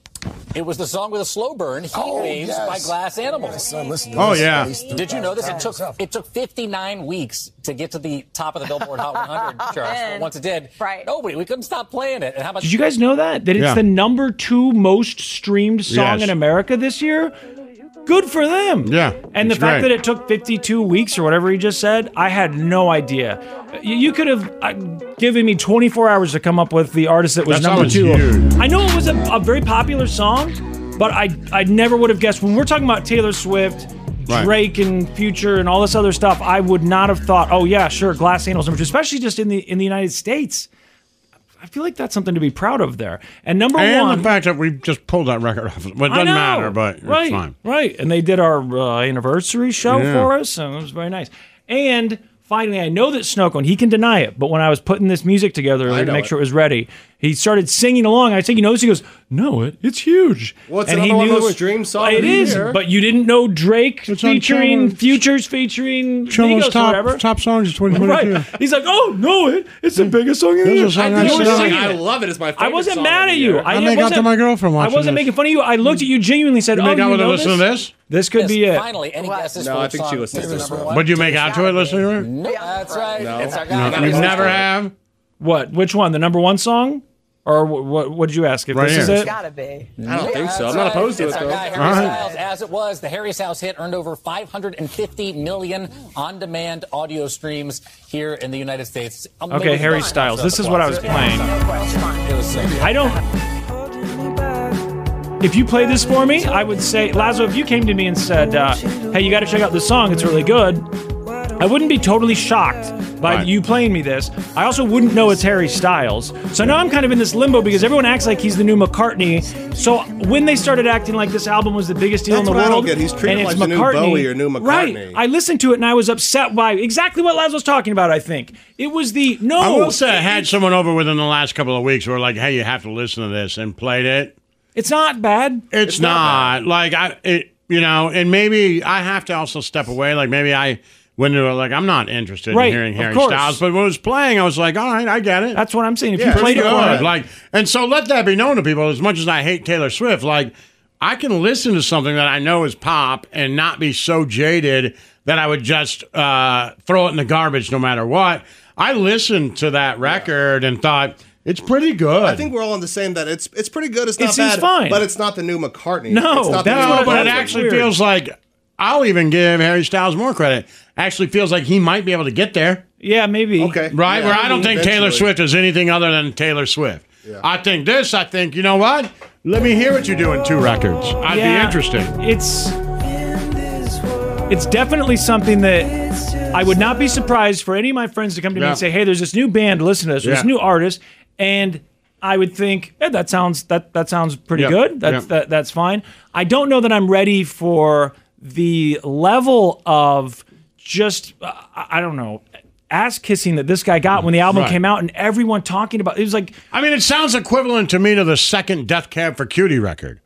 Speaker 19: It was the song with a slow burn, Heat Waves by Glass Animals.
Speaker 1: Oh, this yeah. place
Speaker 19: Did you know this? It took it took 59 weeks to get to the top of the Billboard Hot 100 charts. But once it did, right. nobody we couldn't stop playing it. And how much?
Speaker 2: Did you guys know that? That it's
Speaker 1: Yeah.
Speaker 2: the number two most streamed song
Speaker 1: Yes.
Speaker 2: in America this year? Good for them.
Speaker 1: Yeah.
Speaker 2: And the
Speaker 1: it's
Speaker 2: fact
Speaker 1: great.
Speaker 2: that it took 52 weeks or whatever he just said, I had no idea. You, you could have uh, given me 24 hours to come up with the artist that was
Speaker 1: That's
Speaker 2: number
Speaker 1: always
Speaker 2: two.
Speaker 1: huge.
Speaker 2: I know it was a, a very popular song, but I I never would have guessed when we're talking about Taylor Swift.
Speaker 1: Right.
Speaker 2: Drake and Future and all this other stuff, I would not have thought. Oh yeah, sure, Glass Animals number two, especially just in the in the United States. I feel like that's something to be proud of there. And number
Speaker 1: and
Speaker 2: one,
Speaker 1: the fact that we just pulled that record off. Well, it
Speaker 2: I
Speaker 1: doesn't
Speaker 2: know.
Speaker 1: matter, but
Speaker 2: right,
Speaker 1: it's fine.
Speaker 2: right. And they did our uh, anniversary show
Speaker 1: Yeah.
Speaker 2: for us, and it was very nice. And finally, I know that Snowcone he can deny it, but when I was putting this music together to
Speaker 3: know
Speaker 2: make
Speaker 3: it.
Speaker 2: sure it was ready, he started singing along. I said, "You know this?" He goes, "No, it it's huge."
Speaker 3: Well, it's
Speaker 2: and he
Speaker 3: another one
Speaker 2: knew
Speaker 3: of those
Speaker 2: it-
Speaker 3: stream songs
Speaker 2: It
Speaker 3: of the
Speaker 2: is,
Speaker 3: year.
Speaker 2: but you didn't know Drake
Speaker 1: on
Speaker 2: featuring
Speaker 1: Channel-
Speaker 2: Futures featuring
Speaker 1: Chillin's
Speaker 2: Migos or whatever.
Speaker 1: top, top songs of 2022.
Speaker 2: Right. He's like, oh no, it, it's the biggest song in the
Speaker 1: This
Speaker 2: year.
Speaker 1: is a song
Speaker 2: I,
Speaker 1: I
Speaker 2: you were
Speaker 1: sing.
Speaker 2: singing
Speaker 3: I
Speaker 2: it.
Speaker 3: love it. It's my favorite
Speaker 2: I wasn't
Speaker 3: song
Speaker 2: mad
Speaker 3: of
Speaker 2: at
Speaker 3: the
Speaker 2: you.
Speaker 3: year.
Speaker 2: I,
Speaker 1: I
Speaker 2: it
Speaker 1: make out
Speaker 2: wasn't-
Speaker 1: to my girlfriend
Speaker 2: I
Speaker 1: watching
Speaker 2: wasn't
Speaker 1: this.
Speaker 2: making fun of you. I looked at you genuinely said,
Speaker 1: You
Speaker 2: oh,
Speaker 1: make
Speaker 2: you
Speaker 1: out with her
Speaker 2: know this?
Speaker 1: listening to this?
Speaker 2: This could be it.
Speaker 19: Finally, any guesses
Speaker 3: No,
Speaker 19: for
Speaker 3: I
Speaker 19: which
Speaker 3: think
Speaker 19: song
Speaker 3: she listens
Speaker 19: is
Speaker 3: to
Speaker 19: the
Speaker 3: this
Speaker 19: number
Speaker 3: one.
Speaker 19: one?
Speaker 1: Would you make out to it listening to it?
Speaker 19: No, that's right.
Speaker 3: No.
Speaker 19: It's our guy.
Speaker 1: No, you
Speaker 19: Gotta
Speaker 1: never
Speaker 19: listen to it.
Speaker 1: have.
Speaker 2: What? Which one? The number one song? Or what? What did you ask? If
Speaker 1: Right
Speaker 2: this
Speaker 1: here.
Speaker 2: is it?
Speaker 1: It's
Speaker 20: Gotta be.
Speaker 3: I don't think so. I'm not
Speaker 19: That's right.
Speaker 3: opposed to
Speaker 19: It's
Speaker 3: it
Speaker 19: our
Speaker 3: though.
Speaker 19: guy, Harry Styles. As it was, the Harry Styles hit earned over 550 million on-demand audio streams here in the United States.
Speaker 2: Okay, Harry Styles. This is what I was playing. I don't. If you play this for me, I would say, Lazo, if you came to me and said, uh, hey, you got to check out this song, it's really good, I wouldn't be totally shocked by
Speaker 1: Right.
Speaker 2: you playing me this. I also wouldn't know it's Harry Styles. So now I'm kind of in this limbo because everyone acts like he's the new McCartney. So when they started acting like this album was the biggest deal
Speaker 3: That's
Speaker 2: in the
Speaker 3: what I
Speaker 2: world,
Speaker 3: don't get. He's treated
Speaker 2: and
Speaker 3: like
Speaker 2: it's
Speaker 3: the new
Speaker 2: McCartney,
Speaker 3: Bowie or new
Speaker 2: Right.
Speaker 3: McCartney.
Speaker 2: I listened to it and I was upset by exactly what Lazo's talking about, I think. It was the no.
Speaker 1: I will say I had someone over within the last couple of weeks who were like, "Hey, you have to listen to this," and played it.
Speaker 2: It's not bad.
Speaker 1: It's, not, like I, it, you know, and maybe I have to also step away. Like maybe I went into it like I'm not interested
Speaker 2: Right,
Speaker 1: in hearing
Speaker 2: of
Speaker 1: Harry
Speaker 2: course.
Speaker 1: Styles, but when it was playing, I was like, "All right, I get it."
Speaker 2: That's what I'm saying. If
Speaker 1: Yeah,
Speaker 2: you played it
Speaker 1: pretty
Speaker 2: for
Speaker 1: good.
Speaker 2: me,
Speaker 1: like, and so let that be known to people. As much as I hate Taylor Swift, like I can listen to something that I know is pop and not be so jaded that I would just uh, throw it in the garbage no matter what. I listened to that record and thought it's pretty good.
Speaker 3: I think we're all on the same that it's it's pretty good. It's
Speaker 2: It
Speaker 3: not
Speaker 2: seems
Speaker 3: bad,
Speaker 2: fine.
Speaker 3: but it's not the new McCartney.
Speaker 2: No,
Speaker 3: it's not
Speaker 2: that's
Speaker 3: the
Speaker 2: what
Speaker 3: new
Speaker 2: I-
Speaker 1: but it
Speaker 2: That's
Speaker 1: actually
Speaker 2: weird.
Speaker 1: feels like I'll even give Harry Styles more credit. Actually, feels like he might be able to get there.
Speaker 2: yeah, maybe.
Speaker 3: okay,
Speaker 1: Right,
Speaker 3: Yeah,
Speaker 1: where I don't think Taylor
Speaker 3: eventually.
Speaker 1: Swift is anything other than Taylor Swift.
Speaker 3: Yeah.
Speaker 1: I think this, I think, you know what? Let me hear what you do in two records. I'd
Speaker 2: Yeah,
Speaker 1: be interested.
Speaker 2: It's it's definitely something that I would not be surprised for any of my friends to come to me
Speaker 1: Yeah.
Speaker 2: and say, "Hey, there's this new band. Listen to this. or This
Speaker 1: Yeah.
Speaker 2: new artist." And I would think, eh, "That sounds that that sounds pretty
Speaker 1: Yeah,
Speaker 2: good. That's
Speaker 1: yeah.
Speaker 2: that, that's fine." I don't know that I'm ready for the level of just uh, I I don't know ass kissing that this guy got when the album
Speaker 1: Right.
Speaker 2: came out and everyone talking about it was like
Speaker 1: I mean, it sounds equivalent to me to the second Death Cab for Cutie record,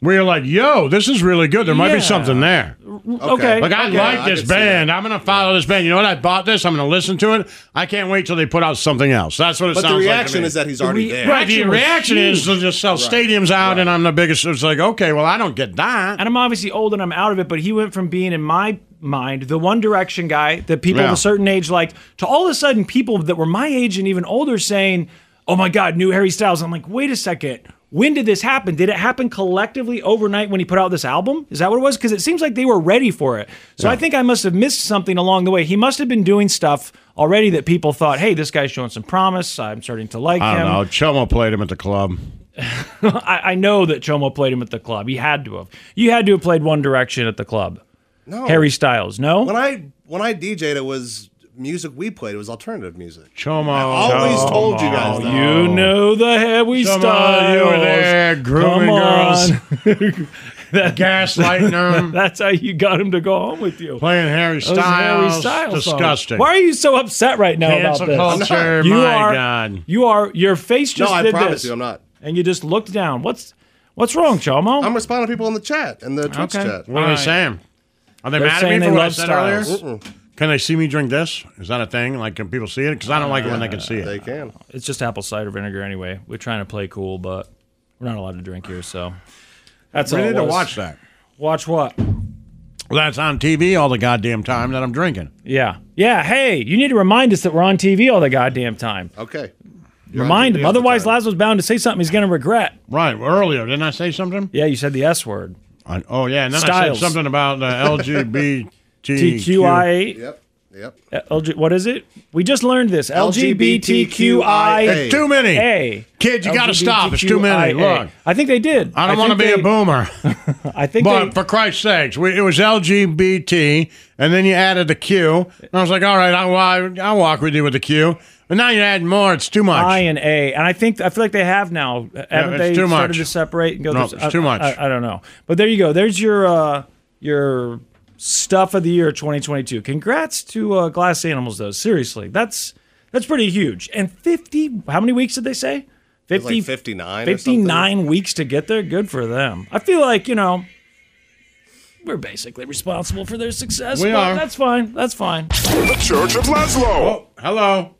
Speaker 1: where you're like, yo, this is really good. There might
Speaker 2: Yeah.
Speaker 1: be something there.
Speaker 2: okay,
Speaker 1: Like, I
Speaker 2: okay.
Speaker 1: like
Speaker 3: I
Speaker 1: this
Speaker 3: could see
Speaker 1: band. I'm going to follow this band. You know what? I bought this. I'm going to listen to it. I can't wait till they put out something else. That's what it
Speaker 3: But
Speaker 1: sounds like.
Speaker 3: the
Speaker 1: to
Speaker 3: reaction
Speaker 1: me.
Speaker 3: is that he's already there.
Speaker 1: Right, the
Speaker 2: Reaction was
Speaker 1: reaction is
Speaker 2: huge.
Speaker 1: to just sell stadiums out, and I'm the biggest. It's like, okay, well, I don't get that.
Speaker 2: and I'm obviously old and I'm out of it, but he went from being in my mind the One Direction guy that people of
Speaker 1: Yeah.
Speaker 2: a certain age liked to all of a sudden people that were my age and even older saying, "Oh my God, new Harry Styles." I'm like, wait a second. When did this happen? Did it happen collectively overnight when he put out this album? Is that what it was? Because it seems like they were ready for it. So I think I must have missed something along the way. He must have been doing stuff already that people thought, hey, this guy's showing some promise. I'm starting to like
Speaker 1: I
Speaker 2: him.
Speaker 1: don't know. Chomo played him at the club.
Speaker 2: I, I know that Chomo played him at the club. He had to have. You had to have played One Direction at the club.
Speaker 3: No.
Speaker 2: Harry Styles. No.
Speaker 3: Oh. When I when I DJ'd, it was music we played. It was alternative music.
Speaker 1: Chomo.
Speaker 3: I always
Speaker 1: Chomo.
Speaker 3: told you guys that.
Speaker 2: you know the Harry
Speaker 1: Oh. Come on,
Speaker 2: Styles.
Speaker 1: you were there, grooming girls, gaslighting them,
Speaker 2: That's how you got him to go home with you.
Speaker 1: playing Harry
Speaker 2: Those Harry
Speaker 1: Styles.
Speaker 2: Styles songs.
Speaker 1: Disgusting.
Speaker 2: Why are you so upset right now
Speaker 1: Cancel
Speaker 2: about this?
Speaker 1: culture.
Speaker 2: You
Speaker 1: my
Speaker 2: are-
Speaker 1: God.
Speaker 2: You are. Your face
Speaker 3: No,
Speaker 2: just
Speaker 3: I
Speaker 2: did
Speaker 3: promise
Speaker 2: this,
Speaker 3: you, I'm not.
Speaker 2: and you just looked down. What's What's wrong, Chomo?
Speaker 3: I'm responding to people in the chat and the Twitch
Speaker 2: Okay.
Speaker 3: chat.
Speaker 1: What are
Speaker 2: All right.
Speaker 1: they saying? Are they
Speaker 2: They're
Speaker 1: mad at
Speaker 2: saying
Speaker 1: me
Speaker 2: they
Speaker 1: for what I
Speaker 2: love
Speaker 1: said
Speaker 2: Styles.
Speaker 1: earlier? Can they see me drink this? Is that a thing? Like, can people see it? Because I don't like it when they can see it.
Speaker 3: They can.
Speaker 2: it's just apple cider vinegar anyway. We're trying to play cool, but we're not allowed to drink here, so that's
Speaker 1: we
Speaker 2: all. it
Speaker 1: need to
Speaker 2: was.
Speaker 1: watch that.
Speaker 2: Watch what?
Speaker 1: Well, that's on TV all the goddamn time that I'm drinking.
Speaker 2: Yeah, yeah. Hey, you need to remind us that we're on TV all the goddamn time.
Speaker 3: Okay.
Speaker 2: Remind him. Otherwise,
Speaker 3: last
Speaker 2: Lazo's bound to say something he's going to regret.
Speaker 1: Right. Earlier, didn't I say something?
Speaker 2: Yeah, you said the S word.
Speaker 1: I, oh yeah, and then I said
Speaker 2: Styles.
Speaker 1: something about uh, the LGBTQ.
Speaker 2: TQIA.
Speaker 3: Yep. Yep.
Speaker 2: Uh, LG, what is it? We just learned this. LGBTQI.
Speaker 1: LGBTQIA. It's too many.
Speaker 2: A.
Speaker 1: Kid, you gotta stop. It's too many.
Speaker 2: LGBTQIA.
Speaker 1: Look.
Speaker 2: I think they did.
Speaker 1: I don't want to be
Speaker 2: think
Speaker 1: a boomer.
Speaker 2: they- I think
Speaker 1: But
Speaker 2: they,
Speaker 1: for Christ's sakes, we, it was LGBT, and then you added the Q, and I was like, all right, I'll, I- I'll walk with you with the Q. But now you add more; it's too much.
Speaker 2: I and A, and I think I feel like they have now. Haven't
Speaker 1: it's
Speaker 2: they
Speaker 1: too
Speaker 2: started
Speaker 1: much.
Speaker 2: to separate and go?
Speaker 1: No,
Speaker 2: through-
Speaker 1: it's too
Speaker 2: I-
Speaker 1: much.
Speaker 2: I, I don't know, but there you go. There's your uh, your stuff of the year 2022. Congrats to uh, Glass Animals, though. Seriously, that's that's pretty huge. And 50. How many weeks did they say? 50,
Speaker 3: It was like 59 or something.
Speaker 2: 59 weeks to get there. Good for them. I feel like you know we're basically responsible for their success.
Speaker 1: We
Speaker 2: but
Speaker 1: are.
Speaker 2: That's fine. That's fine.
Speaker 1: the Church of Laszlo. Oh, hello,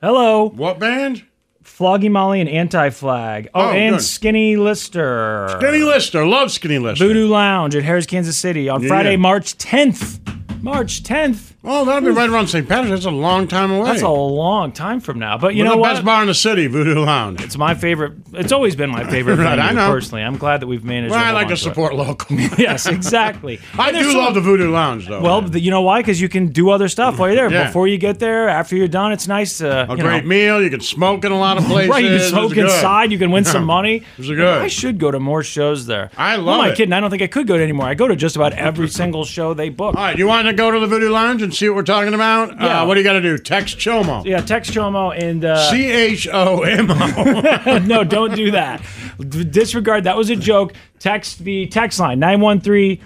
Speaker 2: Hello.
Speaker 1: What band?
Speaker 2: Floggy Molly and Anti Flag. Oh,
Speaker 1: Oh,
Speaker 2: and
Speaker 1: good.
Speaker 2: Skinny Lister.
Speaker 1: Skinny Lister. Love Skinny Lister.
Speaker 2: Voodoo Lounge at Harris, Kansas City on
Speaker 1: Yeah.
Speaker 2: Friday, March 10th. March 10th.
Speaker 1: Oh, that'll be right around St. Patrick's. That's a long time away.
Speaker 2: That's a long time from now. But you
Speaker 1: We're
Speaker 2: know
Speaker 1: the
Speaker 2: what?
Speaker 1: best bar in the city, Voodoo Lounge.
Speaker 2: It's my favorite. It's always been my favorite
Speaker 1: Right,
Speaker 2: venue,
Speaker 1: I know.
Speaker 2: personally. I'm glad that we've managed.
Speaker 1: Well, I
Speaker 2: hold
Speaker 1: like
Speaker 2: on
Speaker 1: to
Speaker 2: it.
Speaker 1: support local.
Speaker 2: yes, exactly.
Speaker 1: I
Speaker 2: And there's
Speaker 1: do
Speaker 2: some-
Speaker 1: love the Voodoo Lounge, though.
Speaker 2: Well, the, you know why? Because you can do other stuff while you're there.
Speaker 1: Yeah.
Speaker 2: Before you get there, after you're done, it's nice to.
Speaker 1: a
Speaker 2: you
Speaker 1: great
Speaker 2: know,
Speaker 1: meal. You can smoke in a lot of places.
Speaker 2: Right, you can
Speaker 1: It's
Speaker 2: smoke
Speaker 1: good.
Speaker 2: inside. You can win
Speaker 1: Yeah.
Speaker 2: some money.
Speaker 1: It's good.
Speaker 2: I should go to more shows there.
Speaker 1: I
Speaker 2: Who
Speaker 1: love
Speaker 2: am I
Speaker 1: it.
Speaker 2: kidding? I don't think I could go to anymore. I go to just about every single show they book.
Speaker 1: All right, you want to go to the Voodoo Lounge and see what we're talking about?
Speaker 2: Yeah.
Speaker 1: Uh, what do you got to do? Text Chomo.
Speaker 2: Yeah, text Chomo and uh,
Speaker 1: C H O M O.
Speaker 2: no, don't do that. D- Disregard. That was a joke. Text the text line 913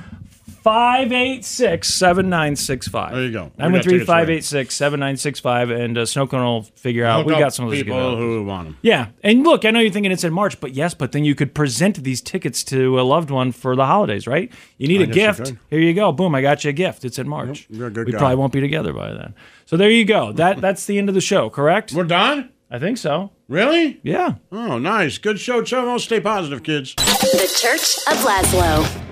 Speaker 2: 586 7965. There you
Speaker 1: go.
Speaker 2: 913
Speaker 1: We got
Speaker 2: 586 7965. And uh, Snow Cone will figure out.
Speaker 1: Hook
Speaker 2: We
Speaker 1: up
Speaker 2: got some of those
Speaker 1: people
Speaker 2: to give out.
Speaker 1: who want them.
Speaker 2: Yeah. And look, I know you're thinking it's in March, but yes, but then you could present these tickets to a loved one for the holidays, right? You need
Speaker 1: I
Speaker 2: a
Speaker 1: guess you
Speaker 2: gift.
Speaker 1: could.
Speaker 2: Here you go. Boom, I got you a gift. It's in March.
Speaker 1: You're a good
Speaker 2: we
Speaker 1: guy.
Speaker 2: probably won't be together by then. So there you go. That that's the end of the show, correct?
Speaker 1: We're done?
Speaker 2: I think so.
Speaker 1: Really?
Speaker 2: Yeah.
Speaker 1: Oh, nice. Good show, Chomo. Stay positive, kids.
Speaker 5: The Church of Laszlo.